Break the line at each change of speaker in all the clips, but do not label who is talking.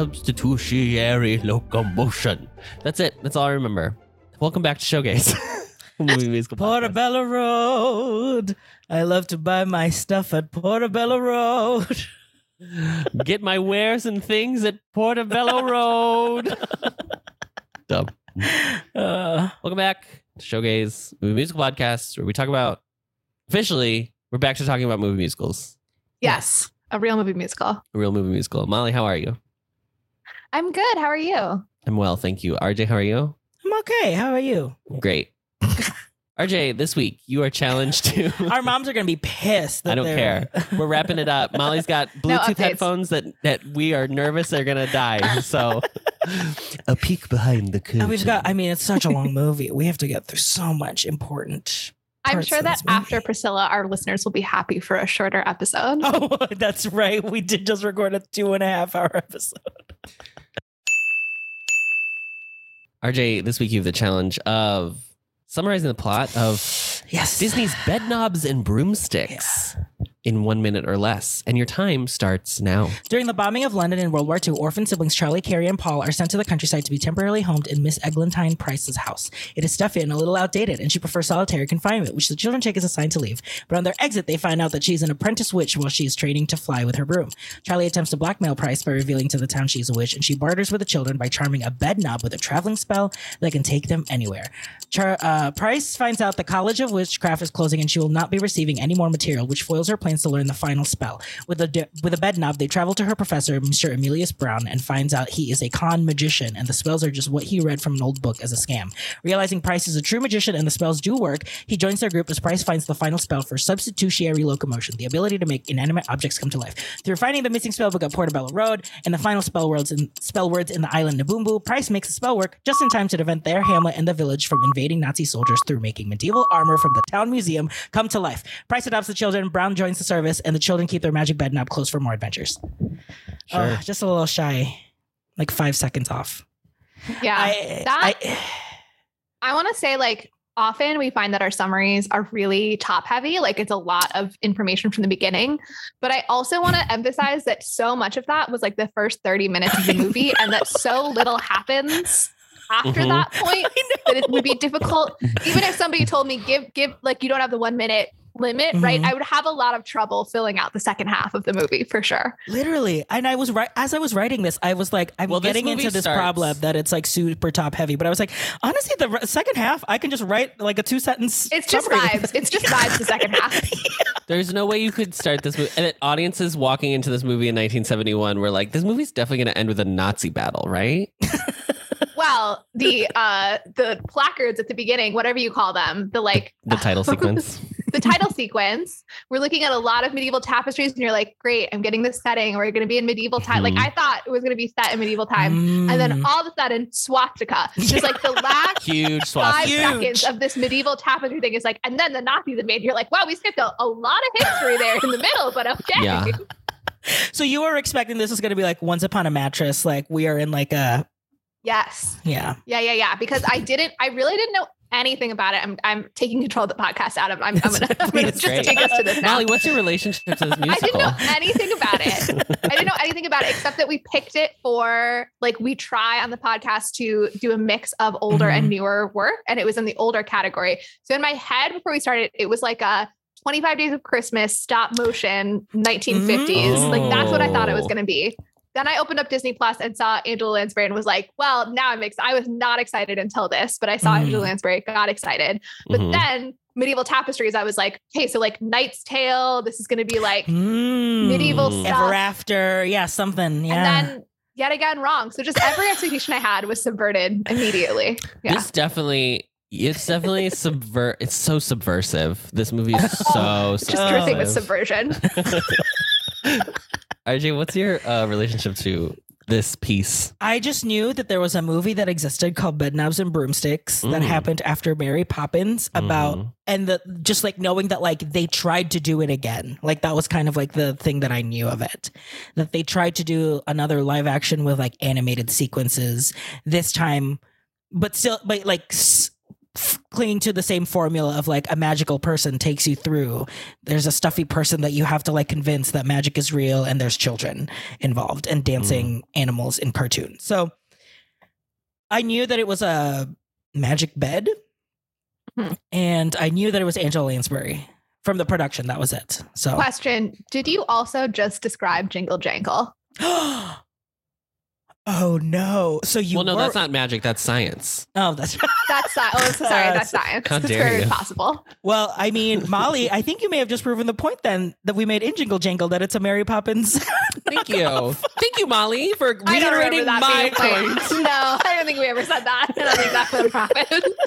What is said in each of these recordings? Substitutionary locomotion. That's it. That's all I remember. Welcome back to Showcase. Movie musical podcast.
Portobello Road. I love to buy my stuff at Portobello Road.
Get my wares and things at Portobello Road. Dumb.
Uh,
Welcome back to Showgaze Movie Musical Podcast, where we talk about officially we're back to talking about movie musicals,
Yes, a real movie musical.
a real movie musical. Molly, how are you?
I'm good. How are you?
I'm well, thank you. RJ, how are you?
I'm okay. How are you?
Great. RJ, this week you are challenged to.
Our moms are gonna be pissed. That
I don't
they're-
We're wrapping it up. Molly's got Bluetooth
updates.
headphones that that we are nervous they're gonna die. So a peek behind the curtain.
And we've got. I mean, it's such a long movie. We have to get through so much important.
I'm
Parts
sure
of
that
this movie.
after Priscilla, our listeners will be happy for a shorter episode.
Oh, that's right. We did just record a two and a half hour episode.
RJ, this week you have the challenge of summarizing the plot of
Yes.
Disney's Bedknobs and Broomsticks in one minute or less, and your time starts now.
During the bombing of London in World War II, orphan siblings Charlie, Carrie, and Paul are sent to the countryside to be temporarily homed in Miss Eglantine Price's house. It is stuffy and a little outdated, and she prefers solitary confinement, which the children take as a sign to leave. But on their exit, they find out that she's an apprentice witch while she is training to fly with her broom. Charlie attempts to blackmail Price by revealing to the town she's a witch, and she barters with the children by charming a bedknob with a traveling spell that can take them anywhere. Char- uh, Price finds out the College of Witchcraft is closing, and she will not be receiving any more material, which foils her plans to learn the final spell. With a de- with a bedknob, they travel to her professor, Mr. Emilius Brown, and finds out he is a con magician, and the spells are just what he read from an old book as a scam. Realizing Price is a true magician and the spells do work, he joins their group as Price finds the final spell for substitutionary locomotion, the ability to make inanimate objects come to life. Through finding the missing spell book at Portobello Road and the final spell words in spell words in the island Nabumbu, Price makes the spell work just in time to prevent their hamlet and the village from invading Nazi soldiers through making medieval armor from the town museum come to life. Price adopts the children, Brown joins the service, and the children keep their magic bed knob closed for more adventures. Uh, just a little shy, like five seconds off.
yeah.
I,
that-
I-
I want to say, like, often we find that our summaries are really top heavy. Like, it's a lot of information from the beginning. But I also want to emphasize that so much of that was like the first 30 minutes of the movie, and that so little happens after
Mhm.
that point that it would be difficult. Even if somebody told me, give, give, like, you don't have the one minute limit, right?
Mhm.
I would have a lot of trouble filling out the second half of the movie for sure.
Literally, and I was right as I was writing this, I was like, I'm
Well, this
getting into
movie
this
starts-
problem that it's like super top heavy. But I was like, honestly, the re- second half, I can just write like a two sentence.
It's just
summary.
vibes. It's just vibes the second half.
There's no way you could start this movie. And that audiences walking into this movie in 1971 were like, this movie's definitely going to end with a Nazi battle, right?
Well, the uh the placards at the beginning, whatever you call them, the like
The title sequence.
the title sequence. We're looking at a lot of medieval tapestries, and you're like, "Great, I'm getting this setting. We're going to be in medieval time."
Mhm.
Like I thought it was going to be set in medieval time, and then
Mm.
all of a sudden, swastika. Just like the last
Huge
five
swastika.
Huge.
seconds of this medieval tapestry thing is like, and then the Nazis invade. You're like, "Wow, we skipped a, a lot of history there in the middle," but okay.
Yeah.
so you were expecting this is going to be like once upon a mattress, like we are in like a
Yes.
yeah.
Yeah, yeah, yeah. Because I didn't, I really didn't know anything about it. I'm, I'm taking control of the podcast, Adam. I'm, I'm
That's
gonna, I'm
great.
gonna
That's
just
great.
take us to this now.
Molly, what's your relationship to this
I didn't
musical?
know anything about it. I didn't know anything about it except that we picked it for like we try on the podcast to do a mix of older and newer work, and it was in the older category. So in my head before we started, it was like a 25 Days of Christmas stop motion 1950s. Like that's what I thought it was
Oh.
going to be. Then I opened up Disney Plus and saw Angela Lansbury and was like, "Well, now I'm ex- I was not excited until this, but I saw
Mhm.
Angela Lansbury, got excited." But
Mhm.
then medieval tapestries, I was like, okay, so like Knight's Tale, this is going to be like
Mm.
medieval
Mm.
stuff.
ever after, yeah, something, yeah.
And then yet again, wrong. So just every expectation I had was subverted immediately. Yeah.
This definitely, it's definitely subvert. It's so subversive. This movie is so
just dripping with
subversive.
subversion.
RJ, what's your uh, relationship to this piece?
I just knew that there was a movie that existed called Bedknobs and Broomsticks that
Mm.
happened after Mary Poppins about
Mhm.
and the just like knowing that like they tried to do it again. Like that was kind of like the thing that I knew of it. That they tried to do another live action with like animated sequences this time but still but like s- f- clinging to the same formula of like a magical person takes you through there's a stuffy person that you have to like convince that magic is real and there's children involved and dancing animals in cartoons so i knew that it was a magic bed
Mm-hmm.
Mhm.
and i knew that it was angela lansbury from the production that was it
Oh.
so
Question Did you also just describe Jingle Jangle?
oh no so you
well, no,
were-
that's not magic. That's science.
oh that's
That's science. Oh, I'm so sorry. That's science.
How
That's
dare
very
you.
possible.
Well, I mean, Molly, I think you may have just proven the point then that we made in Jingle Jangle that it's a Mary Poppins.
Thank you. Thank you, Molly, for
I don't
reiterating
remember that
my
being played.
point.
No, I don't think we ever said that. I don't think that would have happened.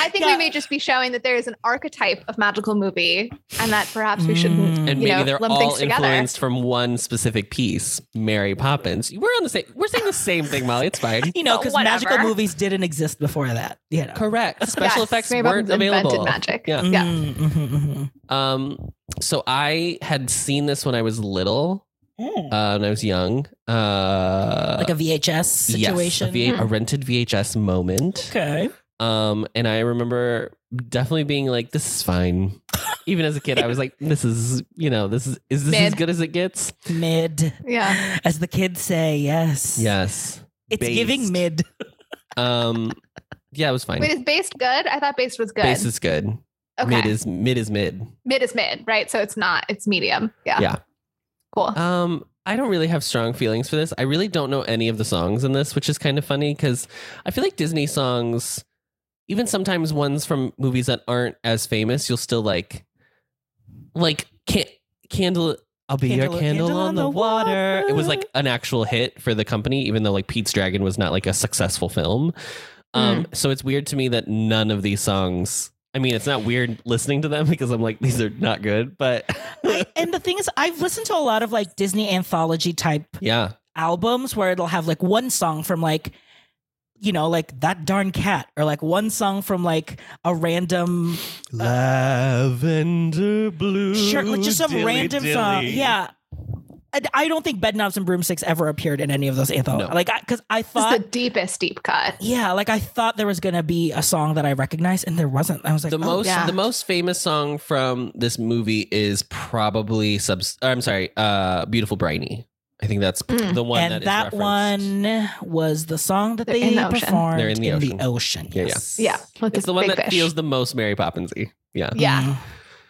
I think
Yeah.
we may just be showing that there is an archetype of magical movie and that perhaps we shouldn't.
Mm.
And
You
maybe
know,
they're
lump things
all
together.
influenced from one specific piece, Mary Poppins. We're on the same. We're saying the same thing, Molly. It's fine.
you know,
But
because magical
whatever.
movies didn't exist before that. You know.
Correct. Special
Yes,
effects
Mary
weren't
Poppins invented
available.
magic.
Yeah.
Yeah.
Mm, mhm, mhm.
Um. So I had seen this when I was little,
Hmm.
Mm.
uh, when I was young. Uh,
like a VHS situation.
Yes, a,
Hmm.
v- a rented VHS moment.
okay.
Um, and I remember definitely being like, "This is fine." Even as a kid, I was like, "This is, you know, this is is this as
Mid.
good as it gets?"
Mid.
Hmm.
Yeah.
As the kids say, yes.
Yes.
It's
Based.
giving mid.
Um, yeah, it was fine.
Wait, is based good? I thought based was good.
Base is good.
okay.
Mid is mid is mid.
mid is mid, right? So it's not, it's medium. Yeah.
Yeah.
Cool.
Um, I don't really have strong feelings for this. I really don't know any of the songs in this, which is kind of funny because I feel like Disney songs, even sometimes ones from movies that aren't as famous, you'll still like, like can- candle. I'll be
Candle-
your candle, on, the, water. It was like an actual hit for the company, even though like Pete's Dragon was not like a successful film. Um, so it's weird to me that none of these songs. I mean, it's not weird listening to them because I'm like, these are not good, but
I, and the thing is, I've listened to a lot of like Disney anthology type
yeah.
albums where it'll have like one song from like you know like that darn cat or like one song from like a random
Lavender blue.
shirt like Uh, just some random song yeah and I don't think Bedknobs and Broomsticks ever appeared in any of those anthologies.
No.
Like, because I,
This is
thought,
the deepest deep cut.
yeah, like I thought there was gonna be a song that I recognized, and there wasn't. I was like,
The
oh,
most
yeah.
the most famous song from this movie is probably subs- or, I'm sorry, uh Beautiful Briny. I think that's p-
Mm.
the one
and
that is
that
referenced.
one was the song that
They're
they
in the ocean.
performed
They're in the ocean.
ocean,
Yeah, yeah.
yes.
Yeah. With
It's the one
big
that
fish.
feels the most Mary Poppinsy. Yeah.
Yeah.
Mm.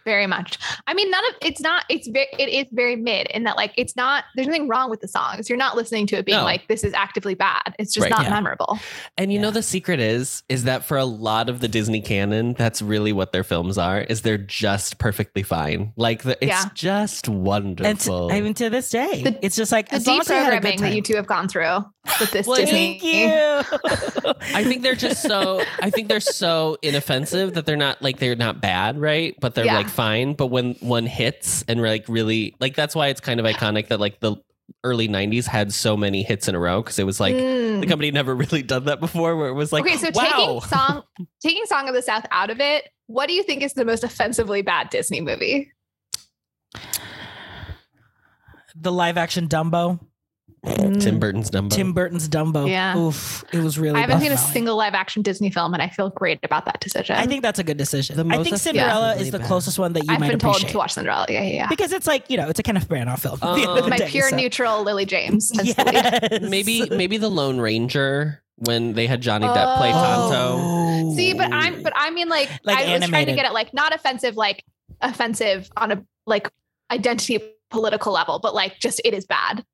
very much. I mean, none of it's not. It's very. It is very mid in that like it's not. There's nothing wrong with the songs. You're not listening to it being
No.
like this is actively bad. It's just
Right.
not
Yeah.
memorable.
And you
Yeah.
know the secret is is that for a lot of the Disney canon, that's really what their films are. Is they're just perfectly fine. Like the, it's
Yeah.
just
And t-
wonderful.
even to this day,
The-
it's just like
The
as long
deep
as I had a
programming
good time.
that you two have gone through with this
Well,
Disney.
Thank you.
I think they're just so I think they're so inoffensive that they're not like they're not bad, right? But they're
Yeah.
like fine. But when one hits and like really like that's why it's kind of iconic that like the early nineties had so many hits in a row because it was like
Mm.
the company never really done that before where it was like
okay, so
wow.
taking song, taking song of the South out of it. What do you think is the most offensively bad Disney movie?
the live action Dumbo,
Mm. Tim Burton's number.
Tim Burton's Dumbo.
Yeah.
Oof, it was really.
I haven't seen a
buff-valley.
single live action Disney film, and I feel great about that decision.
I think that's a good decision.
The
I
most
think
offensive
Cinderella
really
is the
bad.
closest one that you
I've
might
been told
appreciate
to watch Cinderella. Yeah, yeah. yeah.
because it's like you know it's a Kenneth Branagh film. at the end
Um,
of
With
the
Oh, my
day,
pure
so-
neutral Lily James. as the lead.
Yes.
Maybe maybe the Lone Ranger when they had Johnny Depp play Tonto.
Oh.
See, but I'm but I mean like,
Like
I was trying to
animated.
get it like not offensive, like offensive on a like identity political level, but like just it is bad.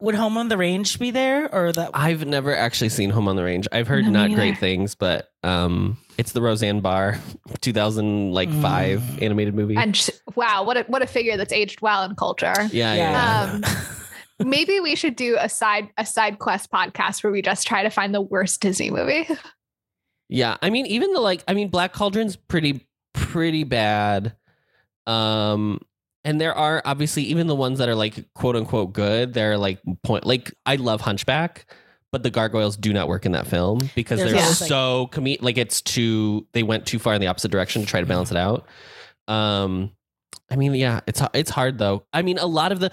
would Home on the Range be there or that?
I've never actually seen Home on the Range. I've heard
No, me
not
neither.
great things, but um, it's the Roseanne Barr 2000 like
Mm.
five animated movie.
And sh- wow, what a what a figure that's aged well in culture.
yeah, yeah. yeah.
Yeah.
Um, Maybe we should do a side a side quest podcast where we just try to find the worst Disney movie.
Yeah, I mean, even the like, I mean, Black Cauldron's pretty, pretty bad. Um, And there are obviously even the ones that are like quote unquote good. They're like point like I love Hunchback, but the gargoyles do not work in that film because
There's
they're
always,
like-
so comi- like it's too they went too far in the opposite direction to try to balance it out. Um, I mean, yeah, it's it's hard though. I mean, a lot of the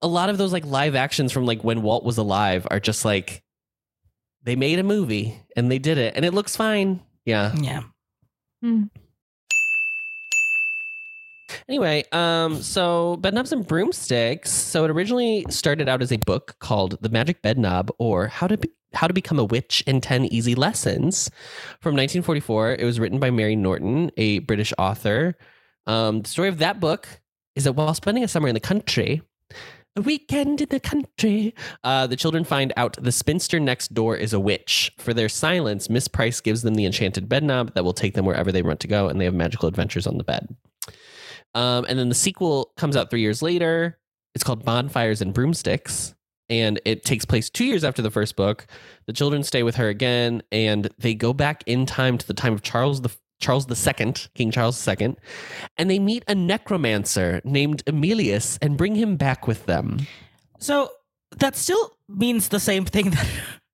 a lot of those like live actions from like when Walt was alive are just like they made a movie and they did it and it looks fine. Yeah.
Yeah.
Anyway, um, so Bedknobs and Broomsticks. So it originally started out as a book called The Magic Bedknob or How to Be- How to Become a Witch in 10 Easy Lessons from 1944. It was written by Mary Norton, a British author. Um, the story of that book is that while spending a summer in the country, a weekend in the country, uh, the children find out the spinster next door is a witch. For their silence, Miss Price gives them the enchanted bedknob that will take them wherever they want to go, and they have magical adventures on the bed. Um, and then the sequel comes out three years later. It's called Bonfires and Broomsticks, and it takes place two years after the first book. The children stay with her again, and they go back in time to the time of Charles the Charles II, King Charles II, and they meet a necromancer named Emilius and bring him back with them.
So that still means the same thing that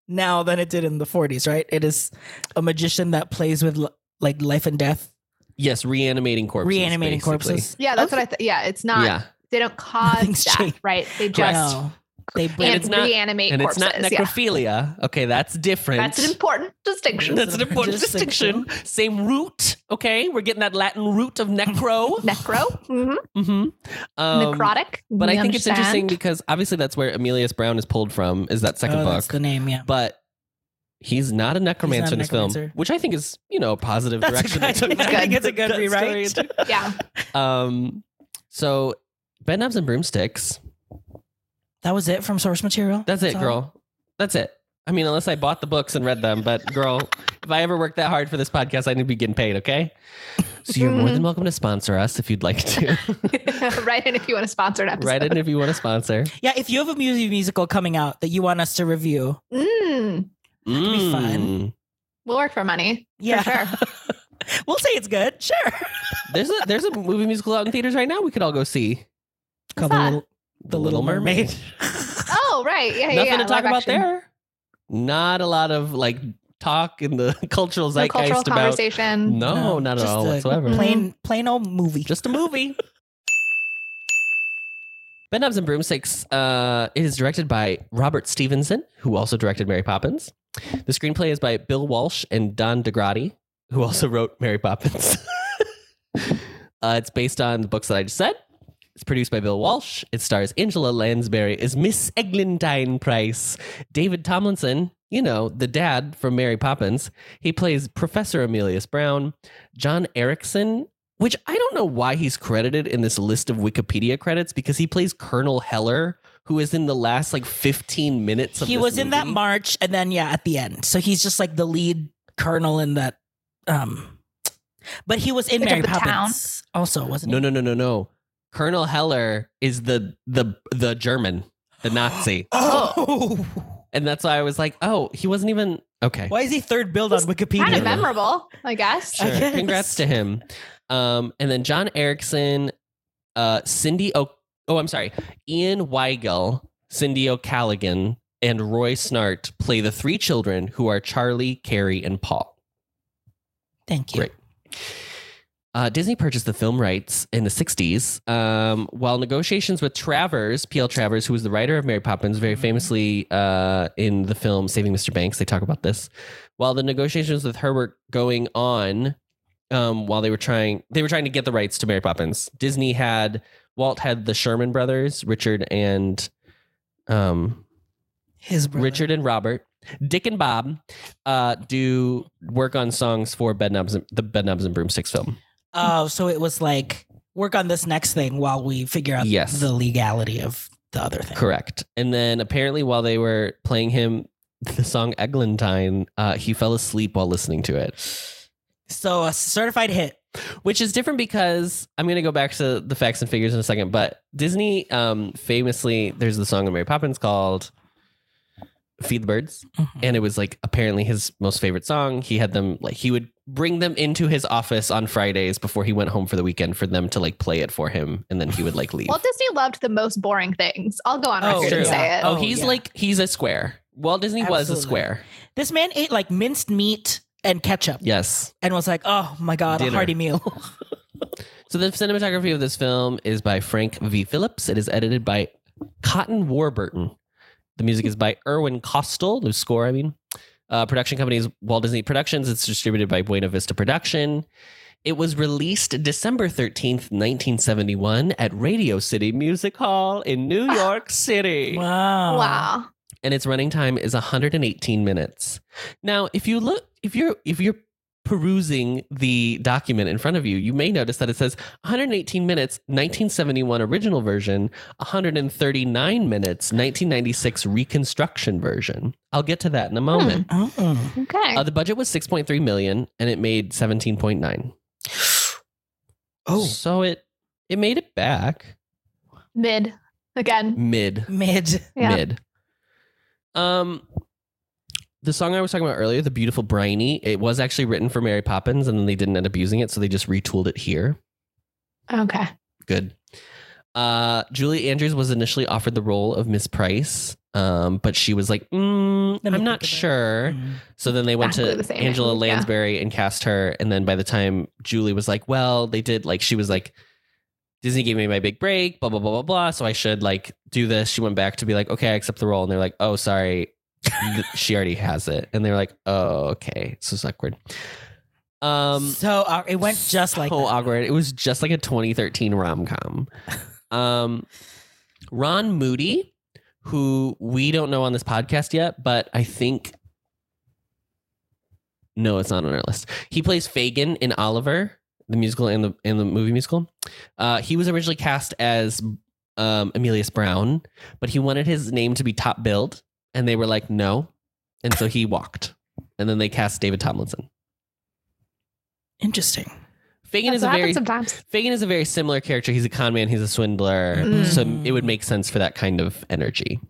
now than it did in the 40s, right? It is a magician that plays with li- like life and death,
Yes, reanimating corpses.
reanimating
basically.
corpses.
Yeah, that's what I thought. Yeah, it's not.
yeah,
They don't cause
Nothing's
death,
changed.
right? They just
Correct.
No, they bring
and
it's not-
reanimate
and
corpses.
it's not
yeah.
necrophilia. Okay, that's different.
That's an important distinction.
That's an important
Distinction.
distinction. Same root. Okay, we're getting that Latin root of necro.
Necro, mhm,
hmm
necrotic.
But I
You
think it's
understand?
interesting because obviously that's where Emilius Brown is pulled from, is that second
oh,
book.
That's the name, yeah.
but he's not a necromancer
He's not a
in this film,
necromancer.
which I think is, you know, a positive
That's
direction.
a good,
they took
I
that-
think it's a good
that story.
rewrite.
Yeah,
Um, so, Bedknobs and Broomsticks.
That was it from source material.
That's it,
all?
girl. That's it. I mean, unless I bought the books and read them, but girl, if I ever work that hard for this podcast, I need to be getting paid, okay? So you're more than welcome to sponsor us if you'd like to.
write in if you want to sponsor an episode.
Write in if you want to sponsor.
Yeah, if you have a music musical coming out that you want us to review,
Mm,
That'd
be fun.
Mm.
we'll work for money.
yeah,
sure.
we'll say it's good. Sure.
There's a there's a movie musical out in theaters right now we could all go see.
Called
that?
Little- The Little Mermaid.
Oh, right. Yeah, yeah,
Nothing
yeah.
to talk
live
about
action.
there. Not a lot of like talk in the cultural
No
zeitgeist
cultural
about
conversation.
No,
No,
not at
just
all
a
whatsoever.
Plain, plain old movie.
Just a movie. Bedknobs and Broomsticks uh, is directed by Robert Stevenson, who also directed Mary Poppins. The screenplay is by Bill Walsh and Don DeGrady, who also wrote Mary Poppins. uh, it's based on the books that I just said. It's produced by Bill Walsh. It stars Angela Lansbury as Miss Eglantine Price. David Tomlinson, you know, the dad from Mary Poppins, he plays Professor Emilius Brown. John Erickson, which I don't know why he's credited in this list of Wikipedia credits because he plays Colonel Heller, who is in the last like 15 minutes of
he
this
was in that
movie.
march, and then yeah, at the end. So he's just like the lead colonel in that. Um, but he was in
Like
Mary
of the town?
Poppins also, wasn't
No,
he?
no, no, no, no. Colonel Heller is the the the German, the Nazi.
Oh,
and that's why I was like, oh, he wasn't even okay.
why is he third build on Wikipedia?
Kind of memorable, I guess.
Sure.
I guess.
Congrats to him. Um, and then John Erickson, uh, Cindy O. Oh, I'm sorry. Ian Weigel, Cindy O'Callaghan, and Roy Snart play the three children who are Charlie, Carrie, and Paul.
Thank you.
Great. Uh, Disney purchased the film rights in the 60s. Um, while negotiations with Travers, P.L. Travers, who was the writer of Mary Poppins, very
Mhm.
famously uh, in the film Saving Mr. Banks, they talk about this. While the negotiations with her were going on, um, while they were trying, they were trying to get the rights to Mary Poppins. Disney had Walt had the Sherman brothers, Richard and um,
His brother.
Richard and Robert, Dick and Bob, uh, do work on songs for Bedknobs and, the Bedknobs and Broomsticks film.
Oh, so it was like work on this next thing while we figure out
Yes.
the legality of the other thing.
Correct. And then apparently, while they were playing him the song Eglantine, uh, he fell asleep while listening to it,
So a certified hit.
which is different because I'm going to go back to the facts and figures in a second. But Disney um, famously, there's the song of Mary Poppins called "Feed the Birds." and it was like apparently his most favorite song. He had them like he would bring them into his office on Fridays before he went home for the weekend for them to like play it for him, and then he would like leave.
Walt Disney loved the most boring things. I'll go on
Oh,
record and
true.
say it.
oh,
Oh,
he's
yeah.
like he's a square. Walt Disney was a
Absolutely.
square.
This man ate like minced meat and ketchup
Yes.
and was like, oh my God,
Dinner.
a hearty meal.
So the cinematography of this film is by Frank V. Phillips. It is edited by Cotton Warburton. The music is by Erwin Kostel, the score, I mean. Uh, production company is Walt Disney Productions. It's distributed by Buena Vista Production. It was released December 13th, 1971 at Radio City Music Hall in New York City
wow.
Wow.
and its running time is 118 minutes. Now, if you look, if you're if you're perusing the document in front of you, you may notice that it says 118 minutes, 1971 original version, 139 minutes, 1996 reconstruction version. I'll get to that in a moment.
Mm.
Okay.
Uh, the budget was 6.3 million, and it made 17.9.
Oh,
so it it made it back
Mid again.
mid
mid.
Yeah.
mid. Um, the song I was talking about earlier, "The Beautiful Briny," it was actually written for Mary Poppins, and then they didn't end up using it, so they just retooled it here.
Okay.
Good. Uh, Julie Andrews was initially offered the role of Miss Price, um, but she was like, mm,
Let me
"I'm not
think about it."
sure."
Mm.
So then they went
Exactly the
to
same,
Angela
yeah.
Lansbury and cast her. And then by the time Julie was like, well, they did like, she was like, Disney gave me my big break, blah, blah, blah, blah, blah. So I should like do this. She went back to be like, okay, I accept the role. And they're like, oh, sorry. Th- she already has it. And they're like, oh, okay. So it's awkward. Um,
so uh, it went just like
so
that.
awkward. It was just like a 2013 rom com. Um, Ron Moody, who we don't know on this podcast yet, but I think no, it's not on our list. He plays Fagin in Oliver, the musical and the and the movie musical. Uh, he was originally cast as um, Emilius Brown, but he wanted his name to be top billed, and they were like, no, and so he walked, and then they cast David Tomlinson.
Interesting.
Fagin
That's
is a
what
very
happens sometimes.
Fagin is a very similar character. He's a con man, he's a swindler.
Mm.
So it would make sense for that kind of energy.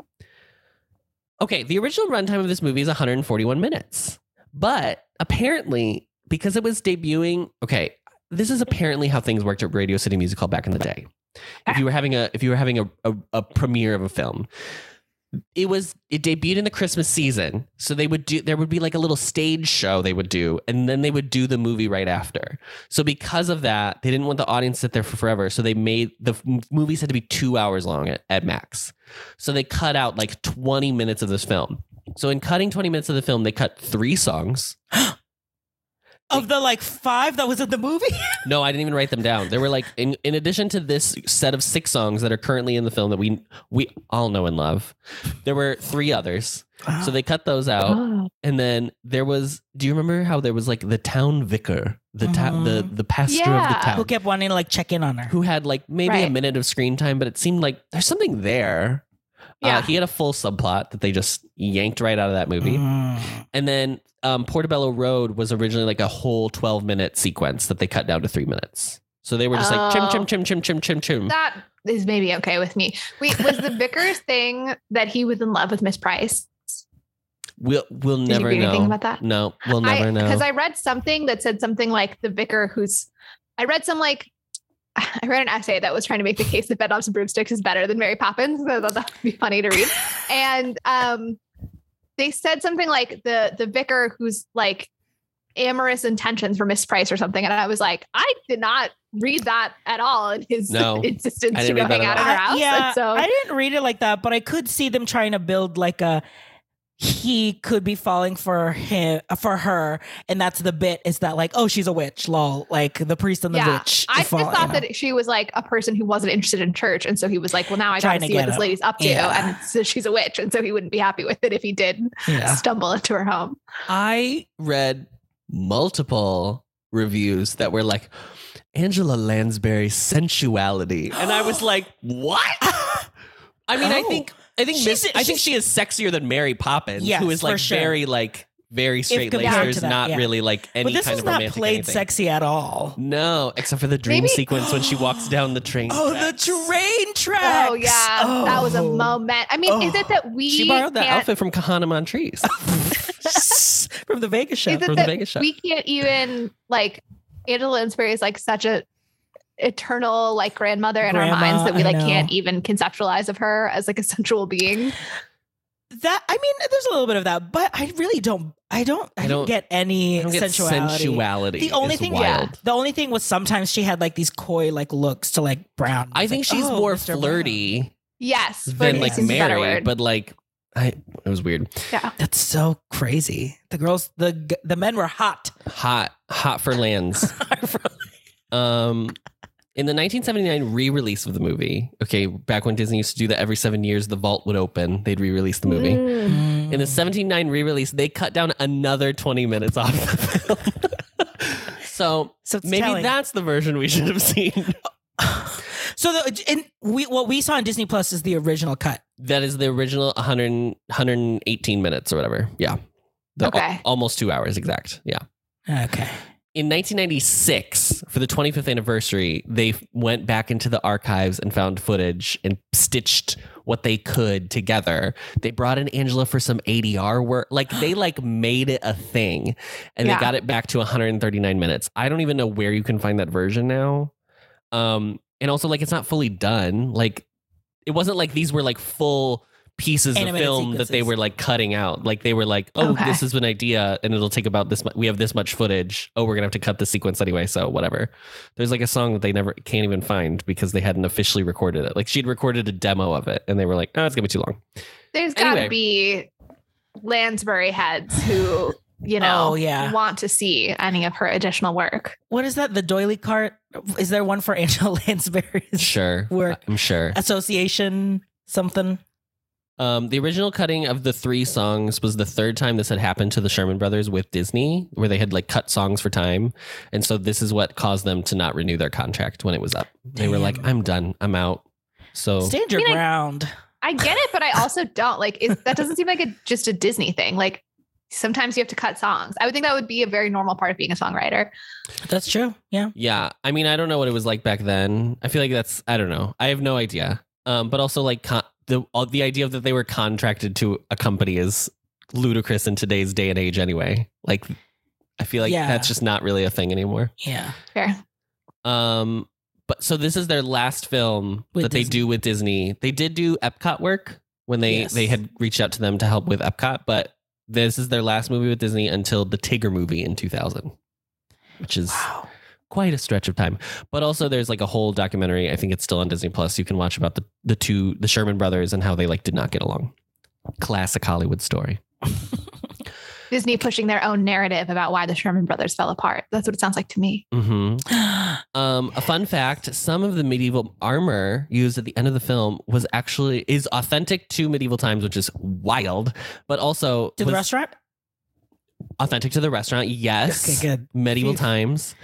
Okay, the original runtime of this movie is 141 minutes. But apparently, because it was debuting, okay, this is apparently how things worked at Radio City Music Hall back in the day. If you were having a if you were having a, a, a premiere of a film, it was it debuted in the Christmas season. So they would do there would be like a little stage show they would do, and then they would do the movie right after. So because of that, they didn't want the audience to sit there for forever. So they made the f- movies had to be two hours long at, at max. So they cut out like 20 minutes of this film. So in cutting 20 minutes of the film, they cut three songs.
Of the like five that was in the movie,
No, I didn't even write them down. They were like in, in addition to this set of six songs that are currently in the film that we we all know and love, there were three others. So they cut those out.
Oh.
And then there was do you remember how there was like the town vicar, the ta-
Mhm.
the the pastor of
Yeah.
the town.
who kept wanting to like check in on her.
who had like maybe a
Right.
minute of screen time, but it seemed like there's something there.
Yeah.
Uh, he had a full subplot that they just yanked right out of that movie.
Mm-hmm.
Mm.
And then um, Portobello Road was originally like a whole 12 minute sequence that they cut down to three minutes. So they were just like chim,
Oh.
chim, chim, chim, chim, chim, chim.
That is maybe okay with me. Wait, was the vicar's thing that he was in love with Miss Price?
We'll, we'll
Did
never
you read anything
know.
about that?
no, we'll never know.
Because I read something that said something like the vicar who's, I read some like, I read an essay that was trying to make the case that Bedknobs and Broomsticks is better than Mary Poppins. So I thought that would be funny to read. and um, they said something like the the vicar who's like amorous intentions for Miss Price or something. And I was like, I did not read that at all in his
No. I
insistence to
didn't
go
read that
hang
at
out at
all.
her
I-
house.
yeah,
and so
I didn't read it like that, but I could see them trying to build like a he could be falling for him for her, and that's the bit is that like oh she's a witch, lol, like the priest and the
Yeah,
witch.
I
is
just
fall- you
thought
know.
that she was like a person who wasn't interested in church, and so he was like, "Well, now I
Trying to
gotta see what
get
this
him.
lady's up to,"
Yeah.
and so she's a witch, and so he wouldn't be happy with it if he did
Yeah.
stumble into her home.
I read multiple reviews that were like Angela Lansbury's sensuality, and I was like, "What?" I mean, I
Oh.
think I think
She's-
Miss, I think
she's-
she is sexier than Mary Poppins,
Yes,
who is
for
like
sure.
very like very straight laced.
compared to
There's
that,
not
yeah.
really like any
but this
kind
was
of
not
romantic
played
anything.
sexy at all.
No, except for the dream
Maybe-
sequence when she walks down the train.
Oh, the
tracks.
train tracks.
Oh yeah, that was a
Oh.
moment. I mean, is it that we
She borrowed that
can't-
outfit from Kahana Montrese.
Shh. from the Vegas show.
Is it
From the
that
Vegas show.
we can't even like Angela Lansbury is like such a eternal like grandmother in our
Grandma,
minds that we
I
like can't
know.
even conceptualize of her as like a sensual being.
That I mean, there's a little bit of that, but I really don't. I don't. I,
I
don't
don't-
get any
I don't get
sensuality.
sensuality.
The only
is
thing,
wild.
yeah.
The only thing was sometimes she had like these coy like looks to like Brown.
I
It's
think
like,
she's
oh,
more
Mr. Brown.
flirty
Yes,
than
flirty
like
seems a better
Mary,
word.
but like I it was weird.
That's so crazy. The girls, the g- the men were hot.
Hot, hot for lands. Um, in the 1979 re-release of the movie, okay, back when Disney used to do that every seven years, the vault would open, they'd re-release the movie.
Mm.
In the 79 re-release, they cut down another 20 minutes off the film. so
so it's
maybe
telling.
that's the version we should have seen.
so the and we what we saw on Disney Plus is the original cut.
That is the original 100, 118 minutes or whatever. Yeah. The,
Okay.
al- almost two hours exact. Yeah.
Okay.
In 1996, for the 25th anniversary, they f- went back into the archives and found footage and stitched what they could together. They brought in Angela for some ADR work. Like they like made it a thing and
Yeah.
they got it back to 139 minutes. I don't even know where you can find that version now. Um and also like it's not fully done. Like it wasn't like these were like full pieces of
Animated
film that they
sequences.
were like cutting out. Like they were like, "Oh,
Okay.
this is an idea and it'll take about this much we have this much footage. Oh, we're going to have to cut the sequence anyway, so whatever." There's like a song that they never can't even find because they hadn't officially recorded it. Like she'd recorded a demo of it and they were like, "Oh, it's going to be too long."
There's got to
Anyway.
be Lansbury heads who, you know,
Oh, yeah.
want to see any of her additional work.
What is that? The doily cart? Is there one for Angela Lansbury's
Sure.
Work.
I'm sure.
association? Something.
Um, the original cutting of the three songs was the third time this had happened to the Sherman Brothers with Disney, where they had like cut songs for time, and so this is what caused them to not renew their contract when it was up. They were like,
Damn.
"I'm done. I'm out." So
Stand your
I mean, I-
ground.
I get it, but I also don't. Like is, that doesn't seem like a just a Disney thing. Like sometimes you have to cut songs. I would think that would be a very normal part of being a songwriter.
That's true. Yeah.
yeah, I mean, I don't know what it was like back then. I feel like that's I don't know. I have no idea. Um, but also like con- the all, the idea that they were contracted to a company is ludicrous in today's day and age. Anyway, like I feel like
Yeah.
that's just not really a thing anymore.
Yeah.
Fair.
Um, but so this is their last film
With
that they
Disney.
do with Disney. They did do Epcot work when they
Yes.
they had reached out to them to help with Epcot, but this is their last movie with Disney until the Tigger movie in 2000, which is
Wow.
quite a stretch of time. But also there's like a whole documentary, I think it's still on Disney Plus, you can watch about the the two the Sherman brothers and how they like did not get along. Classic Hollywood story.
Disney pushing their own narrative about why the Sherman brothers fell apart. That's what it sounds like to me.
Mhm.
Mm-hmm.
Um, a fun fact: some of the medieval armor used at the end of the film was actually is authentic to medieval times, which is wild, but also
to the
was
restaurant.
authentic to the restaurant. Yes,
Okay. Good.
medieval
Phew.
times,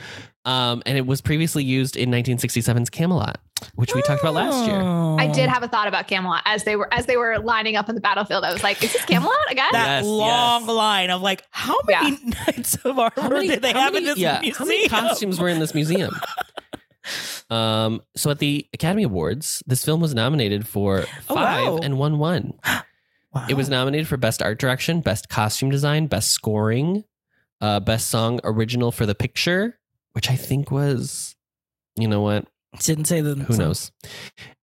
um, and it was previously used in 1967's Camelot, which we talked about last year.
I did
Oh.
have a thought about Camelot as they were as they were lining up on the battlefield. I was like, is this Camelot again?
that
Yes,
long
yes.
line of like how
Yeah.
many nights of armor did they
how
have
many-
in this
yeah,
museum?
How many costumes were in this museum? um, so at the Academy Awards, this film was nominated for
Oh,
five
wow.
and won one.
Wow.
It was nominated for Best Art Direction, Best Costume Design, Best Scoring, uh, Best Song Original for the Picture, which I think was, you know what?
didn't say the
Who knows?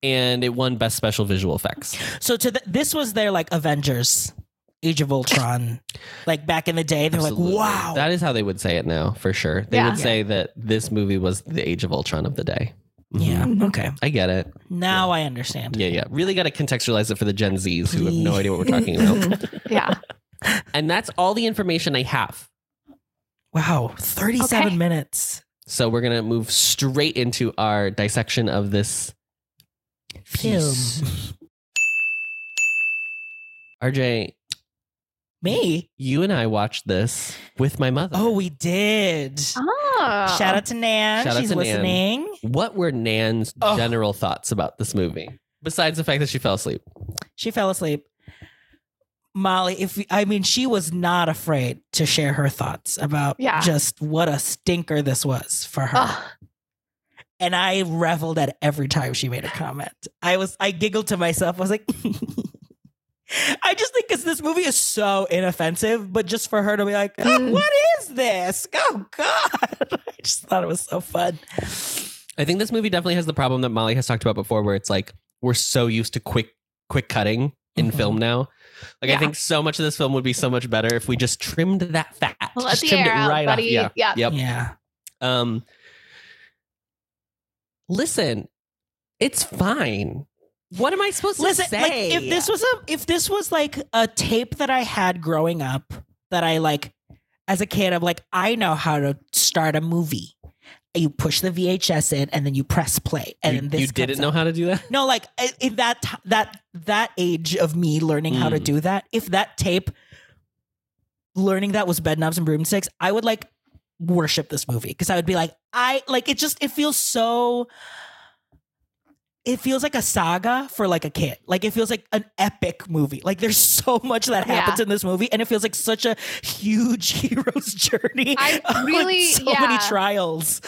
And it won Best Special Visual Effects.
So to the, this was their like Avengers, Age of Ultron, like back in the day. They're like,
Absolutely.
wow,
That is how they would say it now, for sure. They
Yeah.
would say that this movie was the Age of Ultron of the day. Mhm.
yeah,
Mhm.
okay.
I get it.
Now I understand.
Yeah, yeah. Really got to contextualize it for the Gen Zs who have no idea what we're talking about.
yeah.
and that's all the information I have.
wow, thirty-seven
Okay.
minutes.
So we're going to move straight into our dissection of this
Film.
piece. RJ,
Me?
you and I watched this with my mother.
Oh, we did.
Oh.
Shout out to Nan.
Shout out
She's
to Nan.
listening.
what were Nan's
Oh.
general thoughts about this movie? Besides the fact that she fell asleep.
She fell asleep. Molly, if I mean, she was not afraid to share her thoughts about
Yeah.
just what a stinker this was for her.
Ugh.
and I reveled at every time she made a comment. I was I giggled to myself. I was like, I just think because this movie is so inoffensive, but just for her to be like, oh,
Mm.
what is this? Oh, God. I just thought it was so fun.
I think this movie definitely has the problem that Molly has talked about before, where it's like we're so used to quick quick cutting in
Mhm.
film now. Like I
Yeah.
think so much of this film would be so much better if we just trimmed that fat,
Well, let
just
the
trimmed
air out,
off.
buddy.
Yeah.
Yeah.
Yep.
Yeah.
Um, listen, it's fine. What am I supposed
Listen,
to say?
like if this was a if this was like a tape that I had growing up that I like as a kid, I'm like, I know how to start a movie. You push the VHS in and then you press play. And
you,
then this
you
comes
didn't
up.
know how to do that.
No, like i- in that t- that that age of me learning how to
Mm.
do that. If that tape, learning that was bed knobs and broomsticks, I would like worship this movie because I would be like, I like it. Just it feels so. It feels like a saga for like a kid. Like it feels like an epic movie. Like there's so much that
Yeah.
happens in this movie, and it feels like such a huge hero's journey.
I
of, like,
really-
so many
yeah.
trials.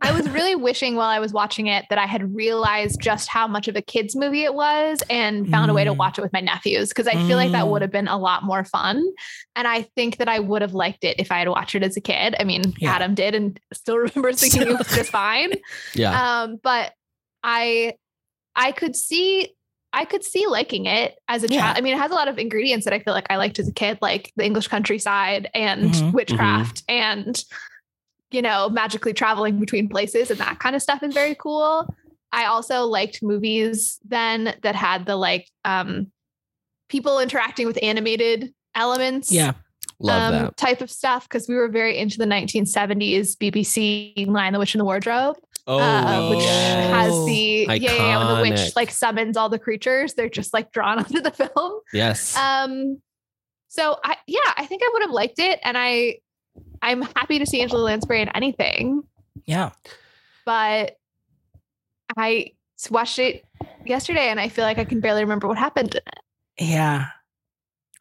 I was really wishing while I was watching it that I had realized just how much of a kids movie it was and found a way to
Mm.
watch it with my nephews because I feel like that
Mm.
would have been a lot more fun. And I think that I would have liked it if I had watched it as a kid. I mean,
Yeah.
Adam did and still remembers thinking it was just fine.
Yeah.
Um, but I I could see I could see liking it as a
Yeah.
child. I mean, it has a lot of ingredients that I feel like I liked as a kid, like the English countryside and
Mm-hmm.
Mhm.
witchcraft and you know, magically traveling between places and that kind of stuff is very cool. I also liked movies then that had the like um people interacting with animated elements um,
Yeah.
Love that.
type of stuff because we were very into the 1970s BBC Lion the Witch and the Wardrobe
Oh,
uh, which
yes.
has the yeah, yeah, yeah, when the
Iconic.
witch like summons all the creatures, they're just like drawn onto the film.
yes.
Um, so I yeah, I think I would have liked it, and I I'm happy to see Angela Lansbury in anything,
Yeah.
but I watched it yesterday, and I feel like I can barely remember what happened.
Yeah.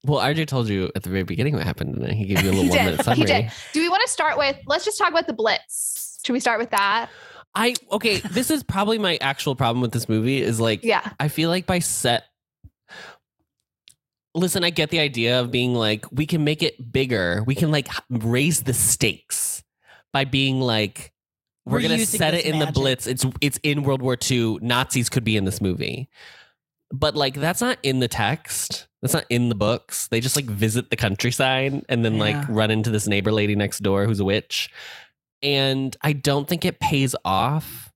well, RJ told you at the very beginning what happened, and then he gave you a little
He
one
did.
minute
He
summary.
did. Do we want to start with? Let's just talk about the Blitz. Should we start with that?
I okay. This is probably my actual problem with this movie. Is like
Yeah,
I feel like by set. Listen, I get the idea of being like, we can make it bigger. We can like h- raise the stakes by being like, we're,
We're
gonna
using
set
this
it in the
magic.
Blitz. It's it's in World War II. Nazis could be in this movie, but like that's not in the text. That's not in the books. They just like visit the countryside and then
Yeah.
like run into this neighbor lady next door who's a witch, and I don't think it pays off.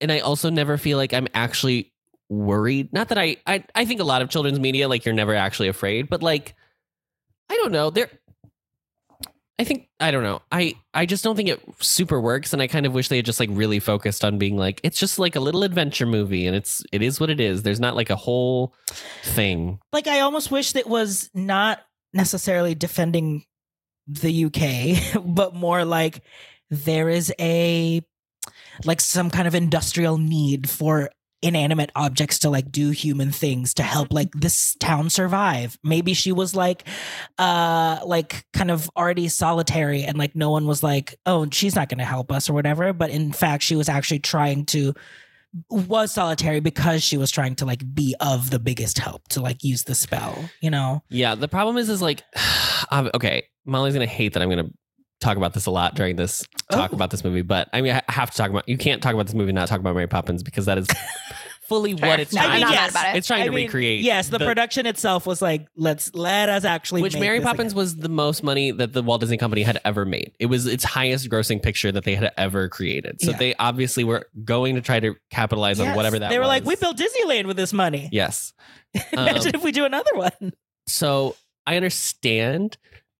And I also never feel like I'm actually worried. Not that I, I, I think a lot of children's media, like you're never actually afraid, but like, I don't know. There, I think I don't know. I, I just don't think it super works, and I kind of wish they had just like really focused on being like, it's just like a little adventure movie, and it's it is what it is. There's not like a whole thing.
like I almost wished it was not necessarily defending the UK, but more like there is a like some kind of industrial need for inanimate objects to like do human things to help like this town survive. Maybe she was like uh like kind of already solitary and like no one was like, "Oh, she's not going to help us" or whatever, but in fact she was actually trying to was solitary because she was trying to like be of the biggest help to like use the spell, you know?
Yeah, the problem is, is like, um, okay, Molly's gonna hate that I'm gonna talk about this a lot during this talk
Oh.
about this movie, but I mean, I have to talk about. You can't talk about this movie and not talk about Mary Poppins because that is fully what it's
No,
trying.
I'm
mean,
not
yes.
mad about it.
It's trying
I
to
mean,
recreate.
Yes, the, production itself was like, let's let us actually
which
make
Mary
this
Poppins was the most money that the Walt Disney Company had ever made. It was its highest grossing picture that they had ever created. So
Yeah.
they obviously were going to try to capitalize
again.
on
Yes.
whatever that
They were
was.
like, we built Disneyland with this money.
Yes. Um,
Imagine if we do another one.
so I understand,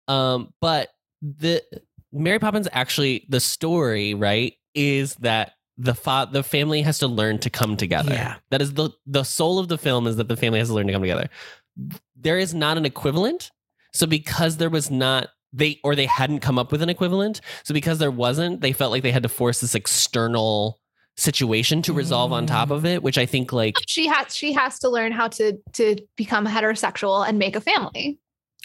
um, but the Mary Poppins actually the story right is that the fa- the family has to learn to come together.
Yeah.
That is the the soul of the film is that the family has to learn to come together. There is not an equivalent, so because there was not they or they hadn't come up with an equivalent, so because there wasn't, they felt like they had to force this external situation to resolve on
Mm.
top of it, which I think like
she has she has to learn how to to become heterosexual and make a family.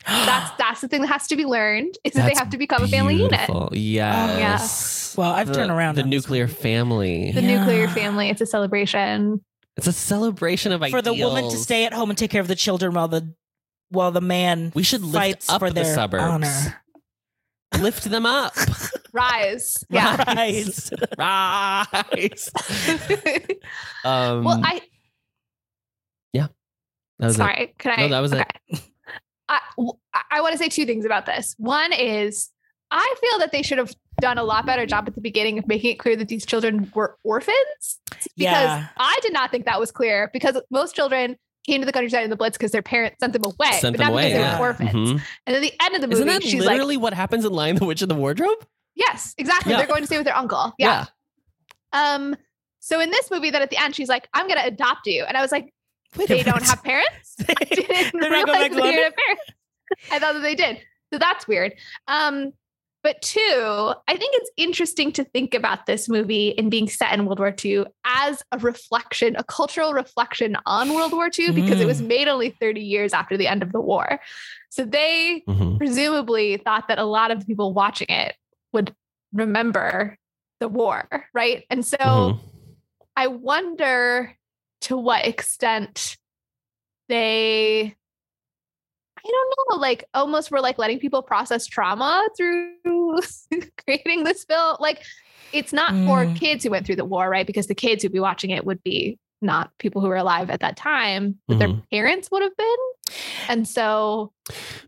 That's that's the thing that has to be learned is that
That's
they have to become a family unit.
Beautiful. Yes.
Well, I've turned around
the
on this
nuclear family.
The
Yeah.
nuclear family. It's a celebration.
It's a celebration of
for the woman to
ideals.
stay at home and take care of the children while the while the man
We should lift
fights
up
for
the
their
suburbs.
honor.
Lift them up.
Rise. Yeah.
Rise.
Rise.
well,
Um,
I
that was it.
sorry. Can I?
No, that was it.
okay. I, w- I- I want to say two things about this. One is I feel that they should have done a lot better job at the beginning of making it clear that these children were orphans because
Yeah.
I did not think that was clear because most children came to the countryside in the Blitz because their parents sent them away,
Sent
but
them
not
away,
because they
yeah.
were orphans.
Mhm.
And at the end of the movie,
Isn't that
she's like,
literally what happens in Lion, the Witch, and the Wardrobe?
yes, exactly.
Yeah.
They're going to stay with their uncle. yeah. Um, so in this movie, then at the end, she's like, "I'm gonna adopt you," and I was like,
Wait a
"They don't
minute.
have parents." I didn't
They're not going
realize
back to
that they
London?
had parents. I thought that they did. So that's weird. Um, but two, I think it's interesting to think about this movie and being set in World War II as a reflection, a cultural reflection on World War II, because it was
Mm.
made only 30 years after the end of the war. So they
Mhm.
presumably thought that a lot of people watching it would remember the war, right? And so
Mhm.
I wonder to what extent they I don't know, like almost were like letting people process trauma through creating this film. Like it's not
Mm.
for kids who went through the war, right? Because the kids who'd be watching it would be not people who were alive at that time, but their
Mhm.
parents would have been. And so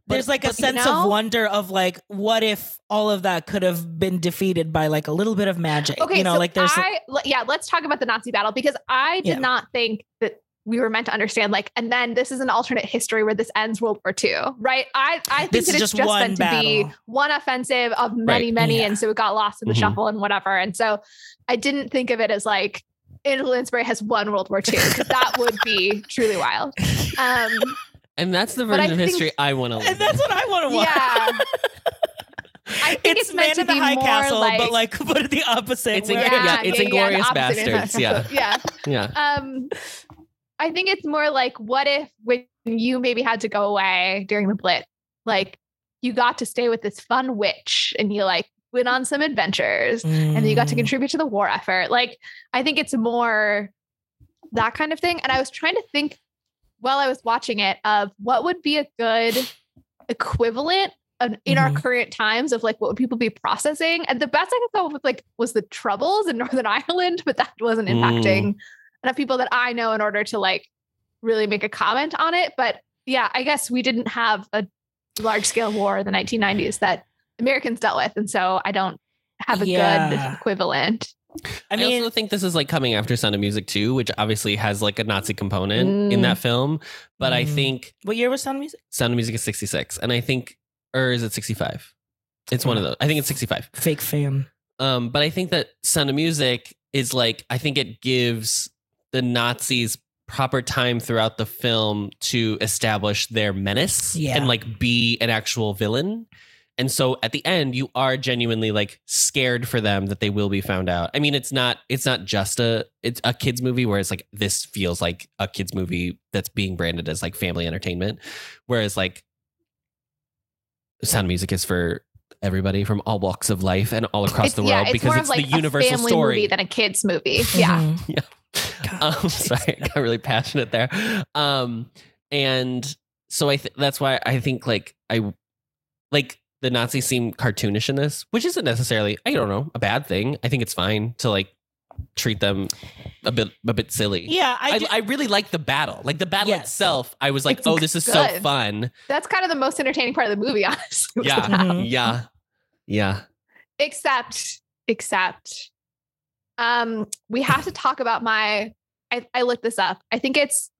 There's like a
but you
sense
know-
of wonder of like, what if all of that could have been defeated by like a little bit of magic?
Okay,
you know,
so
like there's
I le- yeah, let's talk about the Nazi battle because I did
Yeah.
not think that we were meant to understand like, and then this is an alternate history where this ends World War II, right? I I think
This
that
is
it's
just
just,
one
meant to be
battle.
one offensive of many,
Right.
many,
Yeah. Mm-hmm.
and so it got lost in the
Mhm.
shuffle and whatever. And so I didn't think of it as like Angela Lansbury has won World War II because that would be truly wild. Um,
And that's the
But I
version of
think-
history I want to
and
live.
that's what I want to watch.
yeah. I think it's, meant
Man
to
in the
be
High
more
Castle,
like,
but like but the opposite.
It's
where-
yeah, it's Inglourious
the opposite is-
Bastards, yeah.
yeah.
in. Yeah.
um i think it's more like what if when you maybe had to go away during the blitz like you got to stay with this fun witch and you like went on some adventures and then you got to
Mm.
contribute to the war effort like i think it's more that kind of thing and i was trying to think while i was watching it of what would be a good equivalent of, in our
Mhm.
current times of like what would people be processing and the best i could come up with like was the troubles in northern ireland but that wasn't
Mm.
impacting enough people that i know in order to like really make a comment on it but yeah i guess we didn't have a large scale war in the 1990s that americans dealt with and so i don't have a
Yeah.
good equivalent
I
I,
mean,
also think this is like coming after Sound of Music 2, which obviously has like a Nazi component in
Mm.
that film. But I
Mm.
think
what year was Sound of Music?
Sound of Music is 66. And I think, or is it 65? It's one of those. I think it's 65.
Fake fan.
Um, but I think that Sound of Music is like, I think it gives the Nazis proper time throughout the film to establish their menace
Yeah.
and like be an actual villain. And so at the end, you are genuinely like scared for them that they will be found out. I mean, it's not it's not just a it's a kids movie where it's like this feels like a kids movie that's being branded as like family entertainment, whereas like sound of music is for everybody from all walks of life and all across the world because it's the universal
family
story.
movie than a kids movie yeah
Mhm.
um, sorry, I got really passionate there. Um, and so I th- that's why I think like I like the Nazis seem cartoonish in this, which isn't necessarily I don't know a bad thing. I think it's fine to like treat them a bit a bit silly.
Yeah, I,
I,
do-
I really like the battle. Like the battle
Yes.
itself, I was like,
It's
"Oh, this is so
good.
fun!"
that's kind of the most entertaining part of the movie honestly was
Yeah.
that.
Mhm.
Yeah, yeah.
except except um we have to talk about my I, I looked this up i think it's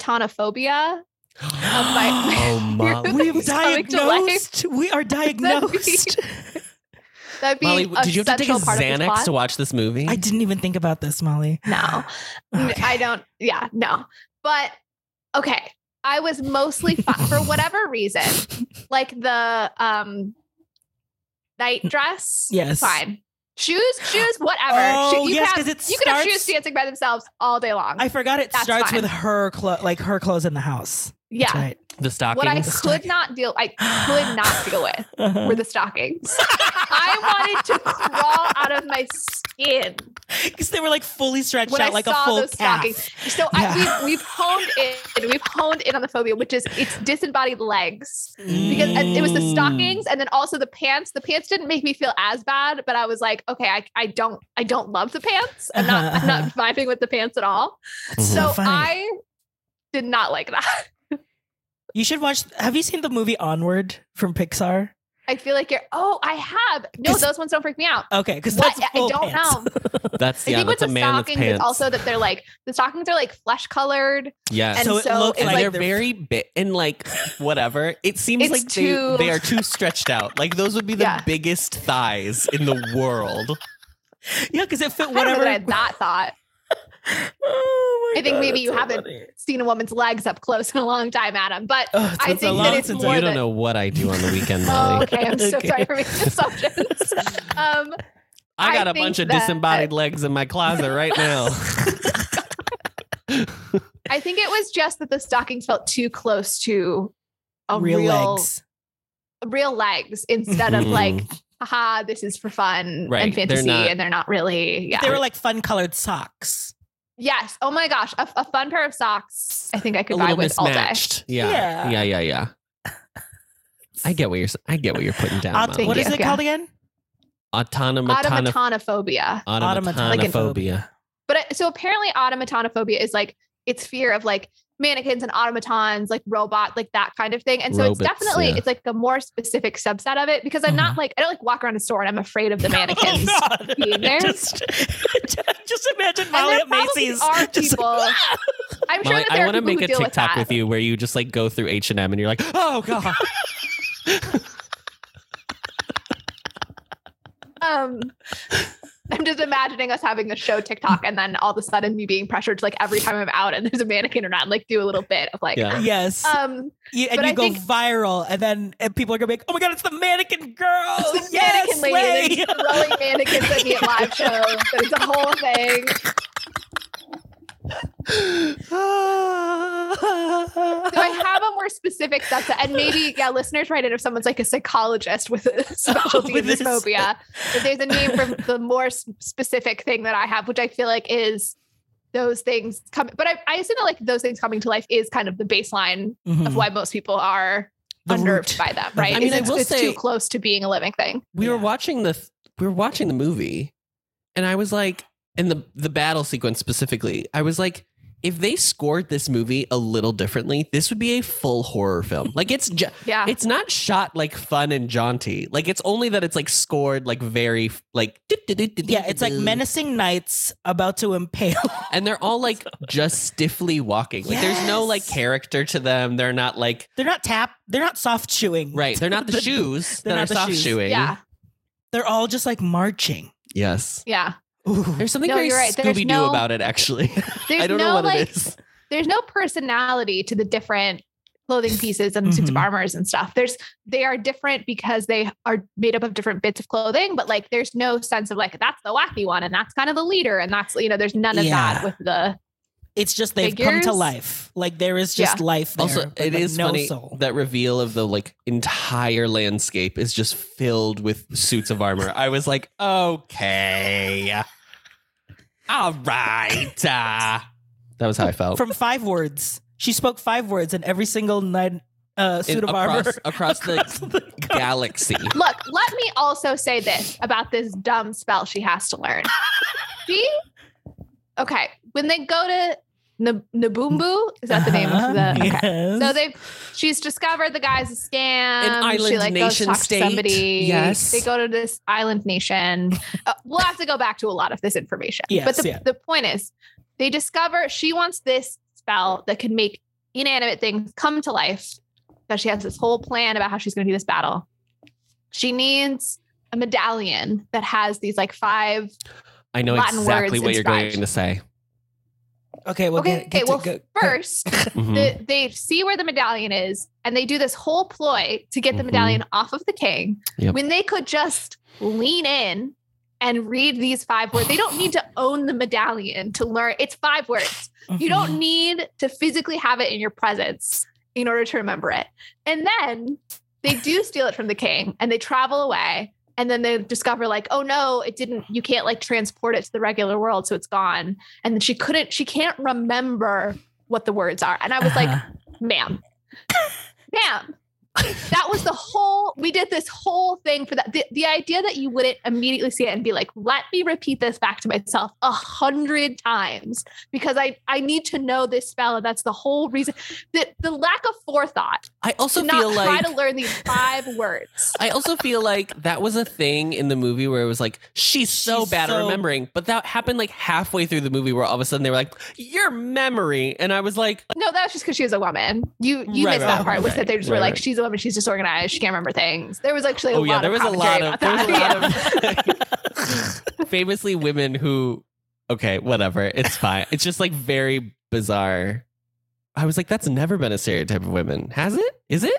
automatonophobia my-
oh, Molly.
Really?
We've
Coming to life.
diagnosed. We are diagnosed.
that'd be
Molly,
a
did you have to take a
central part of this
Xanax
plot.
to watch this movie?
I didn't even think about this, Molly.
no N-
Okay.
I don't. Yeah, no. But okay, I was mostly fi- for whatever reason, like the um night dress.
Yes.
fine. Shoes, shoes, whatever. Shoe-
Oh,
you
yes,
can
'cause
have,
it
you can have
starts-
shoes dancing by themselves all day long.
I forgot it
That's
starts
fine.
with her clo- like her clothes in the house.
yeah.
That's right.
the stockings.
What I
The
could not deal, I could not deal with were the stockings. I I wanted to crawl out of my skin
because they were like fully stretched
when
out
I
like a
saw
full
those
calf.
stockings. So
Yeah.
I, we've, we've honed in, we've honed in on the phobia, which is it's disembodied legs because and it was the
Mm.
stockings and then also the pants. The pants didn't make me feel as bad, but I was like, okay, I, I don't I don't love the pants. I'm not
Uh-huh,
I'm not vibing with the pants at all.
so
So
funny.
I did not like that.
You should watch. Have you seen the movie Onward from Pixar?
I feel like you're oh I have no
'Cause-
those ones don't freak me out.
Okay, because
What
that's
I
full
don't
pants.
know.
That's
I
yeah.
think with
That's a
the
man with
stockings, it's
pants.
also that they're like the stockings are like flesh colored.
yes.
and
so it
so
looks
and
it's
like,
like
they're very big and like whatever. It seems
It's
like
too-
they, they are too stretched out. Like those would be the
Yeah.
biggest thighs in the world.
yeah, because it fit
Whatever.
whatever.
I had that thought.
Oh my
I think
God,
maybe
that's
you
so
haven't-
funny.
seen a woman's legs up close in a long time, Adam. But
Oh, it's
I
been so
think
long
that it's
since
more
you
than
don't know what I do on the weekend,
Oh,
Molly.
okay, I'm so
Okay.
sorry for making assumptions. Um,
I got
I
a
think
bunch of
that-
disembodied legs in my closet right now.
I think it was just that the stockings felt too close to a
real,
real,
legs.
real legs instead of
Mhm.
like, haha, this is for fun
Right,
and
they're
fantasy,
not-
and they're not really. Yeah.
They were like fun colored socks.
yes. Oh my gosh, a, a fun pair of socks. I think I
a
could buy
little
with all day.
mismatched. Yeah.
Yeah.
yeah, yeah, yeah. I get what you're. s- I get what you're putting down.
Aut-
Molly.
what is
you.
it
Yeah.
called again?
Automatona-
Automatonophobia.
Automatonic
automatonophobia.
But I- so apparently, automatonophobia is like it's fear of like mannequins and automatons, like robot, like that kind of thing. And so
Robots,
it's definitely
yeah.
it's like a more specific subset of it because I'm
Uh-huh.
not like I don't like walk around a store and I'm afraid of the mannequins.
Oh, God.
being there.
Just, just imagine
And
Molly
there
at Macy's.
probably are
Just "Ah!"
people. I'm sure
Molly,
that
I
there
want
are
to
people
make
who
a
deal with
TikTok
that.
with, you where you just like go through H and M and you're like, oh god.
Um, I'm just imagining us having the show TikTok and then all of a sudden me being pressured to like every time I'm out and there's a mannequin or not, and, like do a little bit of like,
Yeah.
yes.
um,
You- and
but
you
I
go
think-
viral, and then and people are gonna be like, "Oh my god, it's the mannequin girl!
the
Oh, yes,
mannequin lady
way!"
and throwing mannequins at me at live shows. But it's a whole thing. So I have a more specific subset, and maybe yeah, listeners write in if someone's like a psychologist
Oh,
with a specialty
with
in this
this.
phobia. But there's a name for the more s- specific thing that I have, which I feel like is those things coming. But I, I assume that like those things coming to life is kind of the baseline
Mhm.
Hmm.
of why most people are
The
unnerved
root
by them, right?
it. I
mean,
It's-
I will
it's
say-
too close to being a living thing.
we were
Yeah.
watching the th- we were watching the movie and i was like in the the battle sequence specifically i was like if they scored this movie a little differently this would be a full horror film like it's ju-
Ah.
Yeah,
it's not shot like fun and jaunty like it's only that it's like scored like very like
Yeah, it's like menacing knights about to impale.
and they're all like just stiffly walking like there's no like
Yes.
character to them they're not like
They're not tap. They're not soft shoeing.
right they're not the shoes
They're
that
not
are
the
soft
shoes.
shoeing
yeah,
They're all just like marching.
yes
yeah.
Ooh.
there's something
No,
very
you're right. There's
Scooby Doo
no-
about it, actually.
There's
I don't
no
know what
like
it is.
there's no personality to the different clothing pieces and suits of
Mhm.
armors and stuff. There's they are different because they are made up of different bits of clothing, but like there's no sense of like that's the wacky one and that's kind of the leader and that's you know there's none of
Yeah.
that with the
It's just they've come to
figures.
life. Like there is just life. There,
Also,
but,
it
like,
is
no
funny
soul.
that reveal of the like entire landscape is just filled with suits of armor. I was like, okay, all right. uh. that was how I felt.
From five words, she spoke five words, and every single night uh, suit
In-
of
across,
armor
across
across
the
the country.
galaxy.
look. Let me also say this about this dumb spell she has to learn. she okay when they go to N- Naboombu is that the name of the okay.
Yes.
So they, she's discovered the guy's a scam.
An island
she like goes to
nation
talk
state.
to somebody.
Yes.
they go to this island nation. Uh, we'll have to go back to a lot of this information.
Yes,
but the,
yeah.
the point is, they discover she wants this spell that can make inanimate things come to life. Because she has this whole plan about how she's going to do this battle. She needs a medallion that has these like five.
I know
Latin
exactly
words
what you're
inspired.
going to say.
okay, well,
okay,
get, get
okay,
to-
well,
go- go-
First,
Mhm.
the, they see where the medallion is and they do this whole ploy to get the
Mhm.
medallion off of the king
Yep.
when they could just lean in and read these five words. They don't need to own the medallion to learn. It's five words. You don't need to physically have it in your presence in order to remember it. And then they do steal it from the king and they travel away and then they discover like oh no it didn't you can't like transport it to the regular world so it's gone and then she couldn't she can't remember what the words are and i was like
Uh-huh.
ma'am ma'am that was the whole we did this whole thing for that the, the idea that you wouldn't immediately see it and be like let me repeat this back to myself a hundred times because i i need to know this spell and that's the whole reason the, the lack of forethought
I also
to not
feel
try
like
to learn these five words
I also feel like that was a thing in the movie where it was like she's so
She's
bad
so-
at remembering, but that happened like halfway through the movie where all of a sudden they were like your memory, and I was like,
No, that was just because she was a woman. You you
Right,
missed
right,
that
right,
part, was
right,
that they just
right,
were like,
right.
she's a woman, she's disorganized, she can't remember things. There was actually a
oh
lot
yeah, there
of
was a lot
commentary
of
about
there was a
that.
lot of famously women who okay whatever it's fine it's just like very bizarre. I was like, that's never been a stereotype of women, has it? Is it?
Yeah.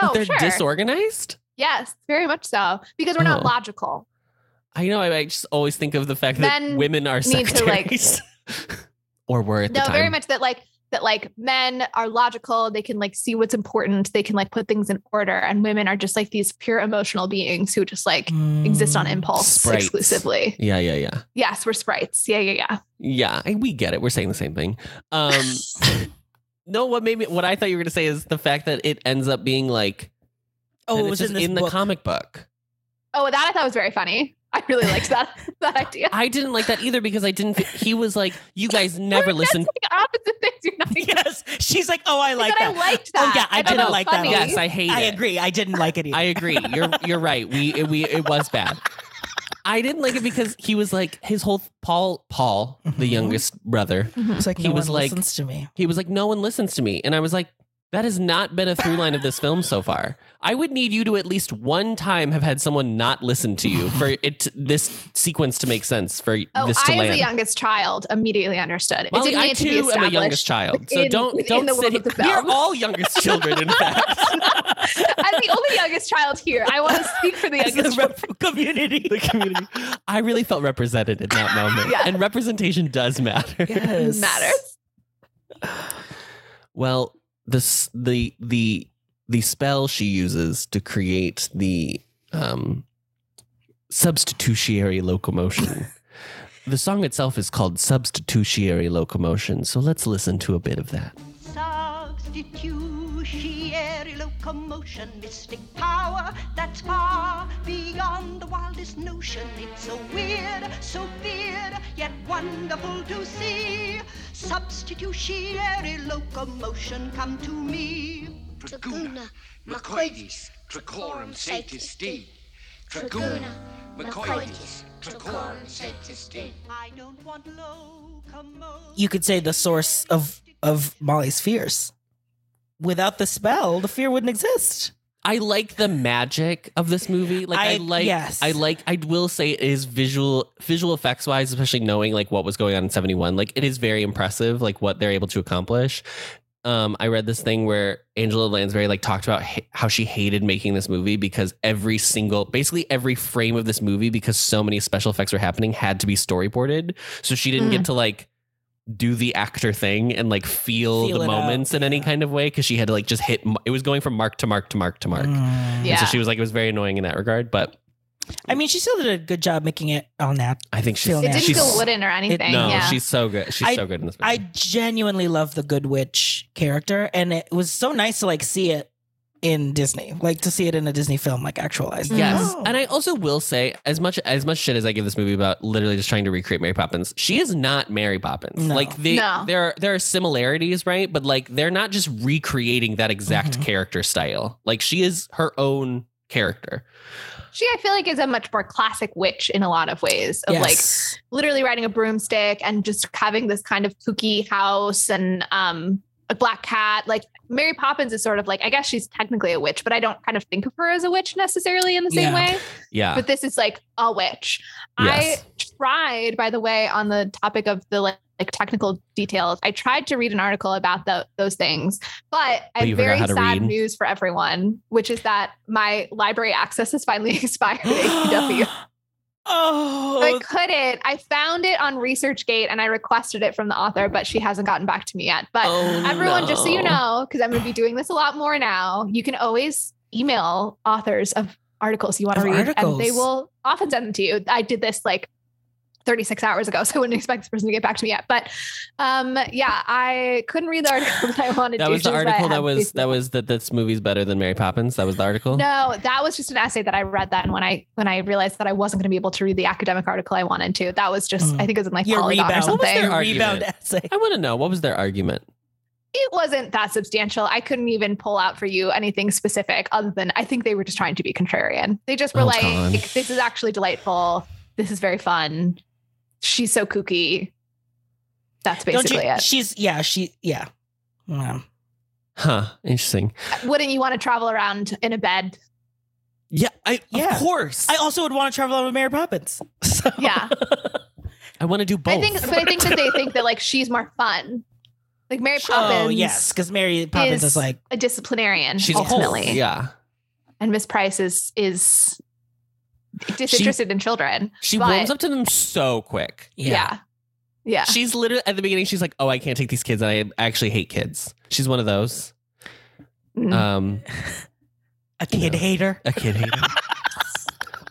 that
oh,
they're
sure.
disorganized.
yes, very much so. Because we're not
Oh.
logical.
I know. I, I just always think of the fact that
Men
women are
need to, like-
secretaries, or were at the
No,
time.
very much that like that like men are logical, they can like see what's important, they can like put things in order, and women are just like these pure emotional beings who just like exist on
Mm.
impulse
Sprites.
exclusively.
Yeah, yeah, yeah.
Yes, we're sprites. Yeah, yeah, yeah.
Yeah, I- we get it. We're saying the same thing. Um No, what made me what I thought you were gonna say is the fact that it ends up being like that
Oh,
it's
it was
just
in this
in the
book.
comic book.
Oh, that I thought was very funny. I really liked that that idea.
I didn't like that either because I didn't fe- he was like, You guys never
That's
listen
like opposite things. You're not
yes, she's like, oh, I like
but
that.
I liked that.
Oh, yeah, I
thought
didn't
that was
like that at all.
Yes, I hate
I
it.
agree. I didn't like it either.
I agree. You're you're right. We it, we it was bad. I didn't like it because he was like his whole Paul Paul, the
Mhm.
youngest brother,
Mm-hmm.
It's like
He
no
was
one
like-
listens to me.
he was like, No one listens to me. And I was like, That has not been a through line of this film so far. I would need you to at least one time have had someone not listen to you for it to, this sequence to make sense for
Oh,
this to
I, as
land.
the youngest child, immediately understood. it
Molly,
didn't
I
need to be
too am a
established
youngest child, so
within-
don't don't
within the
sit.
world of the
here- We're
film.
all youngest children, in fact.
I'm the only youngest child here. I want to speak for the
As the
youngest.
rep- community.
the community. I really felt represented in that moment,
Yeah.
and representation does matter.
Yes.
Matters.
Well, this the the the spell she uses to create the um substitutiary locomotion. the song itself is called Substitutiary Locomotion, so let's listen to a bit of that.
Substitutionary locomotion, mystic power that's far beyond the wildest notion. It's so weird, so weird, yet wonderful to see. Substitutionary locomotion, come to me.
Draguna, Macoides, Tricorum satis D. Draguna, Macoides, Tricorum satis D.
I don't want locomotion.
You could say the source of of Molly's fears. Without the spell, the fear wouldn't exist.
I like the magic of this movie. Like I,
I-
like
yes.
I like I will say it is visual visual effects wise, especially knowing like what was going on in 71. Like it is very impressive like what they're able to accomplish. Um I read this thing where Angela Lansbury like talked about ha- how she hated making this movie because every single basically every frame of this movie because so many special effects were happening had to be storyboarded. So she didn't
Mm.
get to like do the actor thing and like feel,
Feel
the
it out,
moments in any
yeah.
kind of way because she had to like just hit m- it was going from mark to mark to mark to mark
Mm.
and
Yeah.
so she was like, it was very annoying in that regard, but
I mean, she still did a good job making it on that.
I think she's
Feel
It
Yeah,
didn't
she's-
feel wooden or anything.
No,
yeah.
she's so good. She's
I-
so good in this movie.
I genuinely love the Good Witch character, and it was so nice to like see it in Disney, like to see it in a Disney film, like actualized.
yes,
Oh.
and I also will say, as much as much shit as I give this movie about literally just trying to recreate Mary Poppins, she is not Mary Poppins.
No.
Like they,
No.
there are there are similarities, right? But like they're not just recreating that exact
Mhm.
character style. Like she is her own character.
she, I feel like, is a much more classic witch in a lot of ways of like
yes.
literally riding a broomstick and just having this kind of kooky house and um a black cat. Like Mary Poppins is sort of like, I guess she's technically a witch, but I don't kind of think of her as a witch necessarily in the same
Yeah.
way.
Yeah.
But this is like a witch.
yes.
I tried, by the way, on the topic of the like, like technical details. I tried to read an article about tho- those things, but I
But you forgot
have very
how to
sad
read?
news for everyone, which is that my library access has finally expired at ACW. I
oh,
couldn't. I found it on ResearchGate and I requested it from the author, but she hasn't gotten back to me yet. But
Oh,
everyone, just so you
no.
know, because I'm going to be doing this a lot more now, you can always email authors of articles you want
Of
to read, and they
articles.
will often send them to you. I did this like 36 hours ago, so I wouldn't expect this person to get back to me yet. But um, yeah, I couldn't read the articles I wanted
That
to.
was the
just 'cause I
article that
had
was
these-
that was that this movie's better than Mary Poppins. That was the article.
No, that was just an essay that I read then when I when I realized that I wasn't going to be able to read the academic article I wanted to. That was just
Mm.
I think it was in like
Your
Polygon or
rebound. What was
something.
their
Argument.
rebound essay?
I want to know what was their argument.
it wasn't that substantial. I couldn't even pull out for you anything specific other than I think they were just trying to be contrarian. They just were
Oh,
like,
God.
this is actually delightful. This is very fun. She's so kooky. That's
Don't you-
basically it.
She's yeah, she yeah. Um,
Huh. Interesting.
Wouldn't you want to travel around in a bed?
Yeah. I
Yeah.
course.
I
I,
also would want to travel on with Mary Poppins. So,
Yeah.
want to do both.
I think but I think that they think that like she's more fun. Like Mary Poppins
oh yes, because Mary Poppins is,
is
like
a disciplinarian
she's a whole-
ultimately.
Yeah.
And Miss Price is is disinterested in children.
She
But-
warms up to them so quick.
Yeah. yeah.
She's literally at the beginning. She's like, "Oh, I can't take these kids, and I actually hate kids." She's one of those.
Mm.
Um,
a kid
No.
hater.
a kid hater.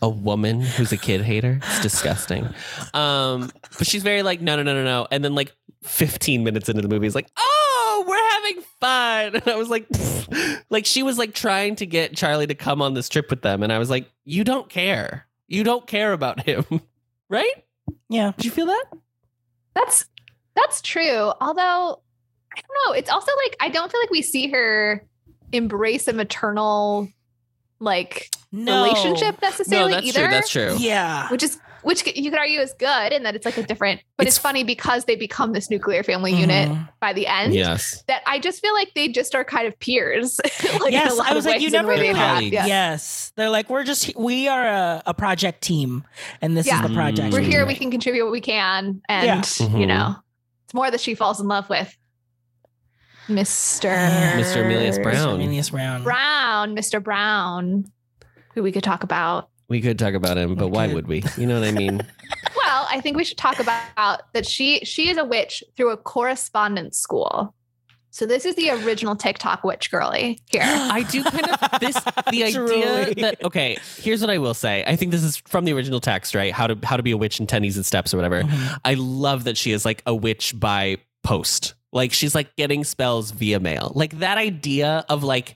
a woman who's a kid hater. It's disgusting. Um, but she's very like, no, no, no, no, no. And then like 15 minutes into the movie, is like, oh, we're having fun. And I was like, pfft. like she was like trying to get Charlie to come on this trip with them, and I was like, you don't care. You don't care about him, right?
Yeah.
Did you feel that?
That's that's true. Although I don't know, it's also like I don't feel like we see her embrace a maternal like
No.
relationship
No,
necessarily
that's
either.
true. That's true.
Yeah.
Which is which you could argue is good and that it's like a different but it's,
It's-
funny because they become this nuclear family unit
Mhm.
by the end.
Yes.
That I just feel like they just are kind of peers. like
Yes, I was like, you
in the
never
way they
really-
interact.
Colleagues.
Yeah.
Yes. They're like, we're just we are a, a project team and this
Yeah.
is the project.
Mm.
We're
team.
here, we can contribute what we can. And
Yeah.
you
Mhm.
know, it's more that she falls in love with Mr.
Mr. Amelius Brown.
Cornelius Brown.
Brown, Mr. Brown, who we could talk about.
We could talk about him, but why
could.
would we? You know what I mean?
Well, I think we should talk about that she she is a witch through a correspondence school. So this is the original TikTok witch girly here.
I do kind of this the idea
Truly.
that okay, here's what I will say. I think this is from the original text, right? How to how to be a witch in ten easy steps or whatever.
Mhm.
I love that she is like a witch by post. Like she's like getting spells via mail. Like that idea of like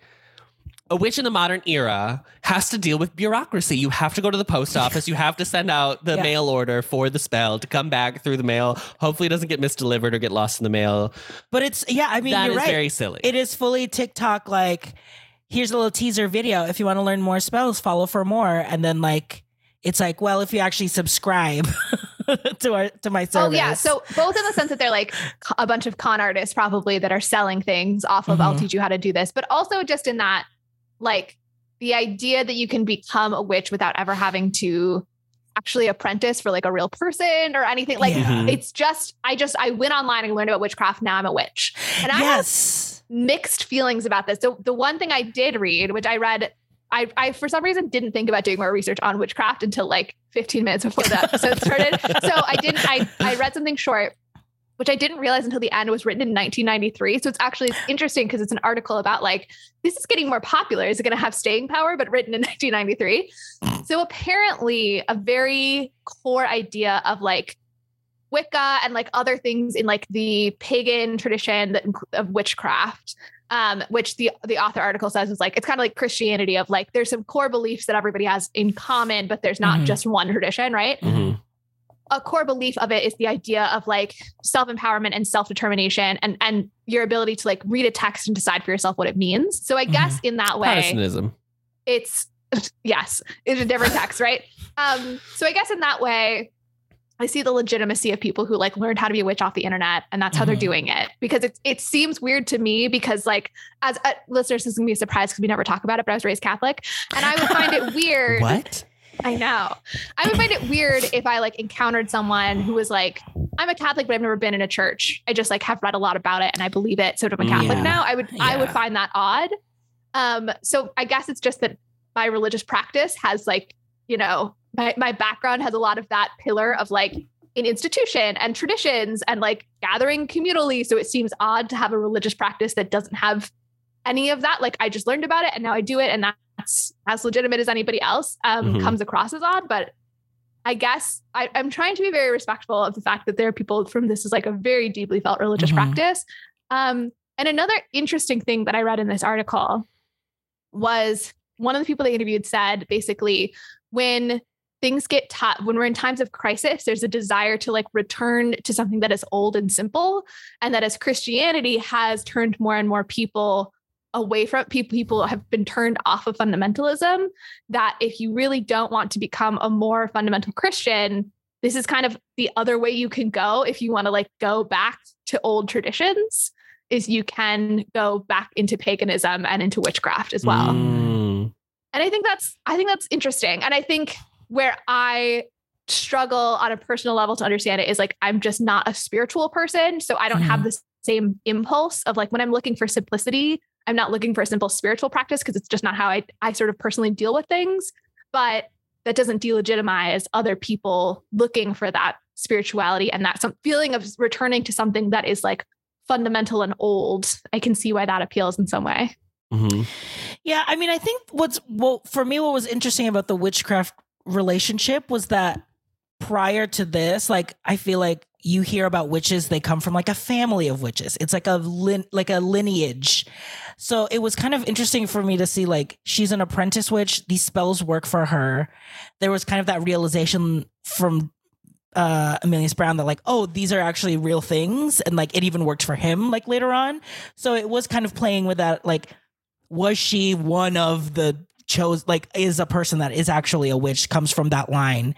a witch in the modern era has to deal with bureaucracy. You have to go to the post office. You have to send out the
Yeah.
mail order for the spell to come back through the mail. Hopefully, it doesn't get misdelivered or get lost in the mail.
But it's yeah, I mean
that
you're
is
right.
very silly.
it is fully TikTok like here's a little teaser video. If you want to learn more spells, follow for more. And then like it's like, well, if you actually subscribe to our to my service.
Oh yeah, so both in the sense that they're like co- a bunch of con artists probably that are selling things off of I'll
Mhm.
teach you how to do this, but also just in that like the idea that you can become a witch without ever having to actually apprentice for like a real person or anything like
Yeah.
Mhm.
it's just I just I went online and learned about witchcraft now I'm a witch. And I have
yes.
mixed feelings about this. So the one thing I did read, which I read, I, I for some reason didn't think about doing more research on witchcraft until like 15 minutes before the episode started. So I didn't. I I read something short, which I didn't realize until the end was written in 1993. So it's actually it's interesting because it's an article about like this is getting more popular. Is it going to have staying power? But written in 1993. So apparently, a very core idea of like Wicca and like other things in like the pagan tradition that, inc- of witchcraft, um, which the the author article says is like it's kind of like Christianity of like there's some core beliefs that everybody has in common, but there's not
Mhm.
just one tradition, right?
Mhm.
a core belief of it is the idea of like self-empowerment and self-determination and and your ability to like read a text and decide for yourself what it means so i guess in that way
Protestantism.
it's yes it's a different text right um so i guess in that way i see the legitimacy of people who like learned how to be a witch off the internet and that's how they're
Mhm.
doing it because it, it seems weird to me because like as uh, listeners this is going to be a surprise because we never talk about it but i was raised catholic and i would find it weird
What?
I know. I would find it weird if I like encountered someone who was like, I'm a Catholic, but I've never been in a church. I just like have read a lot about it and I believe it. So I'm a Catholic
Mm, Yeah.
now. I would I would
Yeah.
find that odd. Um, so I guess it's just that my religious practice has like, you know, my, my background has a lot of that pillar of like an institution and traditions and like gathering communally. So it seems odd to have a religious practice that doesn't have any of that. Like I just learned about it and now I do it and that- that's that's as legitimate as anybody else um,
Mhm.
comes across as odd. But I guess I, I'm trying to be very respectful of the fact that there are people from this is like a very deeply felt religious
Mhm.
practice. Um, and another interesting thing that I read in this article was one of the people they interviewed said basically when things get tough when we're in times of crisis there's a desire to like return to something that is old and simple and that as christianity has turned more and more people away from people people have been turned off of fundamentalism that if you really don't want to become a more fundamental christian this is kind of the other way you can go if you want to like go back to old traditions is you can go back into paganism and into witchcraft as well
Mm.
and i think that's i think that's interesting and i think where i struggle on a personal level to understand it is like i'm just not a spiritual person so i don't have the same impulse of like when i'm looking for simplicity i'm not looking for a simple spiritual practice because it's just not how I, I sort of personally deal with things but that doesn't delegitimize other people looking for that spirituality and that some feeling of returning to something that is like fundamental and old i can see why that appeals in some way
Mhm.
Yeah, I mean, I think what's well for me, what was interesting about the witchcraft relationship was that prior to this, like I feel like you hear about witches, they come from like a family of witches. It's like a lin- like a lineage. So it was kind of interesting for me to see like she's an apprentice witch. These spells work for her. There was kind of that realization from uh Amelius Brown that like oh these are actually real things and like it even worked for him like later on. So it was kind of playing with that like was she one of the chose like is a person that is actually a witch comes from that line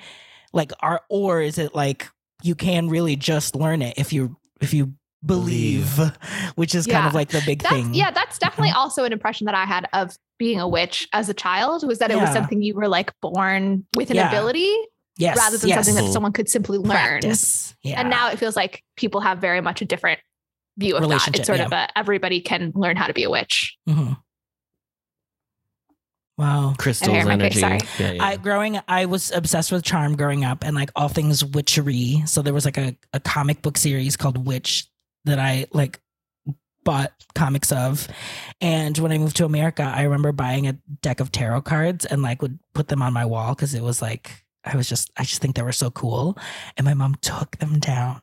like are or is it like you can really just learn it if you if you believe, which is kind
Yeah.
of like the big
that's
thing
yeah that's definitely also an impression that i had of being a witch as a child was that it was
Yeah.
something you were like born with an
Yeah.
ability
yes
rather than
yes.
something that
Yes.
someone could simply learn
practice yeah
and now it feels like people have very much a different view of that
Relationship,
it's sort of a everybody can learn how to be a witch
Mhm. wow
Crystals
my face,
energy.
sorry.
Yeah, yeah.
I growing I was obsessed with charm growing up and like all things witchery. So there was like a, a comic book series called Witch that I like bought comics of. And when I moved to America, I remember buying a deck of tarot cards and like would put them on my wall because it was like I was just I just think they were so cool. And my mom took them down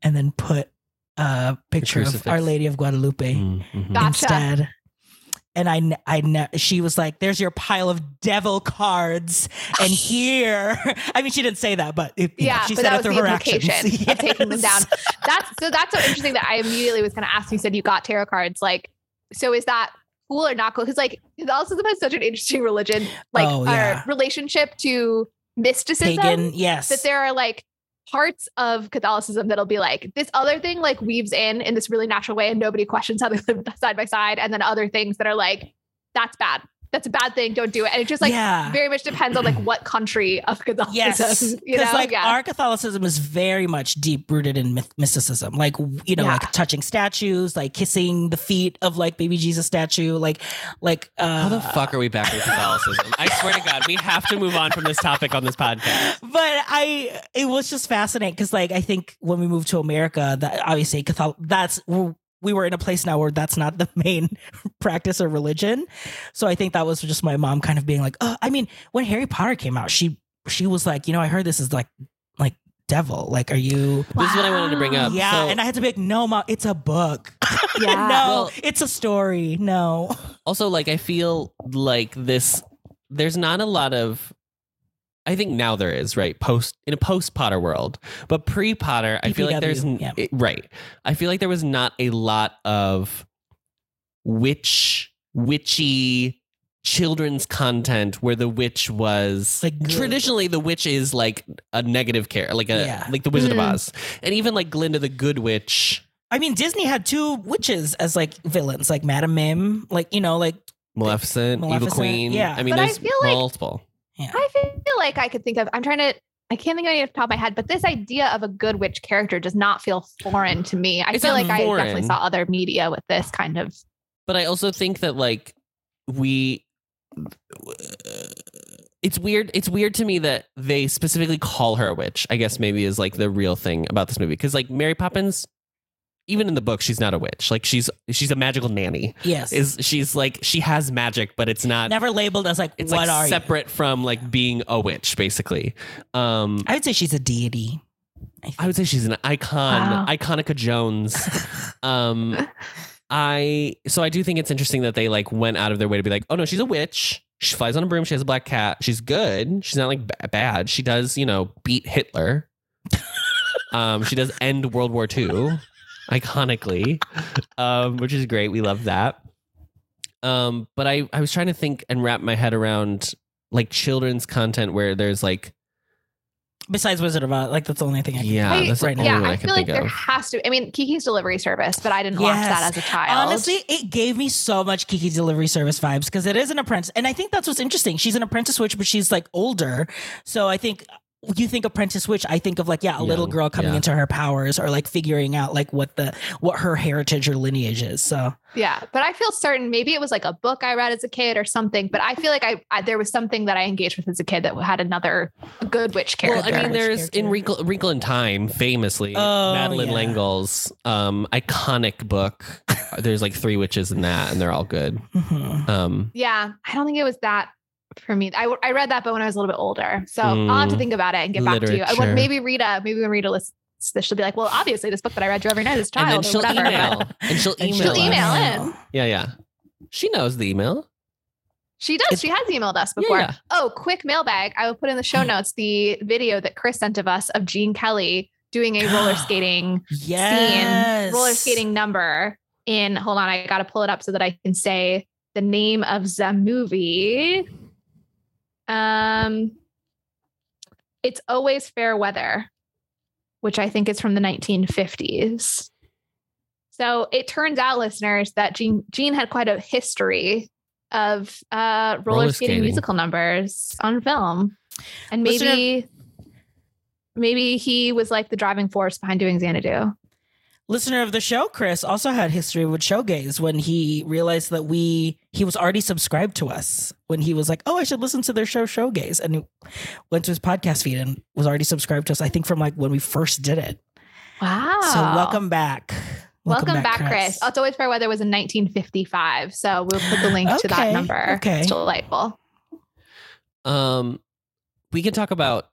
and then put a picture of
crucifix.
Our Lady of Guadalupe
Mm, mhm.
Gotcha.
instead. And I, n- I, ne- she was like, "There's your pile of devil cards, and here." I mean, she didn't say that, but it, yeah,
yeah,
she
but
said
that
it
was
through
the
her
implication
actions.
of taking them down
Yes.
that's so that's so interesting that i immediately was going to ask you said you got tarot cards like so is that cool or not cool because like catholicism has such an interesting religion like
Oh,
or
yeah.
relationship to mysticism
Pagan, yes,
that there are like parts of Catholicism that'll be like this other thing like weaves in in this really natural way and nobody questions how they live side by side and then other things that are like that's bad that's a bad thing don't do it and it just like
yeah.
very much depends on like what country of Catholicism
Yes,
you know
because like
yeah
our Catholicism is very much deep rooted in myth- mysticism. Like w- you know,
Yeah.
like touching statues, like kissing the feet of like baby Jesus statue, like like uh,
How the fuck are we back with Catholicism? I swear to God, we have to move on from this topic on this podcast.
but I, it was just fascinating because, like, I think when we moved to America, that obviously Catholic, that's we're- we were in a place now where that's not the main practice or religion. So I think that was just my mom kind of being like, oh, I mean, when Harry Potter came out, she she was like, you know, I heard this is like like devil. Like, are you?
This is what I wanted to bring up.
yeah,
So-
and I had to be like, no, mom, it's a book.
Yeah.
no,
Well-
it's a story. No,
also like i feel like this there's not a lot of i think now there is right post in a post potter world but pre potter i feel like there's
PPW, yeah.
it- right i feel like there was not a lot of witch witchy children's content where the witch was
Like good.
traditionally the witch is like a negative care like a
Yeah.
like the wizard
Mm.
of oz and even like glinda the good witch
I mean, Disney had two witches as like villains, like Madame Mim, like you know, like
maleficent,
Maleficent,
evil queen
yeah.
i mean
But I
there's
feel like-
multiple
I feel like I could think of I'm trying to I can't think of any off the top of my head, but this idea of a good witch character does not feel foreign to me. I
It's
feel
not
like I definitely
foreign.
saw other media with this kind of
but I also think that like we it's weird it's weird to me that they specifically call her a witch i guess maybe is like the real thing about this movie because like mary poppins even in the book she's not a witch. Like she's she's a magical nanny.
Yes.
Is she's like she has magic, but it's not.
Never labeled as like
it's like
what are you?
separate from like being a witch, basically. Um,
I would say she's a deity.
I would say she's an icon,
Wow.
Iconica Jones. um, I so I do think it's interesting that they like went out of their way to be like, oh no, she's a witch. She flies on a broom. She has a black cat. She's good. She's not like ba- bad. She does, you know, beat Hitler. um, she does end World War II, iconically, um, which is great. We love that. Um, but I I was trying to think and wrap my head around like children's content where there's like
Besides Wizard of Oz, like that's the only thing I can
yeah
I-
that's the
right now.
only
yeah,
one I,
I
can
feel like
think
there
of.
has to. I mean, Kiki's Delivery Service, but I didn't watch
Yes.
that as a child.
Honestly, it gave me so much Kiki delivery service vibes because it is an apprentice. And I think that's what's interesting. She's an apprentice witch, but she's like older. So I think you think apprentice witch, I think of like, yeah, a little
Young,
girl coming
yeah.
into her powers or like figuring out like what the what her heritage or lineage is. So
yeah, but I feel certain maybe it was like a book I read as a kid or something. But I feel like I, I there was something that I engaged with as a kid that had another good witch character.
Well, I mean,
Which
there's in Wrinkle, Wrinkle in Time, famously,
Oh,
Madeline
yeah.
Langle's um, iconic book. There's like three witches in that, and they're all good.
mhm.
Um,
yeah, I don't think it was that for me. I, I read that, but when I was a little bit older, so I'll have to
Mm.
think about it and get back to you. I
Literature.
would maybe Rita, maybe when Rita listens, to this, she'll be like, well, obviously this book that I read to every night as a
and
child.
then
or
she'll
whatever.
email, and she'll
And
email,
she'll
us.
email it.
Yeah, yeah. She knows the email.
She does. she has emailed us
Yeah,
before.
yeah.
Oh, quick mailbag. I will put in the show notes the video that Chris sent of us of Gene Kelly doing a roller skating
Yes.
scene, roller skating number in hold on, I gotta pull it up so that I can say the name of the movie. Um it's always fair weather, which I think is from the 1950s. So it turns out, listeners, that Gene Gene had quite a history of uh roller,
Roller
skating,
skating.
musical numbers on film. And
Listener-
maybe maybe he was like the driving force behind doing Xanadu.
Listener of the show, Chris, also had history with Showgaze when he realized that we he was already subscribed to us when he was like, Oh, I should listen to their show Showgaze and went to his podcast feed and was already subscribed to us, I think from like when we first did it.
Wow.
So welcome back.
Welcome, back, Chris. It's Always Fair Weather was in 1955. So we'll put the link to
Okay,
that number.
okay.
It's delightful.
Um, we can talk about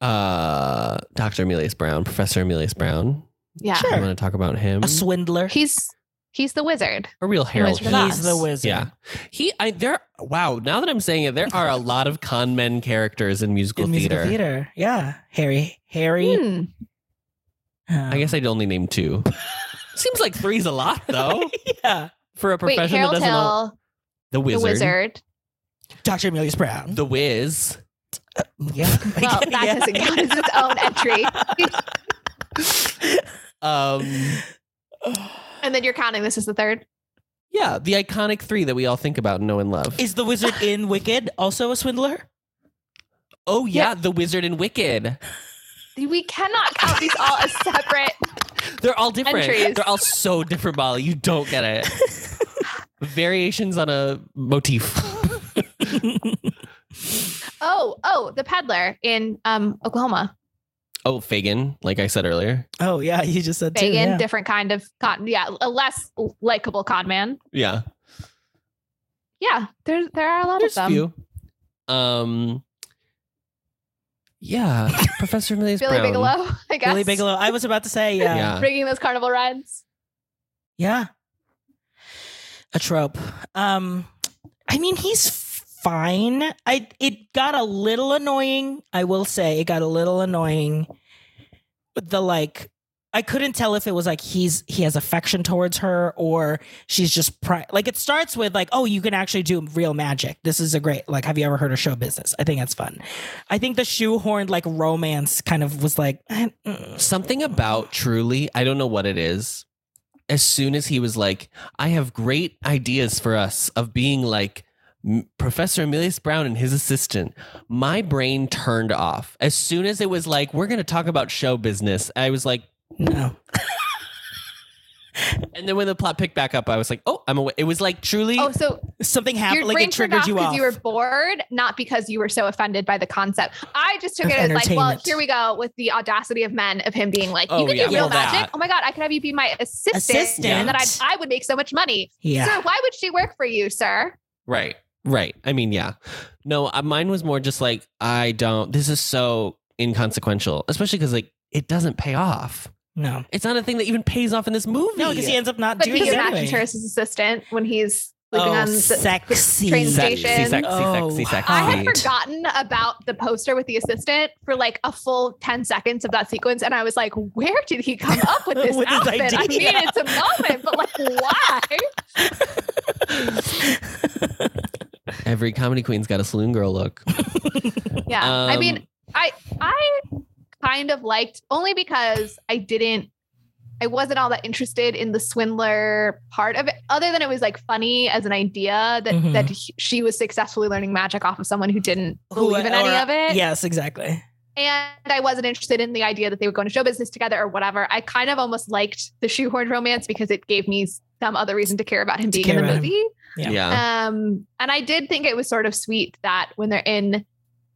uh, Dr. Emilius Brown, Professor Emilius Brown.
Yeah.
I
Sure.
want to talk about him.
A swindler.
He's he's the wizard.
A real Harold.
Wizard of Oz.
He's-
He's the wizard.
Yeah. He I there wow, now that I'm saying it, there are a lot of con men characters in musical,
In musical
theater.
theater. Yeah. Harry. Harry. uh,
Hmm.
I guess I'd only name two. Um, Seems like three's a lot though
yeah.
for a
Wait,
profession that
Harold
doesn't all-
Hill,
the
the
wizard, the
wizard.
Dr. Emilius Brown.
whiz.
yeah.
Well, that
Yeah.
doesn't count as its own entry.
Um,
And then you're counting this as the third.
yeah, the iconic three that we all think about, and know and love.
Is the wizard in Wicked also a swindler?
oh yeah, the wizard and Wicked.
We cannot count these all as separate.
They're all different.
Entries.
They're all so different, Molly. You don't get it. Variations on a motif.
Oh, oh, the peddler in um Oklahoma.
oh, Fagin, like I said earlier.
Oh yeah, you just said
Fagin,
too. Yeah.
different kind of con. Yeah, a less likable con man.
Yeah.
Yeah, there there are a lot
There's
of
a
them.
few. Um, yeah, Professor Millie
Billy
Brown.
Bigelow, I guess.
Billy Bigelow. I was about to say, yeah. yeah.
Yeah.
Rigging those carnival rides.
A trope. Um I mean, he's fine. I it got a little annoying, I will say. It got a little annoying. The like I couldn't tell if it was like he's he has affection towards her or she's just pri- like it starts with like oh you can actually do real magic. This is a great like have you ever heard of show business? I think that's fun. I think the shoehorned like romance kind of was like I- mm.
Something about truly, I don't know what it is. As soon as he was like, I have great ideas for us of being like M- Professor Emilius Brown and his assistant, my brain turned off. As soon as it was like, we're going to talk about show business, I was like,
no.
And then when the plot picked back up, I was like, oh, I'm away. It was like truly.
Oh, so
Something
your
happened, like
brain
it
turned
triggered
off
you
because
off.
you were bored, not because you were so offended by the concept. I just took
Of
it as like, well,
entertainment.
here we go with the audacity of men of him being like,
Oh,
you could
yeah,
do
well,
real magic.
that.
Oh my god, I could have you be my assistant, and then I
Assistant.
I would make so much money.
yeah.
Sir, why would she work for you, sir?
Right. Right. I mean, yeah. No, uh, mine was more just like, I don't, this is so inconsequential, especially because like it doesn't pay off.
no.
It's not a thing that even pays off in this movie.
No, because he ends up not
But
doing
he
it
can act
anyway.
as his assistant when he's sleeping
oh,
on the
sexy.
train
sexy,
station.
sexy, sexy,
Oh.
sexy, sexy.
I had forgotten about the poster with the assistant for like a full 10 seconds of that sequence. And I was like, where did he come up with this
With this
outfit? I mean,
idea.
it's a moment, but like, why?
Every comedy queen's got a saloon girl look.
Yeah. I mean,
Um,
I kind of liked only because I didn't, I wasn't all that interested in the swindler part of it, other than it was like funny as an idea that,
Mhm.
that he- she was successfully learning magic off of someone who didn't believe in any
or-
of it.
Yes, exactly.
and I wasn't interested in the idea that they would go into show business together or whatever. I kind of almost liked the shoehorned romance because it gave me some other reason to care about him being in
care
the
about him.
movie.
Yeah.
yeah.
Um, and I did think it was sort of sweet that when they're in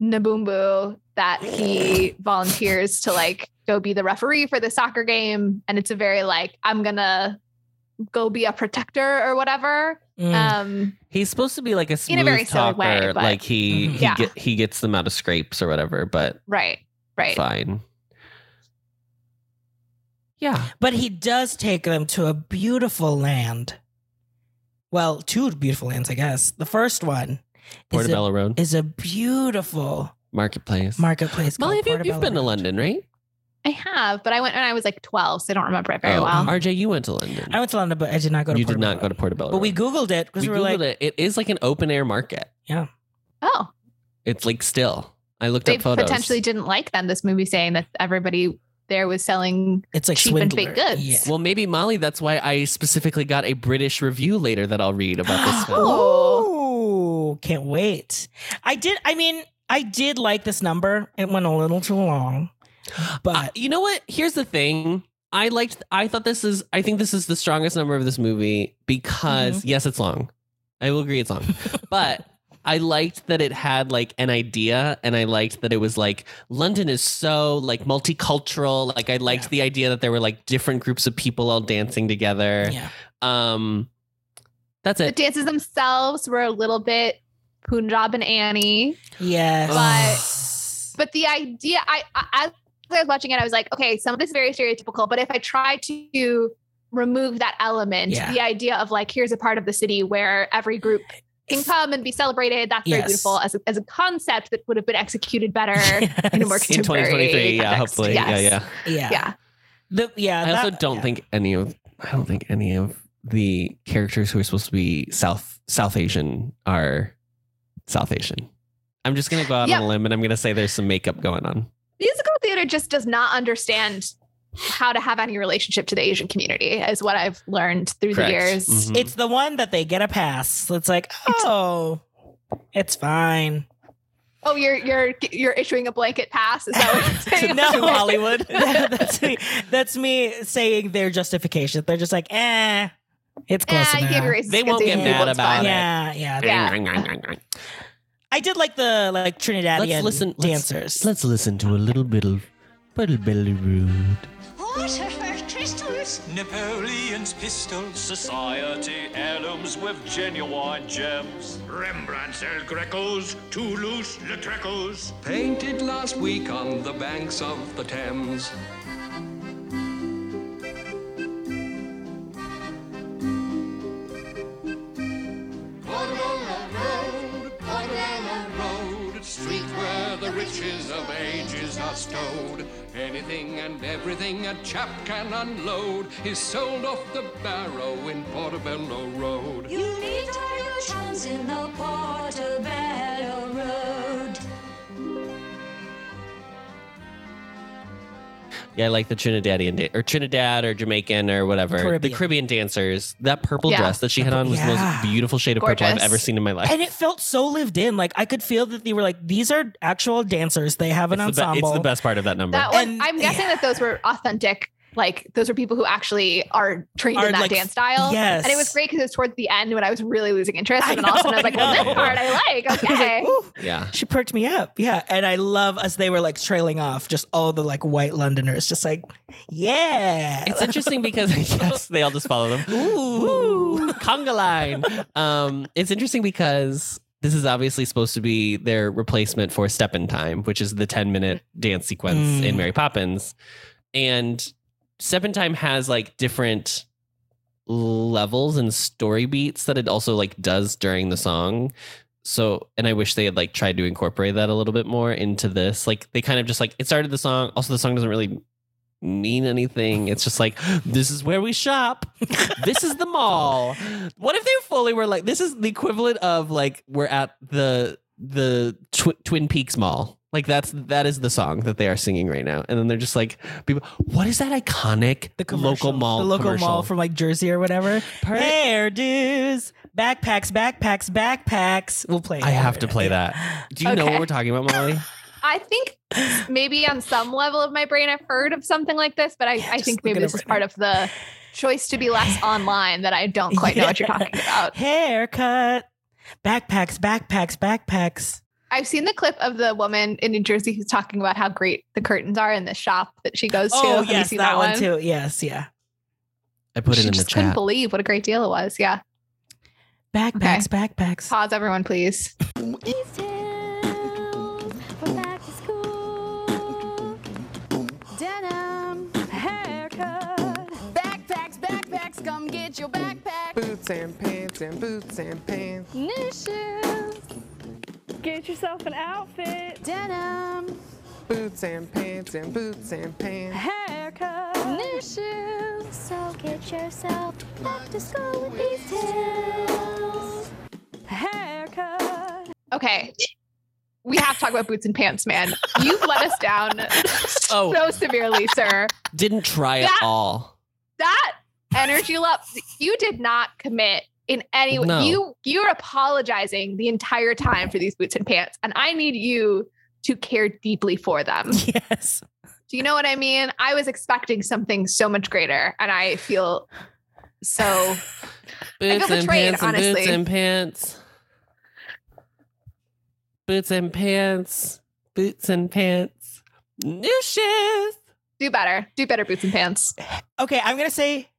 Nabumbu, that he volunteers to like go be the referee for the soccer game, and it's a very like I'm gonna go be a protector or whatever.
Mm.
Um,
He's supposed to be like a smooth
In a very silly
talker.
way, but-
like he
Mhm.
he,
Yeah.
get, he gets them out of scrapes or whatever, but
right, right.
fine. Yeah.
but he does take them to a beautiful land. Well, two beautiful lands, I guess. The first one is a,
Portobello Road.
is a beautiful
Marketplace.
marketplace.
Molly,
called
have you, you've
Portobello
been to
Road.
London, right?
I have, but I went when I was like 12, so I don't remember it very
oh,
well.
RJ, you went to London.
I went to London, but I did not go to
you did
Portobello.
not go to Portobello.
But we
Road.
Googled it because
we
we, were
Googled
like,
it. It is like an open air market.
Oh,
It's like still. I looked
they
up photos.
potentially didn't like them. This movie saying that everybody there was selling.
it's like
cheap and
swindler.
fake goods.
Yeah.
Well, maybe Molly. That's why I specifically got a British review later that I'll read about this film.
Oh, can't wait. I did. I mean, I did like this number. It went a little too long,
Uh,
but
you know what? Here's the thing. I liked. I thought this is. I think this is the strongest number of this movie because yes, it's long. I will agree it's long, but I liked that it had like an idea, and I liked that it was like London is so like multicultural. Like I liked
Yeah.
the idea that there were like different groups of people all dancing together.
yeah,
Um, that's
The
it.
dances themselves were a little bit Punjab and Annie,
yes.
but the idea, I, I as I was watching it, I was like, okay, some of this is very stereotypical, but if I try to remove that element,
Yeah.
the idea of like here's a part of the city where every group can come and be celebrated. That's very
Yes.
beautiful as a, as a concept that would have been executed better in a
Yes.
more
in 2023,
contemporary
yeah,
context.
hopefully, yeah,
Yes.
yeah.
yeah,
yeah.
The- yeah.
I also
that-
don't
yeah.
think any of I don't think any of the characters who are supposed to be South South Asian are South Asian. I'm just gonna go out
Yeah.
on a limb and I'm gonna say there's some makeup going on.
musical theater just does not understand how to have any relationship to the Asian community, is what I've learned through
Correct.
the years.
Mhm.
it's the one that they get a pass. It's like, oh, it's fine.
Oh, you're you're you're issuing a blanket pass? Is that what you're saying?
No.
To Hollywood.
that's me. That's me saying their justification. They're just like, eh, it's close
Eh, you gave
enough.
your racist
They won't
against
get
Asian people,
mad
it's
about
fine.
it.
yeah, yeah.
Yeah.
I did like the like Trinidadian
Let's listen let's-
dancers.
Let's, listen to a little bit of little belly rude.
What are her crystals?
Napoleon's pistols,
Society heirlooms with genuine gems.
Rembrandt's El Grecos, Toulouse Lautrecos.
painted last week on the banks of the Thames.
Portobello Road, Portobello Road, street where the riches of ages are stowed.
Anything and everything a chap can unload is sold off the barrow in Portobello Road.
You meet all your chums in the Portobello Road.
Yeah, I like the Trinidadian da- or Trinidad or Jamaican or whatever. The
Caribbean.
Caribbean dancers. That purple
Yeah.
dress that she had on was the
Yeah.
most beautiful shade of purple I've
Gorgeous.
ever seen in my life.
and it felt so lived in. Like I could feel that they were like, these are actual dancers. They have an
it's, the be- it's
ensemble.
the best part of that number.
That one,
And-
I'm guessing that those were authentic like those are people who actually are trained
Are,
in that
like,
dance style.
yes.
And it was great because it was towards the end when I was really losing interest.
I
And then all of a sudden I
know,
was like,
I
well,
know.
this part I like.
I was
Okay.
like, "Ooh,
Yeah.
she perked me up. Yeah. And I love us. They were like trailing off, just all the like white Londoners, just like, yeah.
It's interesting because I guess they all just follow them. Ooh, conga line. Um, it's interesting because this is obviously supposed to be their replacement for Step in Time, which is the 10 minute dance sequence
Mm.
in Mary Poppins. And Step in Time has like different levels and story beats that it also like does during the song. So, and I wish they had like tried to incorporate that a little bit more into this. Like, they kind of just like it started the song. Also, the song doesn't really mean anything. It's just like, this is where we shop. This is the mall. What if they fully were like, this is the equivalent of like, we're at the the tw- Twin Peaks Mall. Like that's that is the song that they are singing right now, and then they're just like, people, what is that iconic
the commercial-
local mall?
the local
commercial?
mall from like Jersey or whatever. Hairdos, backpacks, backpacks, backpacks. We'll play.
I
it.
have to play that. Do you know what
Okay.
we're talking about, Molly?
I think maybe on some level of my brain I've heard of something like this, but I,
Yeah,
I
just
think
look
maybe
it
this
up
is
right
part
now.
of the choice to be less online that I don't quite know what you're talking
Uh,
about.
Haircut, backpacks, backpacks, backpacks.
I've seen the clip of the woman in New Jersey who's talking about how great the curtains are in the shop that she goes to.
Oh
Have you
yes,
seen
that, one too. Yes, yeah.
I put it
she
in the
just couldn't
chat.
believe what a great deal it was. Yeah.
Backpacks, backpacks.
Pause, everyone, please.
East Hill for back to school. Denim haircut. Backpacks, backpacks, come get your backpack.
Boots and pants and boots and pants.
New shoes. Get yourself an outfit. Denim
Boots and pants and boots and pants.
haircut. New shoes. So get yourself back to school with East Hill. Haircut.
Okay. We have to talk about boots and pants, man. You've let us down
Oh.
so severely, sir.
Didn't try at
That-
all.
That energy level, you did not commit in any way.
No.
You you're apologizing the entire time for these boots and pants, and I need you to care deeply for them.
Yes.
Do you know what I mean? I was expecting something so much greater, and I feel so feel
Boots and
betrayed,
pants and boots
honestly.
and pants. Boots and pants. Boots and pants. New shoes.
do better. Do better, boots and pants.
Okay, I'm gonna say,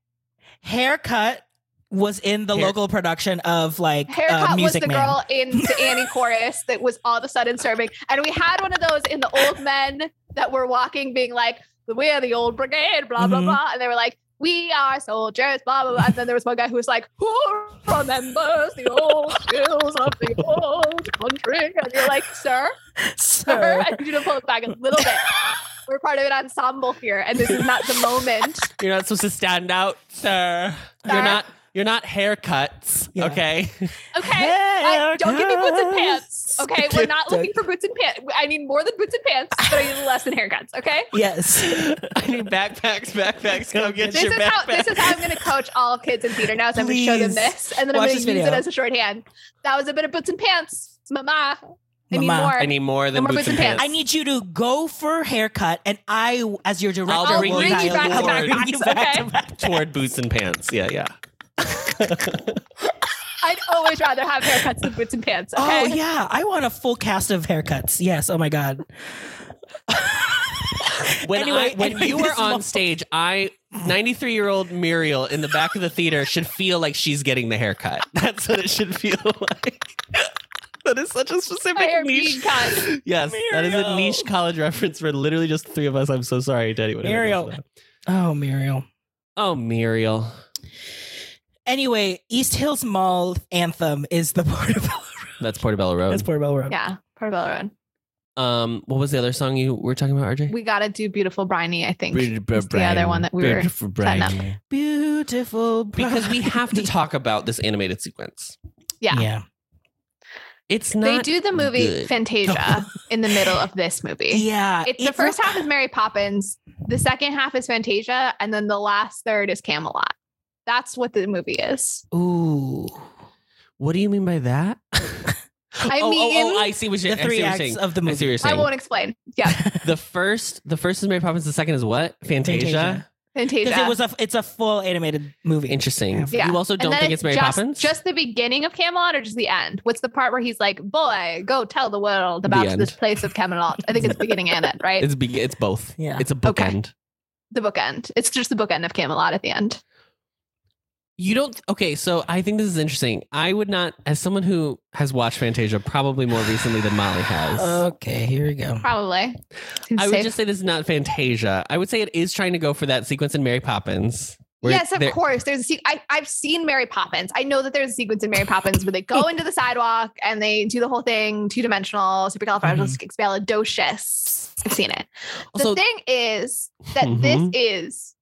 haircut was in the
Hair-
local production of like
Haircut
uh,
was
Music
the
Man.
girl in the Annie chorus that was all of a sudden serving. And we had one of those in the old men that were walking, being like, We're the old brigade, blah, blah,
Mhm.
blah. And they were like, We are soldiers, blah, blah, blah. And then there was one guy who was like, Who remembers the old skills of the old country? And you're like, Sir, sir,
Sir,
I need you to pull it back a little bit. We're part of an ensemble here, and this is not the moment.
You're not supposed to stand out, sir. You're
Sir.
not. You're not haircuts.
Yeah.
Okay.
Okay. I- don't give me boots and pants.
Haircuts.
Okay. We're not looking for boots and pants. I need more than boots and pants, but I need less than haircuts. Okay.
yes.
I need backpacks. Backpacks. Go get
This
your
is
backpack.
how this is how I'm gonna coach all kids in theater now is I'm gonna show them
Please,
this and then I'm
watch
gonna
this
use
video.
it as a shorthand. That was a bit of boots and pants. Mama. I need
Mama.
more.
I need more than
more
boots, and pants.
I need you to go for haircut, and I, as your director,
I'll bring
will
you
dial
back to
I'll bring
backpacks,
you back to
okay?
backpacks.
toward boots and pants. Yeah, yeah.
I'd always rather have haircuts than boots and pants. Okay.
Oh yeah, I want a full cast of haircuts. Yes. Oh my god.
When
Anyway,
I, when
anyway,
you
this
were
is
on
awful.
stage, I 93 year old Muriel in the back of the theater should feel like she's getting the haircut. That's what it should feel like. that is such a
My
specific
hair
niche.
being cut.
Yes, that is a
Muriel.
niche college reference for literally just the three of us. I'm so sorry to anyone. who knows
Muriel.
that.
Oh Muriel.
Oh, Muriel.
Anyway, East Hills Mall anthem is the portobello.
That's Portobello Road.
That's portobello road.
Yeah. Portobello Road.
um, what was the other song you were talking about, RJ?
We gotta do beautiful briny, I think.
Bridge-
It's the other one that we were
Bridge for
setting up.
Brian.
Beautiful.
Because we have to
bride.
talk about this animated sequence.
Yeah.
Yeah.
It's not.
They do the movie
good.
Fantasia in the middle of this movie.
Yeah.
It's the
It-
first half is Mary Poppins, the second half is Fantasia, and then the last third is Camelot. That's what the movie is.
Ooh.
What do you mean by that?
I
oh, oh,
mean-
oh, I see what you're, I
The
see
three
what you're
acts
saying.
of the
I see what
movie.
you're
I
saying.
won't explain. Yeah.
The first, the first is Mary Poppins. The second is what? Fantasia.
Fantasia.
Fantasia.
because it was a it's a full animated movie.
Interesting.
Yeah.
You also
And
don't
then
think it's Mary
just,
Poppins?
Just the beginning of Camelot or just the end? What's the part where he's like, boy, go tell the world about
end.
this place of Camelot? I think it's the beginning and end, right?
it's be- it's both.
Yeah.
It's a bookend.
the bookend. It's just the bookend of Camelot at the end.
You don't okay, so I think this is interesting. I would not as someone who has watched Fantasia probably more recently than Molly has.
Okay, here we go.
Probably. Seems
I would
safe.
just say this is not Fantasia. I would say it is trying to go for that sequence in Mary Poppins. where
yes, of
they're-
course. There's a se- I, I've seen Mary Poppins. I know that there's a sequence in Mary Poppins where they go into the sidewalk and they do the whole thing two dimensional, supercalifragilisticexpialidocious. I've seen it. The
Mm-hmm. Also-
thing is that
Mhm.
this is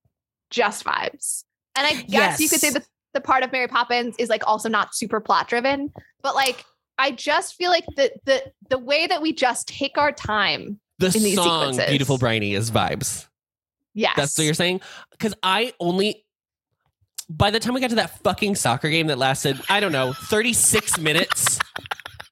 just vibes, and I guess you could say
Yes.
that the part of Mary Poppins is like also not super plot driven, but like I just feel like the the the way that we just take our time.
The
in these
song
sequences.
Beautiful Briny is vibes.
Yes,
That's what you're saying? Because I only, by the time we got to that fucking soccer game that lasted, I don't know, 36 minutes,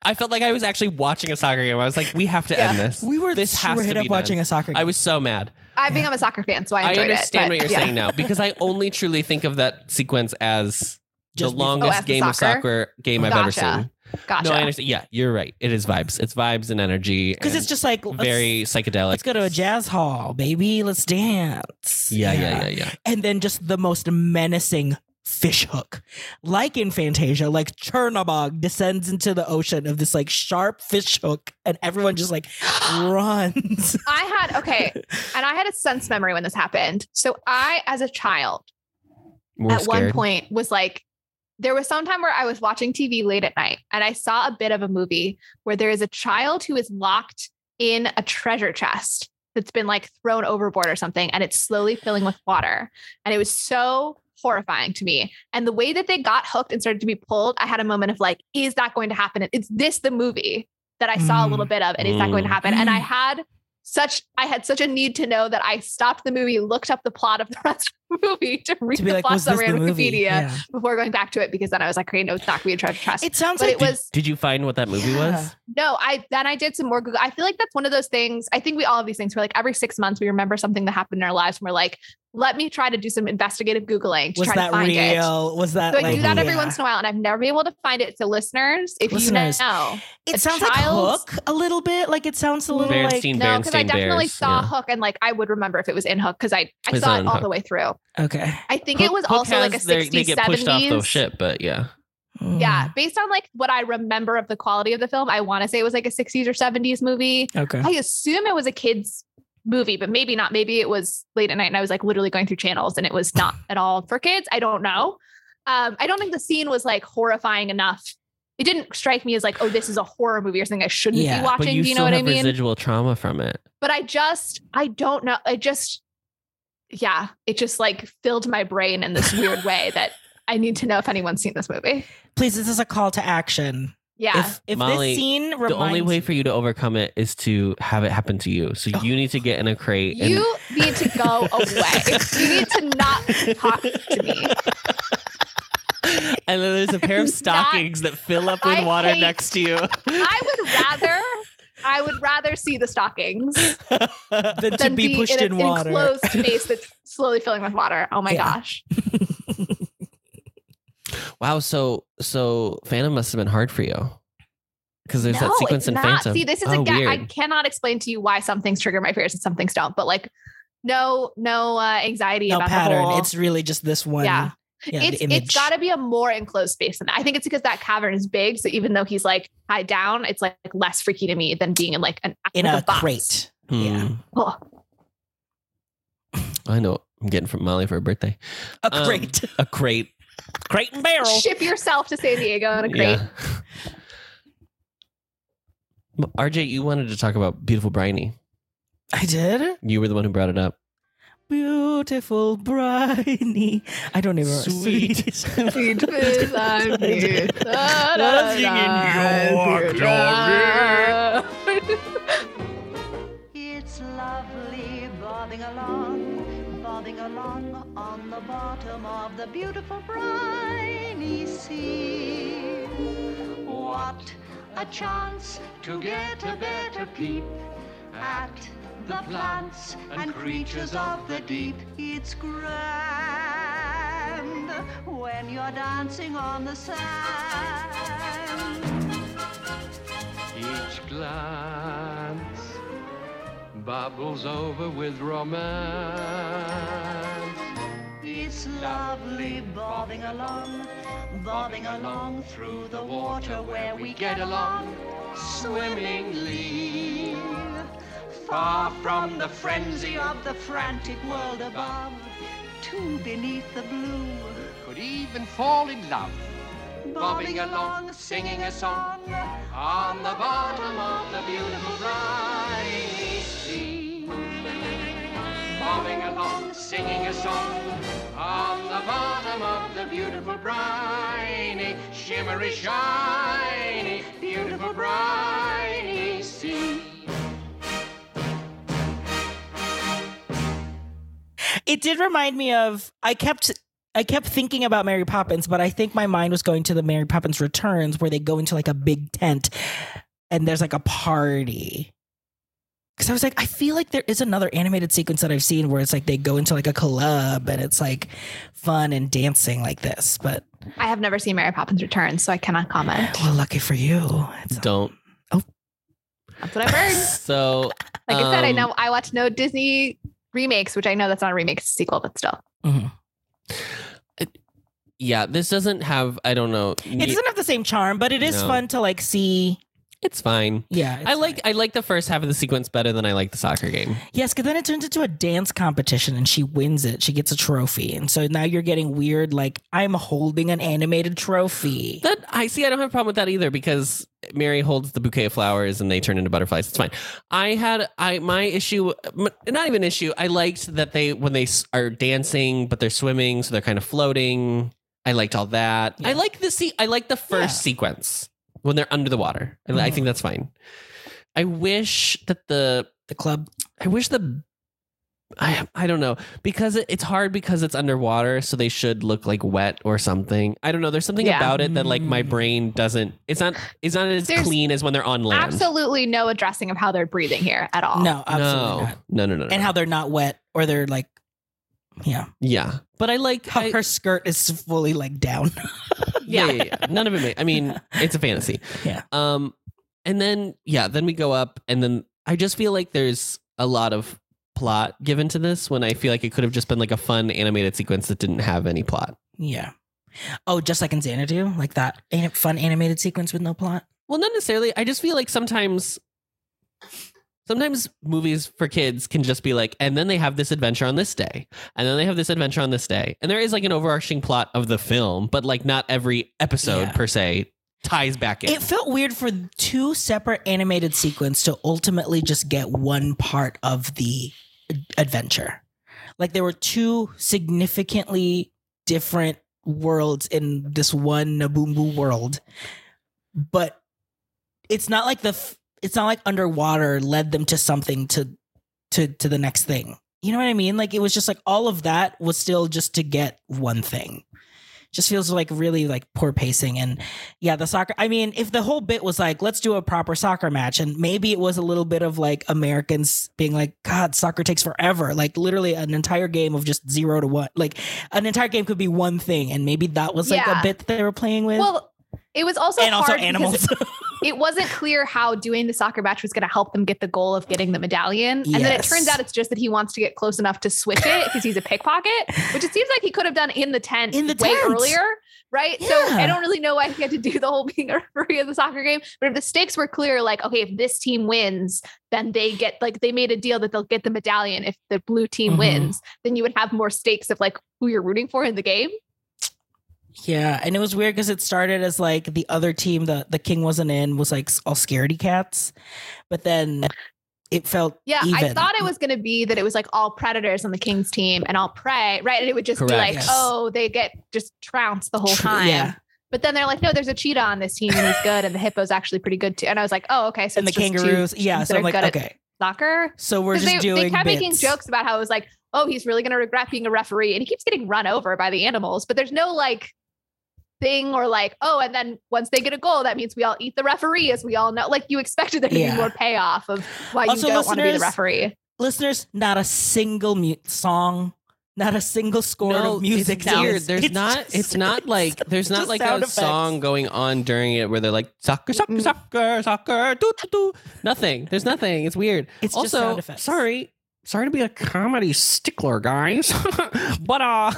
I felt like I was actually watching a soccer game. I was like, we have to end this.
We were
This
this
has to
straight up
be done.
watching a soccer game.
I was so mad.
I think I'm a soccer fan, so I
I,
enjoyed
understand
it.
what
but
you're
yeah.
saying now because I only truly think of that sequence as
Just
the
before-
longest
Oh, as the
game of
soccer?
soccer game I've ever
Gotcha.
seen.
Gotcha.
No, I understand. Yeah, you're right. It is vibes. It's vibes and energy.
because it's
and
just like let's-
very psychedelic.
Let's go to a jazz hall, baby. Let's dance.
yeah, yeah, yeah, yeah.
And then just the most menacing fish hook. Like in Fantasia, like Chernobog descends into the ocean of this like sharp fish hook, and everyone just like runs.
I had okay, and I had a sense memory when this happened. So I, as a child,
We're
at one
scared.
point was like, there was some time where I was watching TV late at night, and I saw a bit of a movie where there is a child who is locked in a treasure chest that's been like thrown overboard or something, and it's slowly filling with water, and it was so horrifying to me. And the way that they got hooked and started to be pulled, I had a moment of like, is that going to happen? Is this the movie that I saw a little bit of, and is that going to happen? And I had such I had such a need to know that I stopped the movie, looked up the plot of the rest of the movie to read
to be
the
like,
plot
was this
summary
the
on
movie?
Wikipedia
Yeah.
before going back to it because then I was like, okay, no, it's not going to be a treasure chest.
It sounds
but
like
it was
Did you find what that movie was?
no, I then I did some more Google. I feel like that's one of those things. I think we all have these things where like every six months we remember something that happened in our lives and we're like, let me try to do some investigative Googling to
was
try to
that
find it. So
real? Was that
I
like,
do that every
yeah.
once in a while and I've never been able to find it. So listeners, if
Listeners,
you know,
It
a
sounds
child's-
like Hook a little bit. Like it sounds a little
Berenstain
no, because I
Berenstain
definitely
Bears,
saw
yeah.
Hook and like I would remember if it was in Hook because I, I
It's
saw
not
it
in
all
Hook.
the way through.
like okay.
I think
Hook-
it was
Hook
also like a
has their-
60s,
They get pushed off
70s.
though shit, but yeah.
Mm.
Yeah,
Mm.
based on like what I remember of the quality of the film, I want to say it was like a 60s or 70s movie.
Okay.
I assume it was a kids movie, but maybe not. Maybe it was late at night and I was like literally going through channels and it was not at all for kids. I don't know. Um, I don't think the scene was like horrifying enough. It didn't strike me as like, oh, this is a horror movie or something I shouldn't
Yeah,
be
but
but
watching.
you,
Do you
still
know what
have
I mean?
residual trauma from it.
but I just, I don't know. I just, yeah, it just like filled my brain in this weird way that I need to know if anyone's seen this movie.
Please, this is a call to action.
Yeah.
If, if
Molly,
this scene reminds
the only way for you to overcome it is to have it happen to you. So you need to get in a crate. And
Oh. You need to go away. you need to not talk to me.
and then there's a pair of
Not-
stockings that fill up
I
with water
hate-
next to you.
I would rather I would rather see the stockings
than to
than
be, pushed in,
in, an
water.
enclosed space that's slowly filling with water. Oh my
Yeah.
gosh.
wow. So so Phantom must have been hard for you because there's that
No,
sequence
it's
in
not.
Phantom.
See, this is
oh,
again. I
weird.
cannot explain to you why some things trigger my fears and some things don't. But like, no, no uh, anxiety
no
about
pattern.
the whole.
It's really just this one.
Yeah.
yeah, the
it's
image.
it's got to be a more enclosed space than that. I think it's because that cavern is big, so even though he's like high down, it's like less freaky to me than being in like an
in
like
a
box.
crate.
Hmm.
yeah.
Oh,
I know. what I'm getting from Molly for her birthday.
A
Um,
crate.
A crate.
crate and barrel.
ship yourself to San Diego in a crate.
Yeah. RJ, you wanted to talk about beautiful briny.
I did.
You were the one who brought it up.
Beautiful briny. I don't even
Sweet.
Sweet food, I'm here. Da, da,
Lodging in
da,
York,
da.
It's lovely bobbing along, bobbing along on the bottom of the beautiful briny sea. What a chance to get a better peep at the plants and creatures of the deep. It's grand when you're dancing on the sand.
Each glance bubbles over with romance.
It's lovely bobbing along, bobbing along through the water where we get along swimmingly. Far from the frenzy of the frantic world above, too beneath the blue,
Could even fall in love.
bobbing along, singing a song on the bottom of the beautiful briny sea.
Bobbing along, singing a song on the bottom of the beautiful briny, shimmery, shiny, beautiful briny sea.
It did remind me of I kept I kept thinking about Mary Poppins, but I think my mind was going to the Mary Poppins Returns where they go into like a big tent and there's like a party. Cause I was like, I feel like there is another animated sequence that I've seen where it's like they go into like a club and it's like fun and dancing like this. But
I have never seen Mary Poppins Returns, so I cannot comment.
well, lucky for you, it's
Don't.
That's what I've heard.
So,
Like I said, I
um,
know I watch no Disney remakes, which I know that's not a remake, it's a sequel, but still.
Mhm.
Yeah, this doesn't have. I don't know.
it doesn't have the same charm, but it is
No.
fun to like see.
It's fine.
Yeah, it's
I like I like the first half of the sequence better than I like the soccer game.
Yes, because then it turns into a dance competition and she wins it. She gets a trophy. And so now you're getting weird, like, I'm holding an animated trophy.
That I see. I don't have a problem with that either because Mary holds the bouquet of flowers and they turn into butterflies. It's fine. I had I my issue, m- not even issue. I liked that they when they s- are dancing but they're swimming, so they're kind of floating. I liked all that. I
Yeah.
like the se- I like the first
Yeah.
sequence when they're under the water. I, I
Mhm.
think that's fine. I wish that the
The club.
I wish the I I don't know because it, it's hard because it's underwater, so they should look like wet or something. I don't know. There's something
Yeah.
about it that like my
Mm.
brain doesn't. It's not. It's not as
There's
clean as when they're on land.
Absolutely no addressing of how they're breathing here at all.
No, absolutely
no.
not.
no, no, no, no.
And how they're not wet or they're like, yeah.
Yeah, but I like.
How
I-
her skirt is fully like down.
yeah. yeah, yeah. None of it. Made, I mean, it's a fantasy.
Yeah.
Um, and then yeah, then we go up, and then I just feel like there's a lot of plot given to this when I feel like it could have just been like a fun animated sequence that didn't have any plot.
Yeah. Oh, just like in Xanadu, like that anim- fun animated sequence with no plot.
Well, not necessarily. I just feel like sometimes sometimes movies for kids can just be like and then they have this adventure on this day and then they have this adventure on this day and there is like an overarching plot of the film but like not every episode
Yeah.
per se ties back in
It felt weird for two separate animated sequence to ultimately just get one part of the ad- adventure. Like there were two significantly different worlds in this one Naboombo world, but it's not like the f- it's not like underwater led them to something to to to the next thing. You know what I mean? Like it was just like all of that was still just to get one thing. Just feels like really like poor pacing and yeah, the soccer. I mean, if the whole bit was like, let's do a proper soccer match, and maybe it was a little bit of like Americans being like, God, soccer takes forever. Like literally an entire game of just zero to one. Like an entire game could be one thing, and maybe that was like
Yeah.
a bit that they were playing with.
Well, it was also
and also
hard because
animals.
it wasn't clear how doing the soccer match was going to help them get the goal of getting the medallion. And then it
Yes.
turns out it's just that he wants to get close enough to switch it because he's a pickpocket, which it seems like he could have done in the tent
In the
way
tent.
earlier, right? So
Yeah.
I don't really know why he had to do the whole being a referee of the soccer game. But if the stakes were clear, like, okay, if this team wins, then they get like they made a deal that they'll get the medallion if the blue team
Mhm.
wins, then you would have more stakes of like who you're rooting for in the game.
Yeah, and it was weird because it started as like the other team that the king wasn't in was like all scaredy cats, but then it felt
Yeah, I
even.
thought it was going to be that it was like all predators on the king's team and all prey, right? And it would just be
Correct.
like,
Yes.
oh, they get just trounced the whole
Tr-
time.
yeah.
But then they're like, no, there's a cheetah on this team and he's good, and the hippo's actually pretty good too. And I was like, oh, okay, so
and the
it's just two
kangaroos. Yeah,
teams
so
that
I'm
are
like,
good at
okay,
soccer.
so we're
'Cause
just
they,
doing
they kept making
bits.
jokes about how it was like, oh, he's really going to regret being a referee, and he keeps getting run over by the animals. But there's no like thing or like, oh, and then once they get a goal, that means we all eat the referee, as we all know. Like you expected there to
Yeah.
be more payoff of why
Also,
you don't want to be the
listeners,
referee.
listeners, not a single mu- song, not a single score
no,
of
It's
music.
weird.
sounds-
There's not.
just-
it's not like there's
just
not like
sound
a
effects.
song going on during it where they're like soccer, soccer, soccer, soccer, doo doo doo. Nothing. There's nothing. It's weird.
It's just
also
sound effects.
sorry, sorry to be a comedy stickler, guys, but uh,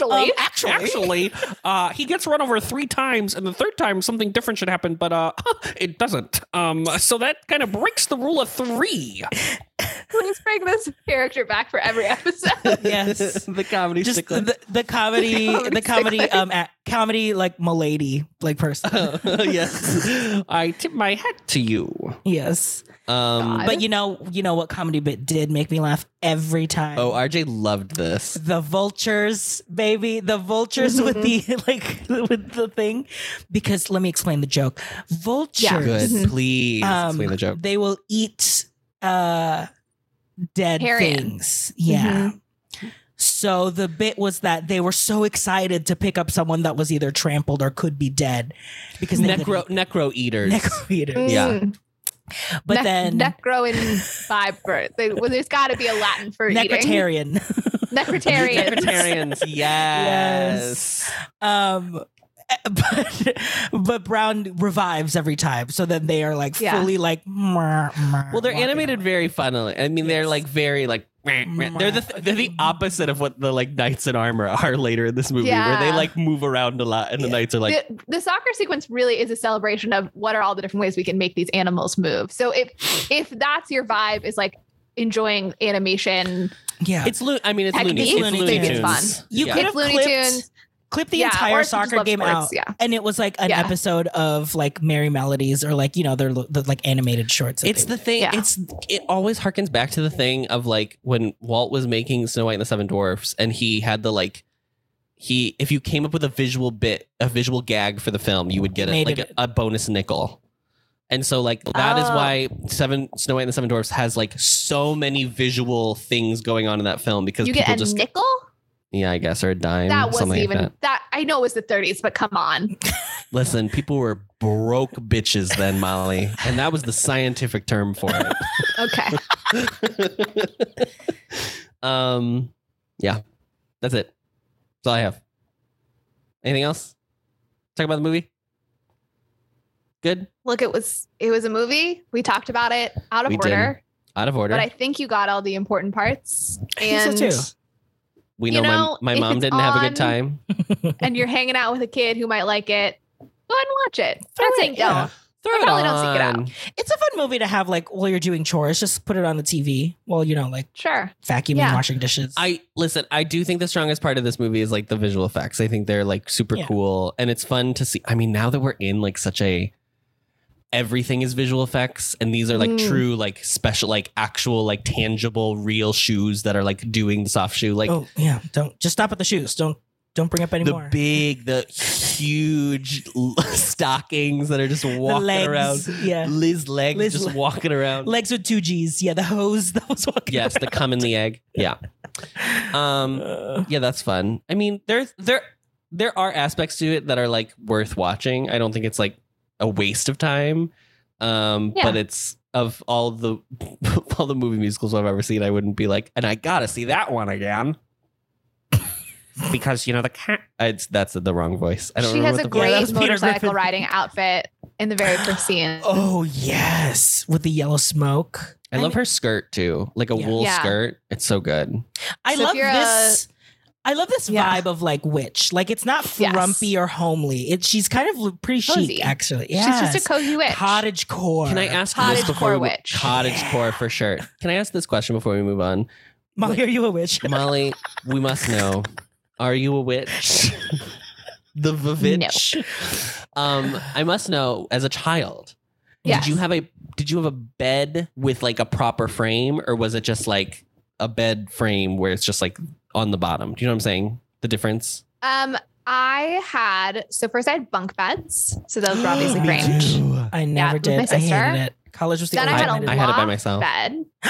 Um,
Actually,
actually, actually, uh, he gets run over three times, and the third time something different should happen, but uh, it doesn't. Um, so that kind of breaks the rule of three.
please bring this character back for every episode.
Yes.
the comedy
just
stickler.
the, the comedy,
comedy
the comedy,
stickler.
um, at, comedy like milady like person.
Oh. yes, I tip my hat to you.
yes,
Um,
God.
but you know, you know what comedy bit did make me laugh every time.
oh, RJ loved this.
the vultures, baby, the vultures with the
Mm-hmm.
like with the thing, because let me explain the joke. Vultures,
Good,
Mhm.
please
um,
explain the joke.
They will eat uh dead
Carrion.
things. Yeah.
Mm-hmm.
So the bit was that they were so excited to pick up someone that was either trampled or could be dead because they
Necro necro eaters.
necro eaters.
Yeah.
Mm.
But
Nec-
then
necro and viper. They- well, there's got to be a Latin for eating.
necrotarian.
Necrotarian.
Necrotarians, yes.
Um, but but Brown revives every time, so then they are like
Yeah.
fully like. Well,
Well, they're animated very funnily. I mean, they're like very like meh, meh. they're the they're the opposite of what the like knights in armor are later in this movie, where they
Yeah.
like move around a lot, and the knights are like
the, the soccer sequence really is a celebration of what are all the different ways we can make these animals move. So if if that's your vibe is like enjoying animation,
Yeah,
it's lo- I mean, it's
Technique,
Looney, it's
it's
Looney
big,
Tunes.
it's
fun.
you
Yeah.
could
it's
have
Looney
clipped,
Tunes.
clipped the
Yeah, or
entire
if you just
soccer
love
game
sports,
out,
yeah.
and it was like an
Yeah.
episode of like Merry Melodies or like you know they're the, like animated shorts. that
It's
they-
the thing.
Yeah.
It's it always harkens back to the thing of like when Walt was making Snow White and the Seven Dwarfs, and he had the like he if you came up with a visual bit, a visual gag for the film, you would get a,
Made
like a,
it.
a bonus nickel. And so like that is
Ah.
Oh.
why Seven Snow White and the Seven Dwarfs has like so many visual things going on in that film because
you
people
get a
just
nickel.
yeah I guess or a dime
That wasn't
something
even
like that.
that. I know it was the 30s, but come on.
Listen, people were broke bitches then, Molly, and that was the scientific term for it.
Okay.
um, yeah, that's it. That's all I have. Anything else? Talk about the movie. Good.
Look, it was it was a movie. We talked about it out of
We did.
order,
Out of order.
but I think you got all the important parts.
think so
And
too.
we know,
you
my-
know,
my,
if
mom
it's
didn't have a
on-
good time.
and you're hanging out with a kid who might like it. Go ahead and watch it.
Throw
Not
it,
saying
yeah.
don't.
Throw
I
it
probably don't seek it out.
on.
it's a fun movie to have like while you're doing chores. Just put it on the TV while you know like
Sure.
vacuuming,
Yeah.
washing dishes.
I listen. I do think the strongest part of this movie is like the visual effects. I think they're like super
Yeah.
cool, and it's fun to see. I mean, now that we're in like such a everything is visual effects, and these are like
Mm.
true, like special, like actual, like tangible, real shoes that are like doing the soft shoe, like
oh yeah, don't just stop at the shoes. Don't don't bring up any
the
more.
big, the huge l- stockings that are just
The
walking
legs,
around.
Yeah.
Liz legs
Liz
just
le-
walking around.
Legs with two G's. Yeah, the hose that was walking.
yes, the cum and the egg. Yeah. Um.
Uh,
yeah that's fun i mean there's there there are aspects to it that are like worth watching i don't think it's like a waste of time um
Yeah.
but it's of all the all the movie musicals i've ever seen i wouldn't be like and i gotta see that one again because you know the cat it's that's the wrong voice i don't
She
remember what
has a
the
Yeah, that
great
was Peter
motorcycle
Griffin.
riding outfit in the very first scene.
oh yes, with the yellow smoke.
i love her skirt too like a
Yeah.
wool
Yeah.
skirt it's so good
I
So if
love
you're a-
this. I love this
Yeah.
vibe of like witch. Like it's not
Yes.
frumpy or homely. It, she's kind of l- pretty chic,
Cozy.
actually.
She's just a cozy witch.
cottage core.
can i ask you
Cottage
this before
core
we-
witch.
cottage core for sure can i ask this question before we move on
Molly, are you a witch?
Molly, we must know. Are you a witch? the vivitch. Um, I must know. As a child,
Yes.
did you have a did you have a bed with like a proper frame, or was it just like a bed frame where it's just like on the bottom? Do you know what I'm saying? The difference.
Um, I had so first I had bunk beds, so those were obviously
Me
great.
too. I never
with my
did. I
sister.
hated it. College was the
Then
only
I had
time
a
I
did
had it by
loft
myself.
bed.
it.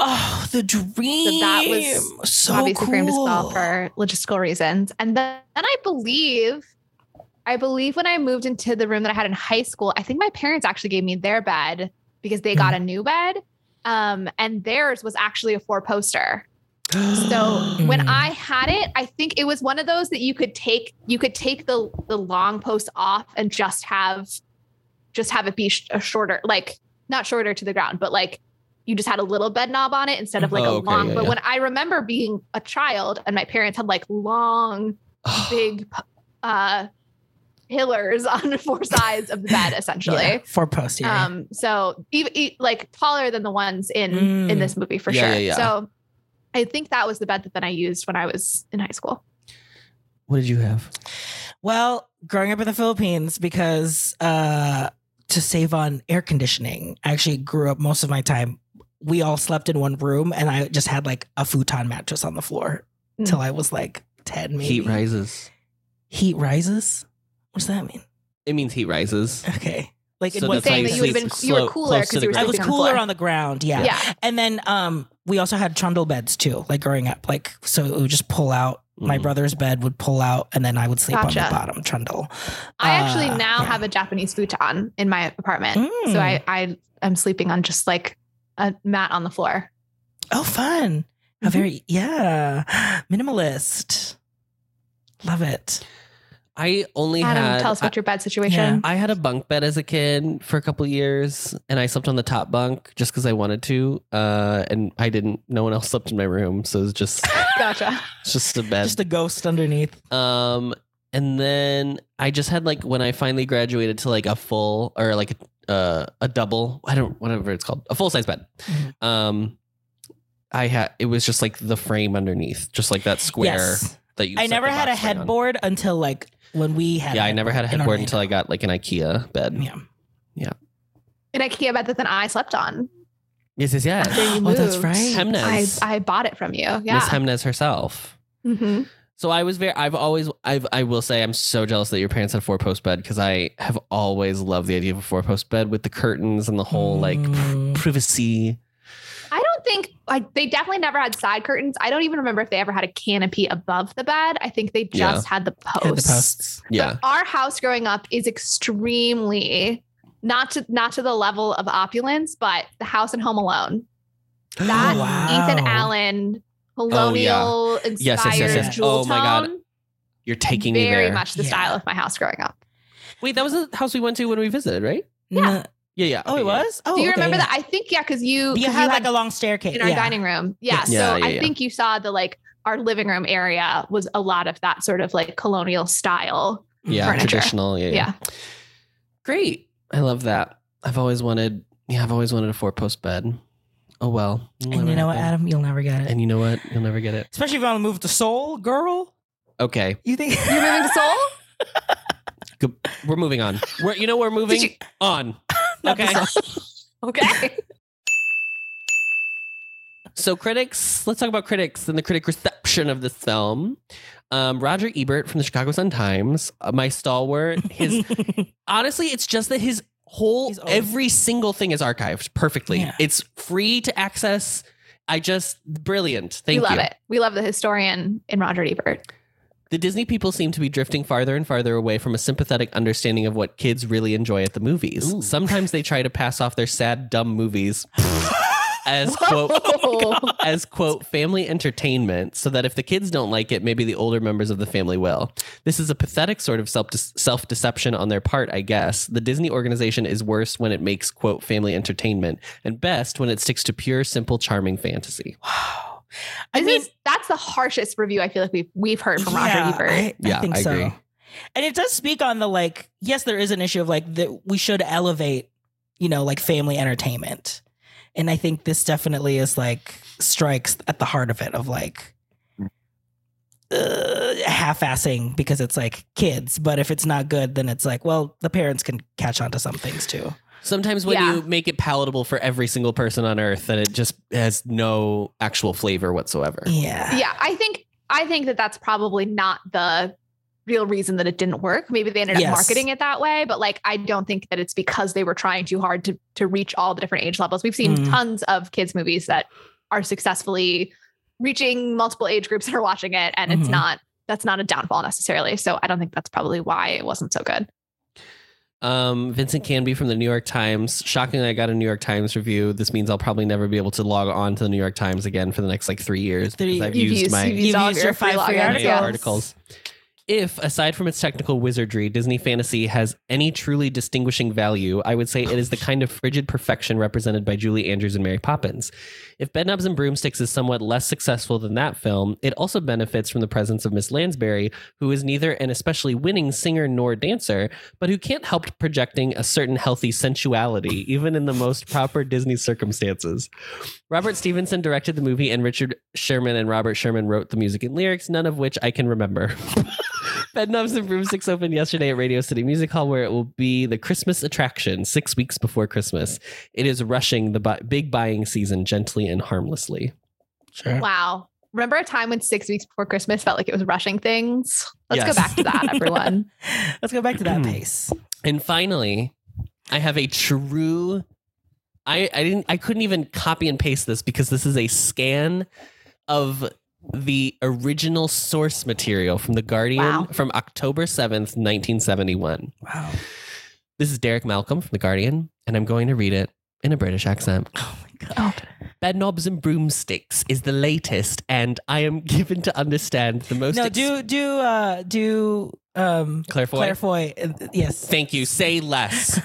Oh, the dream.
was
so
obviously
cool.
framed as well for logistical reasons. And then, then I believe, I believe when I moved into
Mm-hmm.
the room that I had in high school, I think my parents actually gave me their bed because they got a new bed. Um, and theirs was actually a four poster. So
Mm.
when I had it, I think it was one of those that you could take you could take the the long post off and just have just have it be sh- a shorter like not shorter to the ground, but like you just had a little bed knob on it instead of like
Oh,
a
okay,
long.
yeah,
but
yeah.
when I remember being a child and my parents had like long big uh pillars on four sides of the bed essentially.
Yeah, four posts. Yeah.
Um, so even e- like taller than the ones in in
Mm.
this movie for
Yeah,
sure.
yeah, yeah.
So I think that was the bed that then I used when I was in high school.
What did you have?
Well, growing up in the Philippines, because uh, to save on air conditioning, I actually grew up most of my time. We all slept in one room, and I just had like a futon mattress on the floor
Mm.
till I was like ten. Maybe.
Heat rises.
Heat rises. What does that mean?
It means heat rises.
Okay, like in
So
what
that's how
Saying
you
that you would
sleep
have been you were
slow-
cooler
close
because
to
you were
the
I
ground.
was
sleeping
cooler
on
on the ground.
the
Yeah.
floor. yeah.
And then um, we also had trundle beds too, like growing up. Like so, it would just pull out. My
Mm.
brother's bed would pull out, and then I would sleep on
Gotcha.
the bottom trundle.
Ah,
I actually
Uh,
now
yeah.
have a Japanese futon in my apartment,
Hmm.
Mm.
so I I am sleeping on just like a mat on the floor.
Oh, fun. How very, yeah. Minimalist. Love it.
I only
Adam,
had
tell us
I-
about your bed situation.
I had a bunk bed as a kid for a couple of years, and I slept on the top bunk just because I wanted to. Uh, and I didn't. No one else slept in my room, so it was just
Gotcha.
it's just a bed.
Just a ghost underneath.
um, and then I just had like when I finally graduated to like a full or like a uh, a double. I don't whatever it's called, a full size bed.
Mhm.
Um, I had it was just like the frame underneath, just like that square
Yes.
that you.
I
set
never
the
had a
box spring on.
headboard until like when we had.
Yeah, I never had a
in our
headboard
night.
until I got like an IKEA bed.
Yeah.
An IKEA bed that then I slept on.
Yes, yes, yes.
After you
Oh, that's
moved.
right.
I,
Hemnes.
I bought it from you.
Miss
Yeah.
Hemnes herself.
hmm
So I was very. I've always. I've. I will say. I'm so jealous that your parents had four post bed because I have always loved the idea of a four post bed with the curtains and the whole like
Mm.
privacy.
I don't think like they definitely never had side curtains. I don't even remember if they ever had a canopy above the bed. I think they
Yeah.
just had the posts.
Had the posts.
Yeah.
But our house growing up is extremely not to not to the level of opulence, but the house and home alone. That
Oh, Wow.
Ethan Allen
Oh, yeah.
colonial inspired
yes,
yes.
jewel
Oh my God.
tone,
You're taking me
very
there.
much the
Yeah.
style of my house growing up.
Wait, that was the house we went to when we visited, right?
Yeah.
N-
Yeah, yeah.
Oh,
Okay,
it
yeah.
was. Oh,
Do you
okay,
remember
yeah.
that? I think yeah, because you, 'cause
You had like a long staircase
in our
yeah.
dining room. Yeah.
Yes.
So
Yeah, yeah,
I
yeah.
think you saw the like our living room area was a lot of that sort of like colonial style.
Yeah,
furniture.
traditional. Yeah, yeah.
Yeah.
Great. I love that. I've always wanted. Yeah, I've always wanted a four post bed. Oh well. it'll
And
never
you know what,
happen.
Adam? You'll never get it.
And you know what? You'll never get it.
Especially if you want to move to Seoul, girl.
Okay,
You think
You're moving to Seoul?
good. we're moving on. We're you know we're moving
you-
on.
Not to
Okay.
Seoul.
Okay.
So critics, let's talk about critics and the critic reception of this film. Um, Roger Ebert from the Chicago Sun Times, uh, my stalwart. His honestly, it's just that his whole
He's old.
every single thing is archived perfectly.
Yeah.
It's free to access. I just brilliant. Thank
we love
you.
it. We love the historian in Roger Ebert.
The Disney people seem to be drifting farther and farther away from a sympathetic understanding of what kids really enjoy at the movies.
Ooh.
Sometimes they try to pass off their sad, dumb movies as quote
Whoa.
as quote family entertainment so that if the kids don't like it maybe the older members of the family will this is a pathetic sort of self self deception on their part i guess the disney organization is worst when it makes quote family entertainment and best when it sticks to pure simple charming fantasy
Wow.
Oh, This is, that's the harshest review I feel like we've we've heard from
yeah,
Roger Ebert.
I,
Yeah,
I think
I
so.
agree.
And it does speak on the like, yes, there is an issue of like that we should elevate, you know, like family entertainment. And I think this definitely is like strikes at the heart of it of like uh, half-assing because it's like kids, but if it's not good, then it's like, well, the parents can catch on to some things too.
sometimes when
Yeah.
you make it palatable for every single person on earth then it just has no actual flavor whatsoever
Yeah.
yeah i think i think that that's probably not the real reason that it didn't work maybe they ended
Yes.
up marketing it that way but like i don't think that it's because they were trying too hard to to reach all the different age levels we've seen
Mm.
tons of kids movies that are successfully reaching multiple age groups that are watching it and it's
Mhm.
not that's not a downfall necessarily so i don't think that's probably why it wasn't so good
Um, Vincent Canby from the New York Times. Shockingly, I got a New York Times review. This means I'll probably never be able to log on to the New York Times again for the next like three years
Three-
because I've
You've
used,
used-
my
you've used all of your free
five
login
my
articles.
articles. If, aside from its technical wizardry, Disney fantasy has any truly distinguishing value, I would say it is the kind of frigid perfection represented by Julie Andrews and Mary Poppins. If Bedknobs and Broomsticks is somewhat less successful than that film, it also benefits from the presence of Miss Lansbury, who is neither an especially winning singer nor dancer, but who can't help projecting a certain healthy sensuality, even in the most proper Disney circumstances. Robert Stevenson directed the movie, and Richard Sherman and Robert Sherman wrote the music and lyrics, none of which I can remember. Bedknobs and Broomsticks opened yesterday at Radio City Music Hall, where it will be the Christmas attraction six weeks before Christmas. It is rushing the bu- big buying season gently and harmlessly.
Sure.
Wow. Remember a time when six weeks before Christmas felt like it was rushing things? Let's
Yes.
go back to that, everyone.
Let's go back to that pace.
And finally, I have a true. I, I didn't. I couldn't even copy and paste this because this is a scan of the original source material from the Guardian
Wow.
from October seventh, nineteen seventy one.
Wow.
This is Derek Malcolm from the Guardian, and I'm going to read it in a British accent.
Oh my god.
Bedknobs and broomsticks is the latest, and I am given to understand the most.
No,
ex-
do do uh do um
Claire Foy?
Claire Foy. uh, Yes.
Thank you. Say less.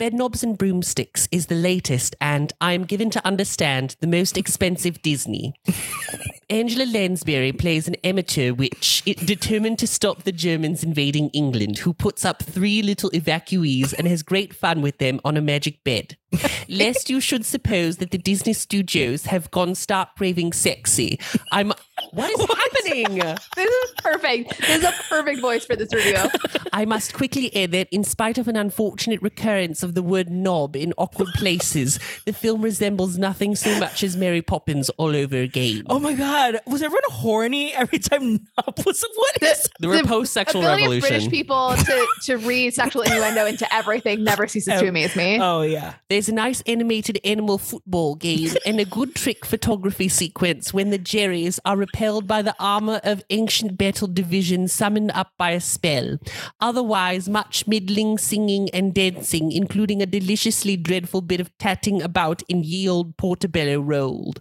Bedknobs and Broomsticks is the latest, and I am given to understand the most expensive Disney. Angela Lansbury plays an amateur witch it, determined to stop the Germans invading England, who puts up three little evacuees and has great fun with them on a magic bed. Lest you should suppose that the Disney studios have gone stark raving sexy. I'm. What is happening?
This is perfect. This is a perfect voice for this review.
I must quickly add that, in spite of an unfortunate recurrence of the word knob in awkward places, the film resembles nothing so much as Mary Poppins all over again.
Oh my god. Was everyone horny every time Knob was what is
the
The
post-sexual
Ability of British people to, to read sexual innuendo into everything never ceases to amaze me.
Oh yeah.
There's a nice animated animal football game and a good trick photography sequence when the Jerrys are repelled by the armor of ancient battle division summoned up by a spell. Otherwise, much middling singing and dancing, including a deliciously dreadful bit of tatting about in ye old Portobello Road.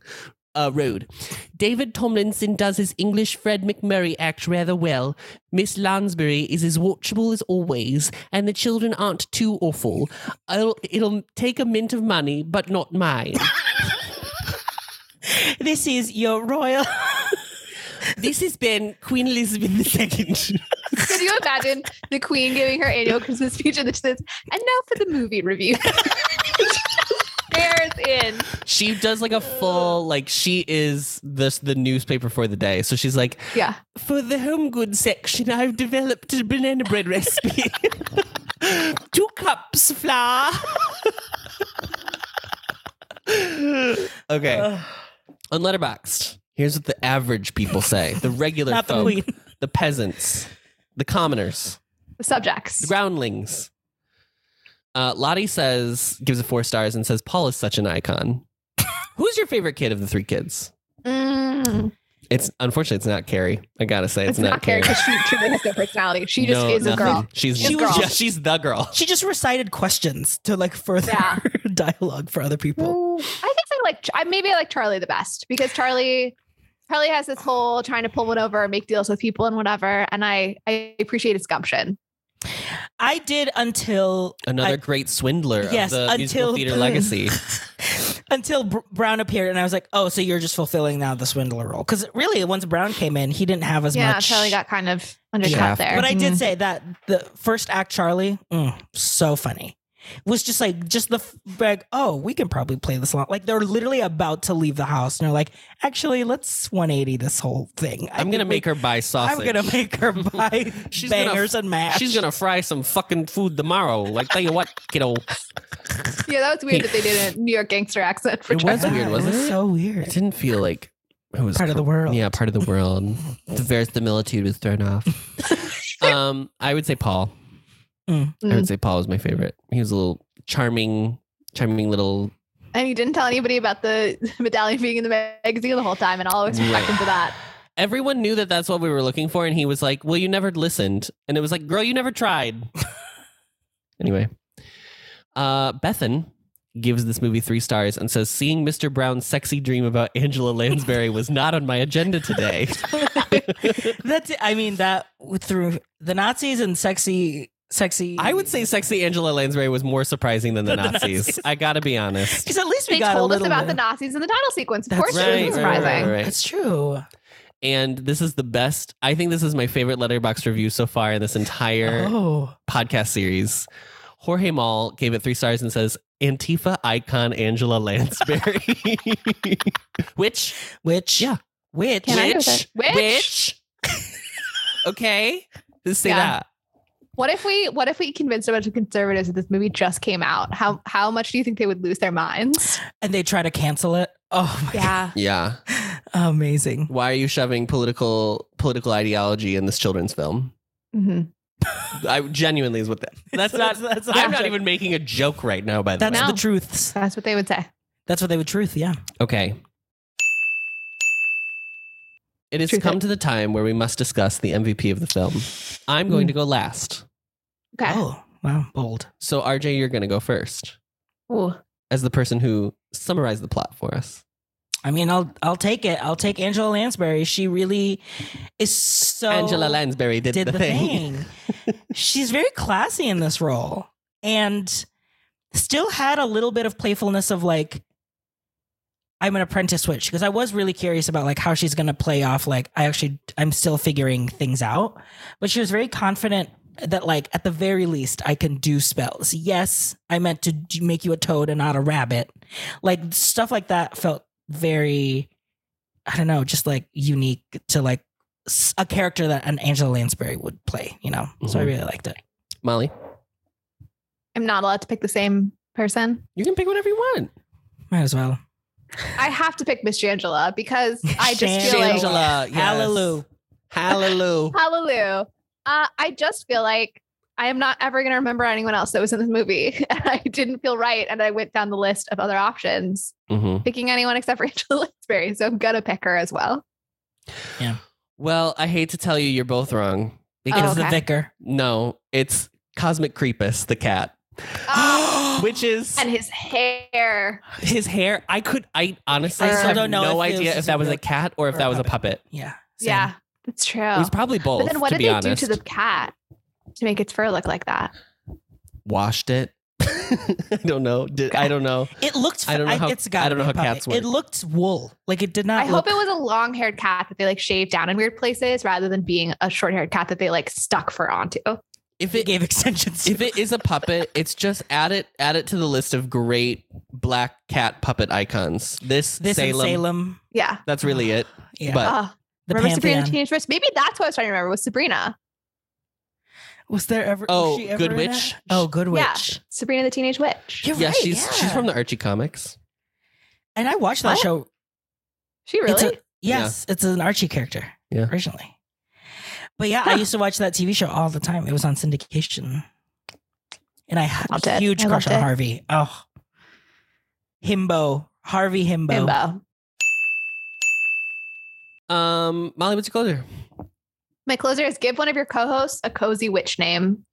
Uh, road. David Tomlinson does his English Fred McMurray act rather well. Miss Lansbury is as watchable as always, and the children aren't too awful. I'll, it'll take a mint of money, but not mine.
This is your royal
this has been Queen Elizabeth II.
Could you imagine the Queen giving her annual Christmas speech and then she says, and now for the movie review? Bears in.
she does like a full like she is this the newspaper for the day. So she's like,
Yeah.
For the home goods section, I've developed a banana bread recipe. Two cups flour. okay. On Letterboxd, here's what the average people say. The regular
Not the
folk,
queen.
the peasants, the commoners,
The subjects.
the groundlings. Uh, Lottie says, gives it four stars and says, Paul is such an icon. Who's your favorite kid of the three kids?
Mm.
It's unfortunately it's not Carrie. I gotta say it's,
It's not, Carrie because she truly has no personality. She just
No,
is a
nothing.
girl.
She's
She's
she
a girl.
Yeah, she's the girl.
She just recited questions to like further
Yeah.
dialogue for other people.
Ooh, I think I like I maybe I like Charlie the best because Charlie Charlie has this whole trying to pull one over and make deals with people and whatever. And I I appreciate his gumption.
I did until
Another
I-
great swindler
yes,
of the musical
until
theater legacy.
until Br- Brown appeared, and I was like, "Oh, so you're just fulfilling now the swindler role?" Because really, once Brown came in, he didn't have as
yeah,
much.
Charlie got kind of undercut
Yeah.
there.
but I
Mm-hmm.
did
Mm.
say that the first act, Charlie, mm, so funny, was just like just the f- like, "Oh, we can probably play this along." Like they're literally about to leave the house, and they're like, "Actually, let's 180 this whole thing." I
I'm gonna
think
make
we-
her buy sausage.
I'm gonna make her buy
She's gonna-
bangers and mash.
She's gonna fry some fucking food tomorrow. Like tell you what, kiddo.
Yeah, that was weird that they did a New York gangster accent for
It
Charlie.
was weird,
God,
wasn't
it's
it?
So
It
weird.
didn't feel like it was
Part of the world.
Yeah, part of the world. the verisimilitude was thrown off. um, I would say Paul.
Mm.
I would say Paul was my favorite. He was a little charming, charming little
And he didn't tell anybody about the medallion being in the magazine the whole time, and I'll always respect him for that.
everyone knew that that's what we were looking for and he was like well you never listened and it was like girl you never tried Anyway, uh, Bethan gives this movie three stars and says, "Seeing Mr. Brown's sexy dream about Angela Lansbury was not on my agenda today."
That's it. I mean that through the Nazis and sexy, sexy.
I would say sexy Angela Lansbury was more surprising than the,
Than the
Nazis.
Nazis.
I gotta be honest.
Because at least we
They
got a
told us
little
about
bit
the
of-
Nazis in the title sequence. Of
That's
course,
right,
it was
right, right,
surprising.
right.
That's true.
And this is the best. I think this is my favorite letterbox review so far in this entire
Oh,
podcast series. Jorge Mall gave it three stars and says, Antifa icon Angela Lansbury. Which,
which
Yeah. which,
Can I go
which,
there?
which. okay. Just say
Yeah.
that.
What if we What if we convinced a bunch of conservatives that this movie just came out? How How much do you think they would lose their minds?
and they try to cancel it. Oh, my
Yeah.
Yeah.
God. amazing.
Why are you shoving political political ideology in this children's film?
hmm
I genuinely is what that. That's not.
That's- that's
I'm not
object.
even making a joke right now. By the
That's
way,
No.
the truths.
That's what they would say.
That's what they would truth. Yeah.
Okay. It has
Truth
come
it.
to the time where we must discuss the MVP of the film. I'm
Hmm.
going to go last.
Okay.
Oh, wow, bold.
So, RJ, you're going to go first
Ooh.
as the person who summarized the plot for us.
I mean, I'll I'll take it. I'll take Angela Lansbury. She really is so
Angela Lansbury did,
did
the, thing.
She's very classy in this role and still had a little bit of playfulness of like I'm an apprentice witch because I was really curious about like how she's going to play off like I actually I'm still figuring things out but she was very confident that like at the very least I can do spells. Yes, I meant to d- make you a toad and not a rabbit. Like stuff like that felt very I don't know, just like unique to like s- a character that an Angela Lansbury would play, you know. So I
Mhm.
really liked it.
Molly,
I'm not allowed to pick the same person.
you can pick whatever you want.
Might as well.
I have to pick Miss Shangela because I just feel like
Shangela, yes.
Hallelujah.
Hallelujah.
Hallelujah. Uh, I just feel like I am not ever going to remember anyone else that was in this movie. And I didn't feel right. And I went down the list of other options,
mm-hmm.
picking anyone except for Angela Lansbury. So I'm going to pick her as well.
Well, I hate to tell you, you're both wrong.
It
Because
is
Oh,
the
okay.
vicar.
no, it's Cosmic Creepus, the cat,
Ah,
which is
and his hair.
his hair. I could, I honestly
I still
have
don't know
no
if it
idea
was
if that was
real-
a cat or if
or a
that was a
puppet.
puppet.
Yeah. same.
Yeah, that's true.
It was probably both.
Oh. but then what
to
did
be
they
honest.
do to the cat to make its fur look like that?
washed it? I don't know. Did, I don't know.
It looked
I don't know how-
it's got
I don't know how cats work.
It looked wool. Like it did not
I
look
hope it was a long haired cat that they like shaved down in weird places rather than being a short haired cat that they like stuck fur onto.
If
it
it
gave extensions.
if it is a puppet, it's just add it add it to the list of great black cat puppet icons. This,
this in
Salem,
Salem.
Yeah.
That's really it.
Yeah.
But
Oh,
the
remember Sabrina
Pantheon.
the Teenage Witch? Maybe that's what I was trying to remember was Sabrina.
Was there ever?
Oh,
was she ever
Good
in
Witch?
that? Oh, Good Witch.
Yeah. Sabrina the Teenage Witch.
You're
yeah,
right,
she's she's
yeah.
from the Archie comics.
And I watched that
What?
show.
She
It's
really?
a- yes, it's an Archie character
Yeah.
originally. But yeah, I
Huh.
used to watch that TV show all the time. It was on syndication, and I had
Loved
a
it.
huge
I
crush on
loved it.
Harvey. Oh, Himbo, Harvey Himbo.
Bimbo.
Um, Molly, what's your closer?
My closer is give one of your co-hosts a cozy witch name.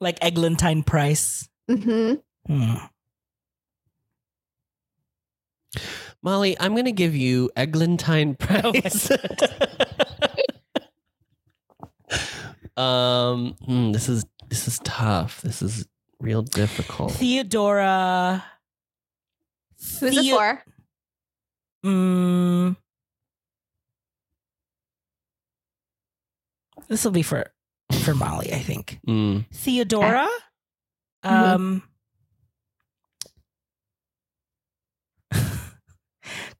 like Eglantine Price.
hmm
Hmm.
Molly, I'm gonna give you Eglantine Price. um, hmm, this is this is tough. This is real
Oh.
difficult.
Theodora.
Who's it for?
Mm. This will be for for Molly, I think.
Mm.
Theodora. Um.
Mhm.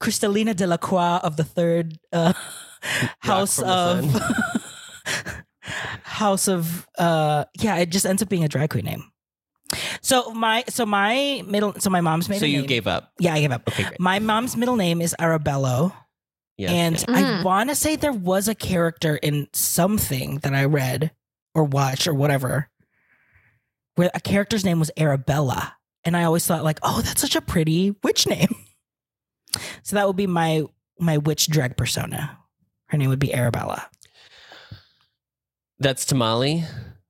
Cristalina Delacroix of the third uh, house
from the
of house of uh yeah it just ends up being a drag queen name so my so my middle so my mom's middle
So you
name-
gave up.
yeah I gave up
Okay, great.
my mom's middle name is Arabello
Yes.
and
yes.
I
Mm.
want to say there was a character in something that I read or watched or whatever where a character's name was Arabella. And I always thought like, oh, that's such a pretty witch name. So that would be my my witch drag persona. Her name would be Arabella.
that's to Molly.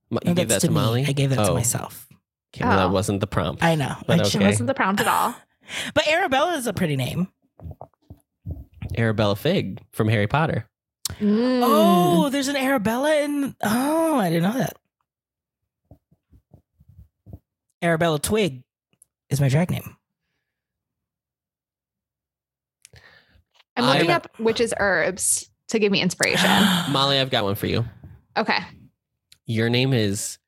Mo-
No,
You gave that
that's
to,
to me.
Molly?
I gave that to
Oh,
myself.
okay, well,
Oh.
that wasn't the prompt.
I know.
But
I should-
okay.
Wasn't the prompt at all?
But Arabella is a pretty name.
Arabella Fig from Harry Potter.
Mm.
Oh, there's an Arabella in. Oh, I didn't know that. Arabella Twig is my drag name.
I'm
I-
looking up witches herbs to give me inspiration.
Molly, I've got one for you.
Okay.
Your name is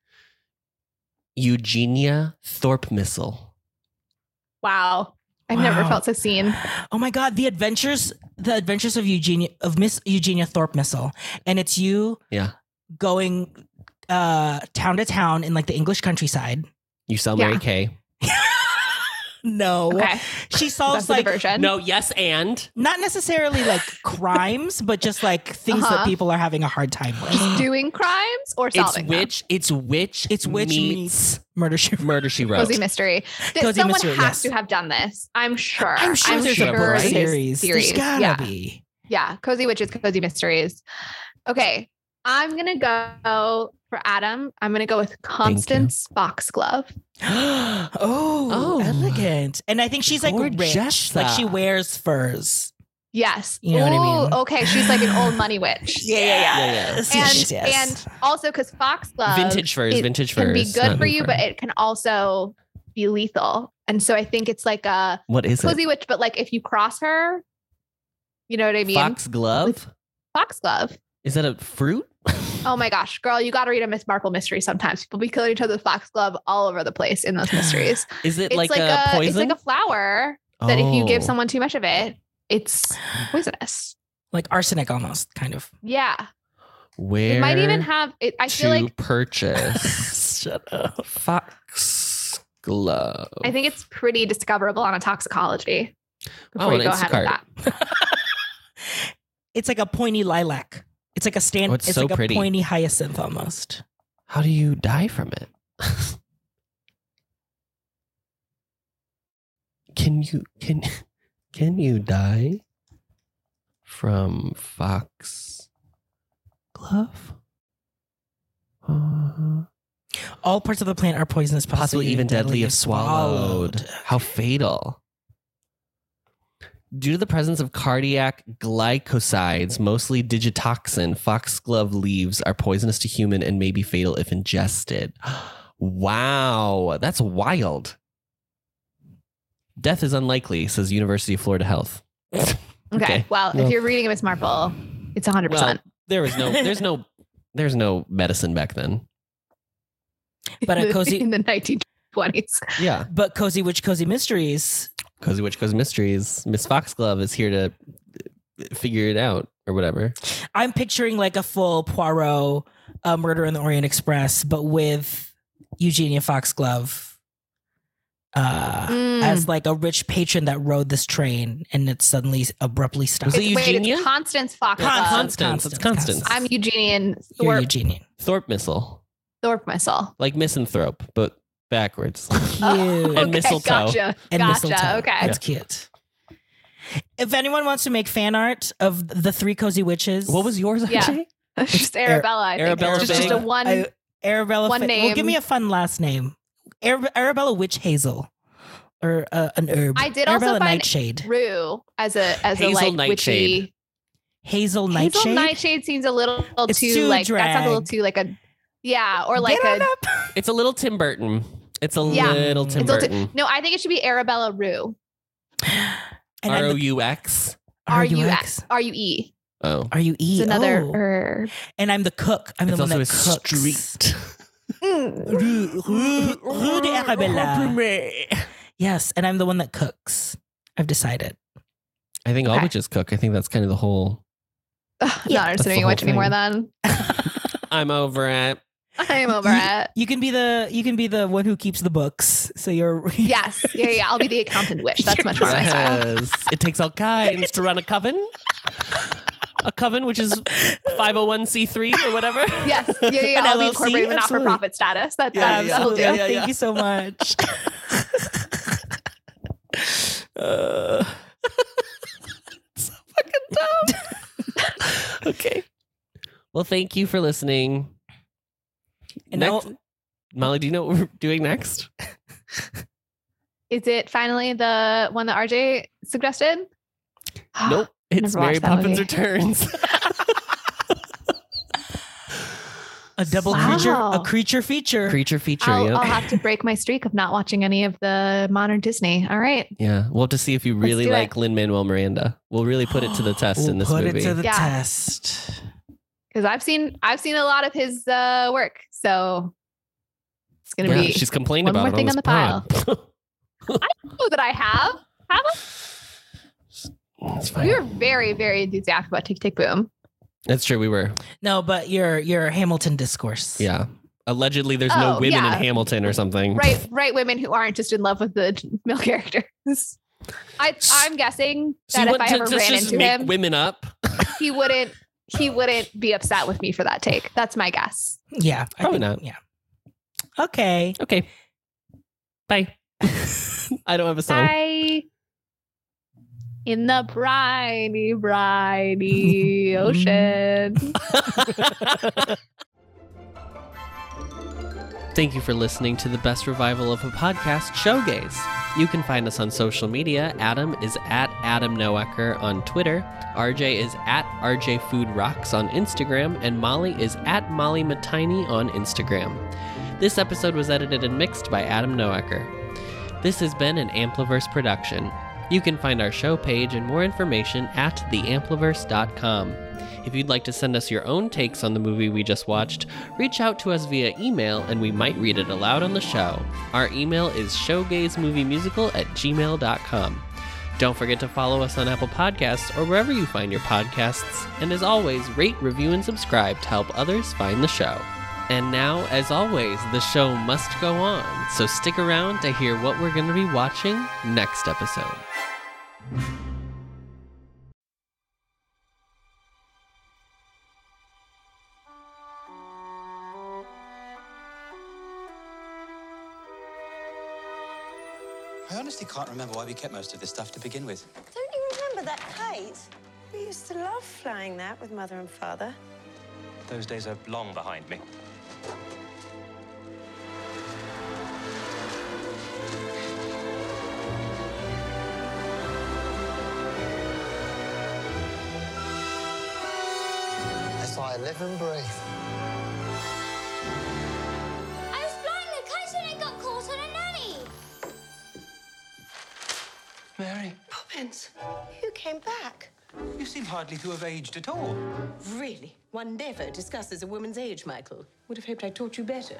Eugenia Thorpe Missile.
Wow. I've never
Wow.
felt so seen.
Oh my God! The adventures, the adventures of Eugenia of Miss Eugenia Thorpe Missile, and it's you.
Yeah.
Going uh town to town in like the English countryside.
You sell
Yeah.
Mary Kay.
No,
Okay.
she
That's
solves
the
like
diversion.
No, yes, and
not necessarily like crimes, but just like things that
Uh-huh.
people are having a hard time with.
Doing crimes or
it's
solving them?
which it's which
It's which
meets,
meets murder she wrote.
murder she wrote.
Cozy mystery. That
Cozy
someone
mystery,
has
yes.
to have done this. I'm sure.
I'm sure there's a
sure
book
there's
series. There's gotta
yeah.
be.
Yeah. Cozy witches, cozy mysteries. Okay. I'm gonna go for Adam. I'm gonna go with Constance Foxglove.
oh,
Oh.
elegant. And I think she's like rich.
Gorgeous.
Like she wears furs.
Yes.
You know what I
Ooh,
mean?
Okay. She's like an old money witch.
yeah, yeah.
Yes,
And
yes, yes.
and also because Foxglove
vintage furs,
it
vintage furs.
can be good
not
for
new
you,
fur.
but it can also be lethal. And so I think it's like a
what is it?
cozy witch, but like if you cross her, you know what I mean?
Fox glove?
Foxglove.
Is that a fruit?
Oh my gosh, girl, you got to read a Miss Marple mystery sometimes. People be killing each other with foxglove all over the place in those mysteries.
Is it
It's
like, a,
it's
poison?
like a flower that if you give
Oh.
someone too much of it, it's poisonous.
like arsenic almost, kind of.
Yeah.
where
It might even have it I feel
to
like
purchase
Shut up.
fox glove.
I think it's pretty discoverable on a toxicology. Before
Oh,
we
an
go ahead
Instacart.
with that.
It's like a pointy lilac. It's like a stand.
Oh,
it's
it's so
like
pretty.
a pointy hyacinth almost.
How do you die from it? can you can can you die from fox glove? Uh,
All parts of the plant are poisonous, possibly,
possibly even deadly if swallowed. How fatal. Due to the presence of cardiac glycosides, mostly digitoxin, foxglove leaves are poisonous to human and may be fatal if ingested. Wow, that's wild. Death is unlikely, says University of Florida Health.
Okay.
Okay.
Well,
Well-
if you're reading a Miss Marple, it's 100%.
Well, there was no, there's no, there's no medicine back then.
But a
in the-
cozy-
in the 1920s.
Yeah,
But cozy witch, cozy mysteries.
Cozy Witch Cozy Mysteries. Miss Foxglove is here to uh, figure it out or whatever.
I'm picturing like a full Poirot uh, Murder in the Orient Express, but with Eugenia Foxglove uh,
Mm.
as like a rich patron that rode this train and it suddenly abruptly stopped.
Was it
It's- Wait,
Eugenia?
it's Constance Foxglove.
Constance. It's Constance.
I'm Eugenian
You're
Thorpe,
Eugenian.
Thorpe missile,
Thorpe missile.
like misanthrope, but backwards.
Cute.
Oh,
And mistletoe.
Gotcha.
And
gotcha.
mistletoe.
Okay.
That's cute. If anyone wants to make fan art of the three cozy witches,
what was yours,
Yeah.
RJ?
It's just
Ara-
Arabella. I think.
Arabella
Just, just
Fig.
a one.
I- Arabella?
one
Fa- Well, give
name.
me a fun last name. Ara- Arabella Witch Hazel, or uh, an herb.
I did also
Arabella
find
Nightshade.
Rue as a as
Hazel
a like
Nightshade.
witchy.
Hazel Nightshade.
Hazel Nightshade seems a little
It's
too,
too
like that sounds a little
drag.
too like a yeah or like
Get on
a
up.
It's a little Tim Burton. It's a
Yeah.
little Tim
It's a little
Burton.
no. I think it should be Arabella Rue.
And I'm
R O
the-
U X.
R U
R-U-X.
X R U E.
Oh,
R U E.
It's another
oh.
herb.
And I'm the cook. I'm
it's
the one
also a
that cooks.
street.
Mm.
Rue, Rue, Rue de Arabella. Yes, and I'm the one that cooks. I've decided.
I think all
Okay.
witches cook. I think that's kind of the whole.
Ugh,
Yeah,
not
that's the
interested in
whole
watch anymore.
thing.
Then
I'm over it.
I am over
you,
it.
You can be the you can be the one who keeps the books. So you're
Yes, yeah, yeah. I'll be the accountant witch. That's much more my style.
Yes. it takes all kinds to run a coven. A coven, which is 501c3 or whatever.
Yes, yeah, yeah. yeah.
An
I'll be
LLC,
incorporating the
absolutely.
not-for-profit status. That,
Yeah,
that,
yeah, yeah.
that'll
Absolutely.
do.
yeah, yeah.
Thank you so much. Uh,
okay. Well, thank you for listening. And
next,
now-
Molly, do you know what we're doing next?
Is it finally the one that RJ suggested?
nope. It's
Never watched
Mary
that
Poppins
movie.
Returns.
A double
Wow.
creature, a creature feature.
Creature feature.
I'll,
yep.
I'll have to break my streak of not watching any of the modern Disney. All right.
Yeah, we'll have to see if you
Let's
really
do it.
like Lin Manuel Miranda. We'll really put it to the test
We'll
in this
put
movie.
it to the
Yeah.
test.
Because I've seen I've seen a lot of his uh, work. So it's gonna
yeah,
be
she's complained
one
about
more
it
thing
on
on
this
the pile.
pod.
Oh, that I have. Have a-
That's fine.
we were very, very enthusiastic about Tick Tick Boom.
That's true. We were.
No, but your your Hamilton discourse.
Yeah. Allegedly, there's
Oh,
no women
yeah.
in Hamilton or something.
Right, right women who aren't just in love with the male characters. I, I'm guessing
So
that
you
if
want
I
to
ever
to
ran
just
into
make
him,
women up?
he wouldn't he wouldn't be upset with me for that take. That's my guess.
Yeah. I
Probably
think-
not.
Yeah. Okay.
Okay. Bye. I don't have a song.
I in the briny, briny ocean.
Thank you for listening to the best revival of a podcast, Showgaze. You can find us on social media. Adam is at Adam Noecker on Twitter. RJ is at RJ Food Rocks on Instagram, and Molly is at Molly Matiny on Instagram. This episode was edited and mixed by Adam Noecker. This has been an Ampliverse production. You can find our show page and more information at theampliverse.com. If you'd like to send us your own takes on the movie we just watched, reach out to us via email and we might read it aloud on the show. Our email is showgazemoviemusical at gmail.com. Don't forget to follow us on Apple Podcasts or wherever you find your podcasts. And as always, rate, review, and subscribe to help others find the show. And now, as always, the show must go on, so stick around to hear what we're going to be watching next episode.
I honestly can't remember why we kept most of this stuff to begin with.
Don't you remember that kite? We used to love flying that with mother and father.
Those days are long behind me.
That's why I live and breathe.
I was flying the kite and I got caught on a nanny.
Mary,
Poppins, you came back.
you seem hardly to have aged at all.
Really? One never discusses a woman's age, Michael. Would have hoped I taught you better.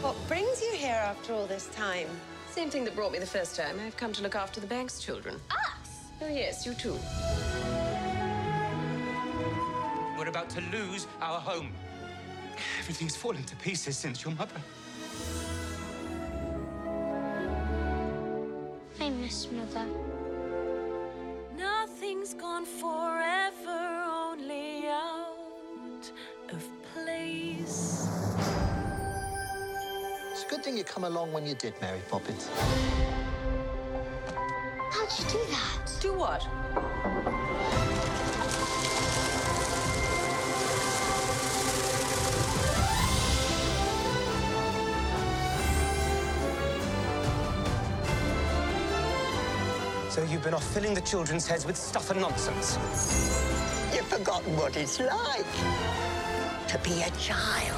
What brings you here after all this time? Same thing that brought me the first time. I've come to look after the bank's children. Us? Oh, yes, you too.
We're about to lose our home. Everything's fallen to pieces since your mother.
I miss mother.
Nothing's gone forever, only out of place.
It's a good thing you come along when you did, Mary Poppins.
How'd you do that? Do what?
So you've been off filling the children's heads with stuff and nonsense.
You've forgotten what it's like to be a child.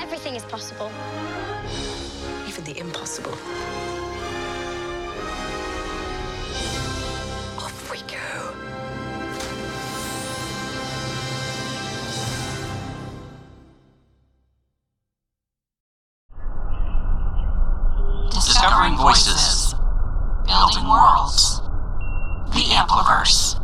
Everything is possible.
Even the impossible. Off we go.
Discovering voices. Building worlds. The Ampliverse.